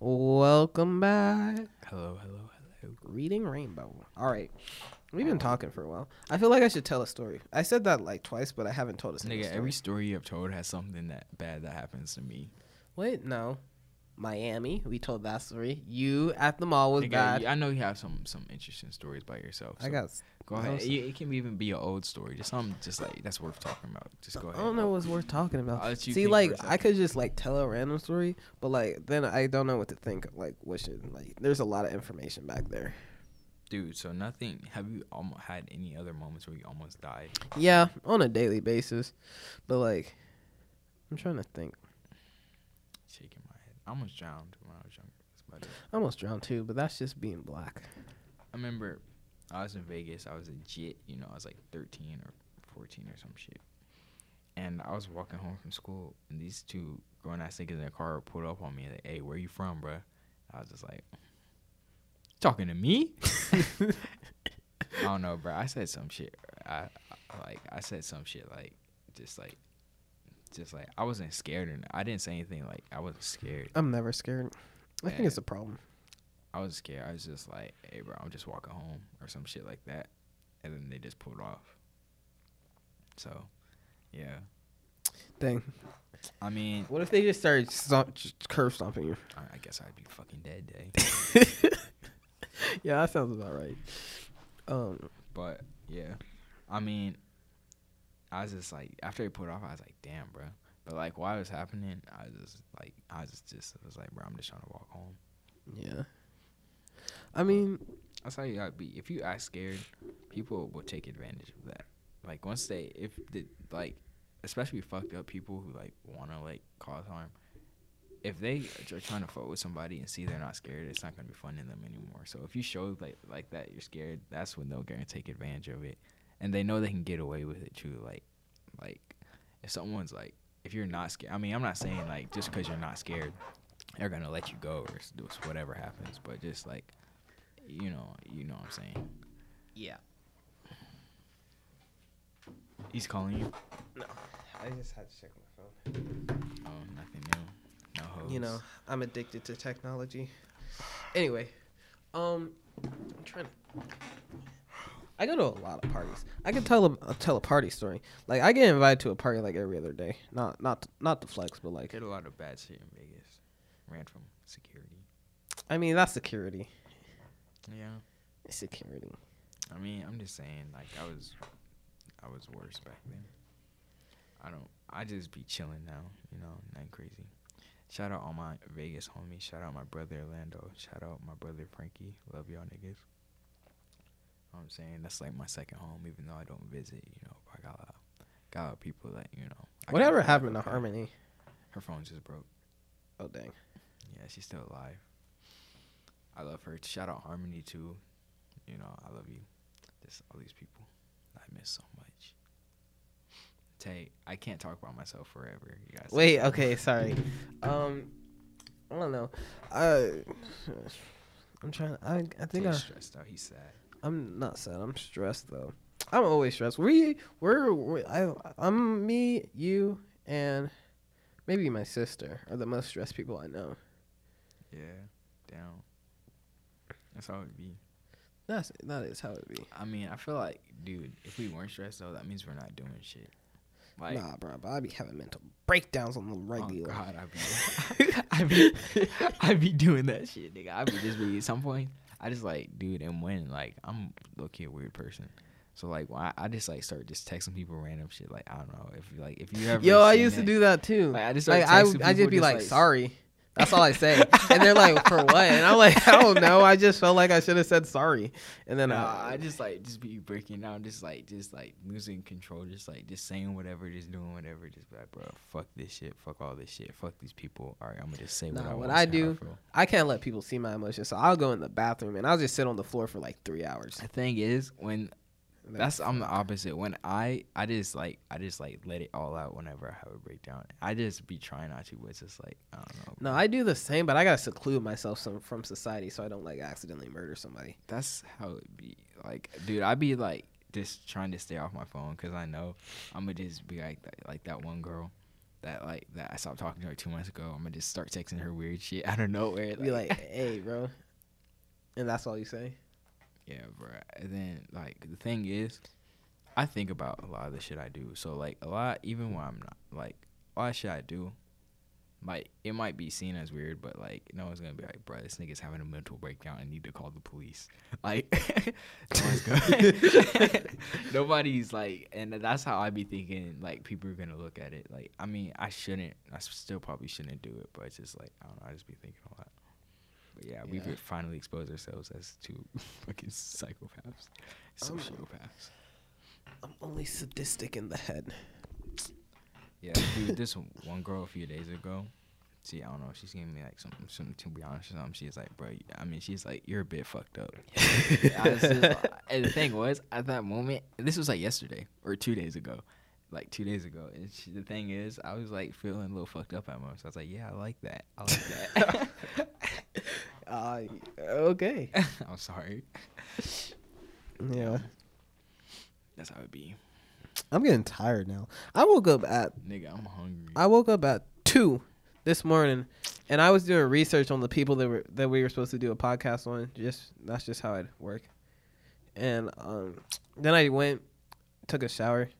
Speaker 1: Welcome back.
Speaker 2: Hello, hello, hello.
Speaker 1: Reading Rainbow. All right. We've been talking for a while. I feel like I should tell a story. I said that like twice, but I haven't told a single
Speaker 2: Nigga,
Speaker 1: story.
Speaker 2: every story you've told has something that bad that happens to me.
Speaker 1: Wait, no. Miami, we told that story. You at the mall was
Speaker 2: Nigga,
Speaker 1: bad.
Speaker 2: you- I know you have some some interesting stories by yourself.
Speaker 1: Oh, I
Speaker 2: so
Speaker 1: got.
Speaker 2: Go
Speaker 1: I
Speaker 2: ahead.
Speaker 1: was-
Speaker 2: It, it can even be an old story. Just something just like that's worth talking about. Just go
Speaker 1: I
Speaker 2: ahead.
Speaker 1: don't know what's worth talking
Speaker 2: I'll
Speaker 1: about.
Speaker 2: let you
Speaker 1: See,
Speaker 2: think for
Speaker 1: like
Speaker 2: a
Speaker 1: I could just like tell a random story, but like then I don't know what to think. Of, like what should like? There's a lot of information back there.
Speaker 2: Dude, so nothing. Have you almost had any other moments where you almost died?
Speaker 1: Yeah, on a daily basis, but like I'm trying to think.
Speaker 2: Shaking my head. I almost drowned when I was younger. That's about it.
Speaker 1: I almost drowned too, but that's just being black.
Speaker 2: I remember I was in Vegas. I was a jit, you know, I was like 13 or 14 or some shit. And I was walking home from school, and these two grown ass niggas in the car pulled up on me and like, hey, where you from, bruh? I was just like, talking to me? I don't know, bruh. I said some shit. I, I like I said some shit like just like just like I wasn't scared or n- I didn't say anything like I wasn't scared.
Speaker 1: I'm never scared. I think
Speaker 2: Yeah.
Speaker 1: it's a problem.
Speaker 2: I was scared. I was just like, hey, bro, I'm just walking home or some shit like that. And then they just pulled off. So, yeah.
Speaker 1: Dang.
Speaker 2: I mean,
Speaker 1: What if they just started stomp- just curb stomping you?
Speaker 2: I, I guess I'd be fucking dead day.
Speaker 1: yeah, that sounds about right. Um,
Speaker 2: but, yeah. I mean, I was just like, after they pulled off, I was like, damn, bro. But, like, while it was happening, I was just like, I was just, I was like, bro, I'm just trying to walk home.
Speaker 1: yeah. I mean,
Speaker 2: That's how you gotta be. If you are scared, people will take advantage of that. Like once they, if the like, especially fucked up people who like wanna like cause harm. If they are trying to fuck with somebody and see they're not scared, it's not gonna be fun in them anymore. So if you show like like that you're scared, that's when they'll gonna take advantage of it, and they know they can get away with it too. Like, like if someone's like, if you're not scared, I mean, I'm not saying like just because you're not scared, they're gonna let you go or s- do whatever happens, but just like you know, you know what I'm saying.
Speaker 1: yeah.
Speaker 2: He's calling you.
Speaker 1: I just had to check my phone.
Speaker 2: Oh, nothing new. No hoes.
Speaker 1: you know i'm addicted to technology anyway um i'm trying to i go to a lot of parties i can tell a I'll tell a party story like i get invited to a party like every other day not not not the flex but like
Speaker 2: did a lot of bad shit in Vegas. Ran from security.
Speaker 1: i mean that's security
Speaker 2: Yeah.
Speaker 1: security
Speaker 2: I mean, I'm just saying, like, I was, I was worse back then. I don't. I just be chilling now. You know, nothing crazy. Shout out all my Vegas homies. Shout out my brother Orlando. Shout out my brother Frankie. Love y'all niggas. Know what I'm saying that's like my second home, even though I don't visit. You know, I got a lot, got a lot of people that you know. I got
Speaker 1: whatever
Speaker 2: a lot
Speaker 1: happened to
Speaker 2: of-
Speaker 1: harmony
Speaker 2: Her phone just broke.
Speaker 1: oh dang
Speaker 2: Yeah, she's still alive. I love her. Shout out Harmony too. You know, I love you. Just all these people I miss so much. Tay, I can't talk about myself forever. You guys.
Speaker 1: wait okay sorry um I don't know. I I'm trying. I I think I,
Speaker 2: He's stressed out. He's sad.
Speaker 1: I'm not sad. I'm stressed though. I'm always stressed. We we're we, I I'm me you and maybe my sister are the most stressed people I know.
Speaker 2: Yeah, down. That's how it be.
Speaker 1: That's that is how it be.
Speaker 2: I mean, I feel like, dude, if we weren't stressed though, that means we're not doing shit. Like,
Speaker 1: nah, bro, but I be having mental breakdowns on the
Speaker 2: oh
Speaker 1: regular.
Speaker 2: God, I be, I be, I be doing that shit, nigga. I be just be at some point. I just like, dude, and when like I'm looking a weird person. So like, when I, I just like start just texting people random shit. Like I don't know if like if you ever.
Speaker 1: Yo, I
Speaker 2: seen
Speaker 1: used to
Speaker 2: that-
Speaker 1: do that too.
Speaker 2: Like, I just
Speaker 1: like
Speaker 2: started
Speaker 1: I,
Speaker 2: texting
Speaker 1: I
Speaker 2: people
Speaker 1: just be
Speaker 2: just,
Speaker 1: like,
Speaker 2: like-
Speaker 1: sorry. That's all I say, and they're like, for what? And I'm like, I don't know. I just felt like I should have said sorry, and then uh,
Speaker 2: Nah,
Speaker 1: I,
Speaker 2: I just like just be breaking down, just like just like losing control, just like just saying whatever, just doing whatever, just be like, bro, fuck this shit, fuck all this shit, fuck these people. All right, I'm gonna just say what
Speaker 1: Nah,
Speaker 2: I
Speaker 1: what
Speaker 2: want.
Speaker 1: I do- I can't let people see my emotions, so I'll go in the bathroom and I'll just sit on the floor for like three hours.
Speaker 2: The thing is, when
Speaker 1: And then-
Speaker 2: that's I'm the opposite. When I I just like I just like let it all out whenever I have a breakdown. I just be trying not to, but it's just like I don't know.
Speaker 1: No, I do the same, but I gotta seclude myself some, from society so I don't like accidentally murder somebody.
Speaker 2: That's how it be. Like, dude, I be like just trying to stay off my phone because I know I'm gonna just be like that, like that one girl that like that I stopped talking to her two months ago. I'm gonna just start texting her weird shit out of nowhere.
Speaker 1: Be like, hey, bro, and that's all you say.
Speaker 2: yeah, bro. And then like the thing is, I think about a lot of the shit I do. So like a lot, even when I'm not like a lot of shit I do. Like it might be seen as weird, but like no one's gonna be like, "Bro, this nigga's having a mental breakdown. I need to call the police." Like, no one's gonna- nobody's like, and that's how I be thinking. Like people are gonna look at it. Like I mean, I shouldn't. I s- still probably shouldn't do it, but it's just like I don't know. I just be thinking a lot. But yeah, we
Speaker 1: Yeah.
Speaker 2: could finally expose ourselves as two fucking psychopaths, sociopaths.
Speaker 1: I'm only sadistic in the head.
Speaker 2: Yeah, dude, this one girl a few days ago. See, I don't know. She's giving me like some, some. To be honest, or something. She's like, bro. I mean, she's like, you're a bit fucked up. I was just like- and the thing was, at that moment, and this was like yesterday or two days ago, like two days ago. And she, the thing is, I was like feeling a little fucked up at moments. I was like, yeah, I like that. I like that.
Speaker 1: Uh, okay.
Speaker 2: I'm sorry.
Speaker 1: Yeah,
Speaker 2: That's how it be,
Speaker 1: I'm getting tired now. I woke up at
Speaker 2: nigga. I'm hungry.
Speaker 1: I woke up at two this morning, and I was doing research on the people that were that we were supposed to do a podcast on. Just that's just how it work. And um, then I went, took a shower,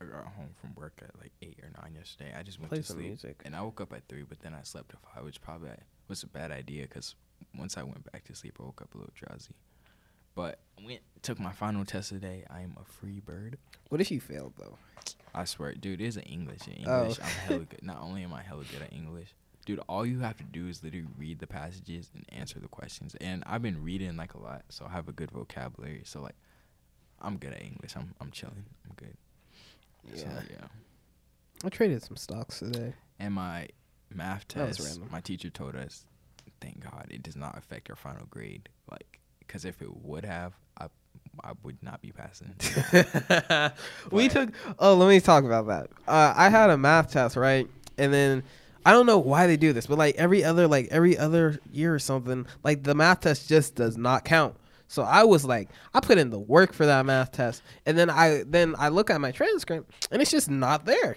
Speaker 2: I got home from work at like eight or nine yesterday. I just went
Speaker 1: played
Speaker 2: to
Speaker 1: some
Speaker 2: sleep.
Speaker 1: music.
Speaker 2: and I woke up at three, but then I slept at five, which probably was a bad idea because once I went back to sleep, I woke up a little drowsy. But I went took my final test today. I am a free bird.
Speaker 1: What if you failed though?
Speaker 2: I swear, dude, it's an English. In
Speaker 1: Oh.
Speaker 2: English, I'm hella good. Not only am I hella good at English, dude, all you have to do is literally read the passages and answer the questions. And I've been reading like a lot, so I have a good vocabulary. So like, I'm good at English. I'm I'm chilling. I'm good. So,
Speaker 1: Yeah.
Speaker 2: yeah.
Speaker 1: I traded some stocks today.
Speaker 2: And my math
Speaker 1: That was
Speaker 2: test,
Speaker 1: random.
Speaker 2: my teacher told us, thank God, it does not affect our final grade. Like, because if it would have, I, I would not be passing.
Speaker 1: we
Speaker 2: But-
Speaker 1: took. Oh, let me talk about that. Uh, I had a math test, right? And then I don't know why they do this, but like every other, like every other year or something, like the math test just does not count. So I was like, I put in the work for that math test, and then I then I look at my transcript, and it's just not there.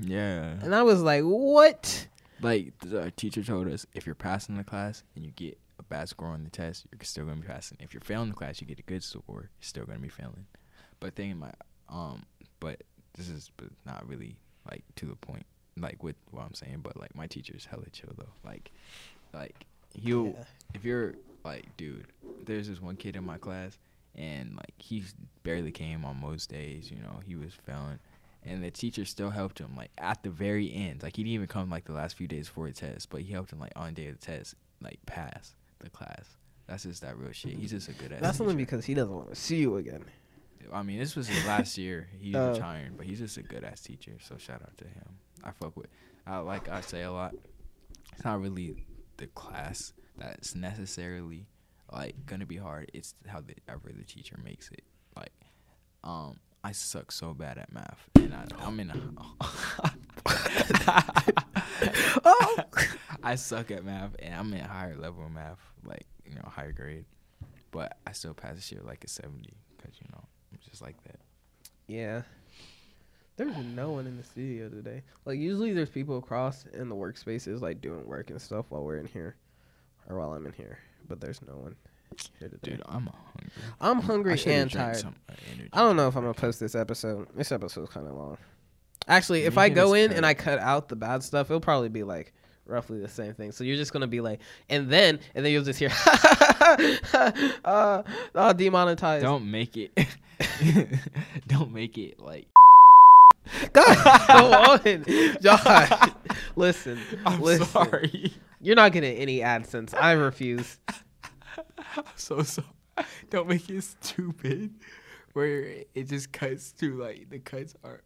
Speaker 2: yeah.
Speaker 1: And I was like, what?
Speaker 2: Like, th- our teacher told us, if you're passing the class and you get a bad score on the test, you're still going to be passing. If you're failing the class, you get a good score, you're still going to be failing. But thing in my, um, but this is b- not really, like, to the point, like, with what I'm saying, but, like, my teacher's hella chill, though. Like, like, he'll,
Speaker 1: Yeah.
Speaker 2: if you're like, dude, there's this one kid in my class, and like he barely came on most days. You know, he was failing, and the teacher still helped him. Like at the very end, like he didn't even come like the last few days for the test, but he helped him like on day of the test, like pass the class. That's just that real shit. He's just a good ass.
Speaker 1: That's only
Speaker 2: teacher.
Speaker 1: because he doesn't want to see you again.
Speaker 2: I mean, this was his last year. He's
Speaker 1: Oh.
Speaker 2: retiring, but he's just a good ass teacher. So shout out to him. I fuck with. I like I say a lot. It's not really the class that's necessarily like gonna be hard. It's how the ever the teacher makes it. Like, um, I suck so bad at math, and I, I'm in. A,
Speaker 1: oh.
Speaker 2: I suck at math, and I'm in higher level of math, like you know, higher grade, but I still pass the shit like a seventy because you know I'm just like that.
Speaker 1: Yeah. There's no one in the studio today. Like usually there's people across in the workspaces like doing work and stuff while we're in here or while I'm in here, but there's no one here today.
Speaker 2: Dude, I'm hungry.
Speaker 1: I'm hungry
Speaker 2: I should've
Speaker 1: and
Speaker 2: drank
Speaker 1: tired.
Speaker 2: some, uh, energy
Speaker 1: I don't know if I'm
Speaker 2: drink.
Speaker 1: gonna post this episode. This episode's kind of long. Actually, if
Speaker 2: You
Speaker 1: I
Speaker 2: can
Speaker 1: go
Speaker 2: just
Speaker 1: in
Speaker 2: cut
Speaker 1: and
Speaker 2: it.
Speaker 1: I cut out the bad stuff, it'll probably be like roughly the same thing. So you're just gonna be like, and then and then you'll just hear, uh, uh, demonetized.
Speaker 2: Don't make it. don't make it like.
Speaker 1: God, go on, Josh. Listen,
Speaker 2: I'm
Speaker 1: listen.
Speaker 2: sorry.
Speaker 1: You're not getting any AdSense. I refuse.
Speaker 2: I'm so sorry. Don't make it stupid, where it just cuts to like the cuts are.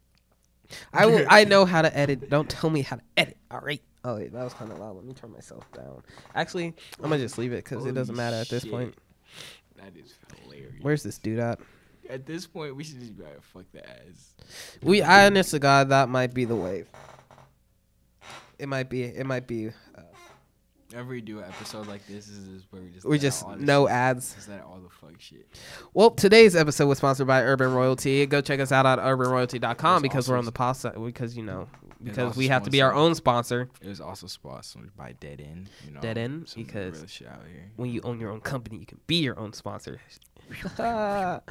Speaker 1: I will. I know how to edit. Don't tell me how to edit. All right. Oh, wait, that was kind of loud. Let me turn myself down. Actually, I'm gonna just leave it because it doesn't
Speaker 2: Holy
Speaker 1: matter at this
Speaker 2: shit.
Speaker 1: point.
Speaker 2: That is hilarious.
Speaker 1: Where's this dude at?
Speaker 2: At this point, we should just be like, fuck the ass.
Speaker 1: We, I honest to God, that might be the wave. It might be. It might be. Uh,
Speaker 2: Whenever we do an episode like this, this is where we just
Speaker 1: we
Speaker 2: let out
Speaker 1: just
Speaker 2: all this
Speaker 1: no
Speaker 2: shit.
Speaker 1: ads.
Speaker 2: Just let out all the fuck shit.
Speaker 1: Well, today's episode was sponsored by Urban Royalty. Go check us out at urbanroyalty.com
Speaker 2: There's
Speaker 1: because we're
Speaker 2: also-
Speaker 1: on the pause side. Because you know, because
Speaker 2: also
Speaker 1: we have to be our
Speaker 2: sponsored-
Speaker 1: own sponsor.
Speaker 2: It was also sponsored by Dead End. You know,
Speaker 1: Dead End,
Speaker 2: some
Speaker 1: because-
Speaker 2: real shit out here.
Speaker 1: When you own your own company, you can be your own sponsor.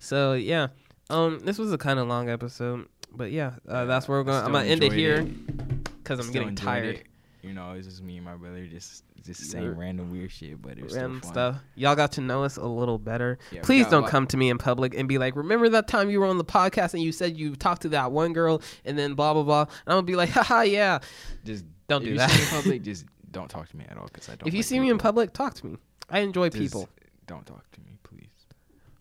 Speaker 1: so yeah, um, this was a kind of long episode, but yeah, uh, that's where we're going. I'm
Speaker 2: Still
Speaker 1: gonna end it
Speaker 2: enjoyed
Speaker 1: here
Speaker 2: it.
Speaker 1: because I'm
Speaker 2: Still
Speaker 1: getting
Speaker 2: enjoyed
Speaker 1: tired.
Speaker 2: it. You know, it's just me and my brother just just
Speaker 1: Yeah.
Speaker 2: saying random weird shit, but it was
Speaker 1: random
Speaker 2: still fun.
Speaker 1: stuff. Y'all got to know us a little better.
Speaker 2: Yeah, we
Speaker 1: Please
Speaker 2: got
Speaker 1: don't
Speaker 2: a lot-
Speaker 1: come to me in public and be like, "Remember that time you were on the podcast and you said you talked to that one girl and then blah blah blah." And I'm gonna be like, "Haha, yeah."
Speaker 2: Just
Speaker 1: Don't
Speaker 2: if
Speaker 1: do
Speaker 2: you
Speaker 1: that.
Speaker 2: See me in public, just don't talk to me at all because I don't.
Speaker 1: if you
Speaker 2: like
Speaker 1: see me in
Speaker 2: people.
Speaker 1: public, talk to me. I enjoy
Speaker 2: Just
Speaker 1: people.
Speaker 2: don't talk to me, please.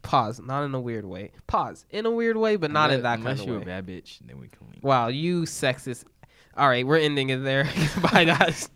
Speaker 1: Pause, not in a weird way. Pause in a weird way, but not in
Speaker 2: Unless-
Speaker 1: that kind
Speaker 2: unless
Speaker 1: of
Speaker 2: you're
Speaker 1: way.
Speaker 2: a bad bitch, then we can leave.
Speaker 1: Wow, you sexist. All right, we're ending it there. Bye, guys.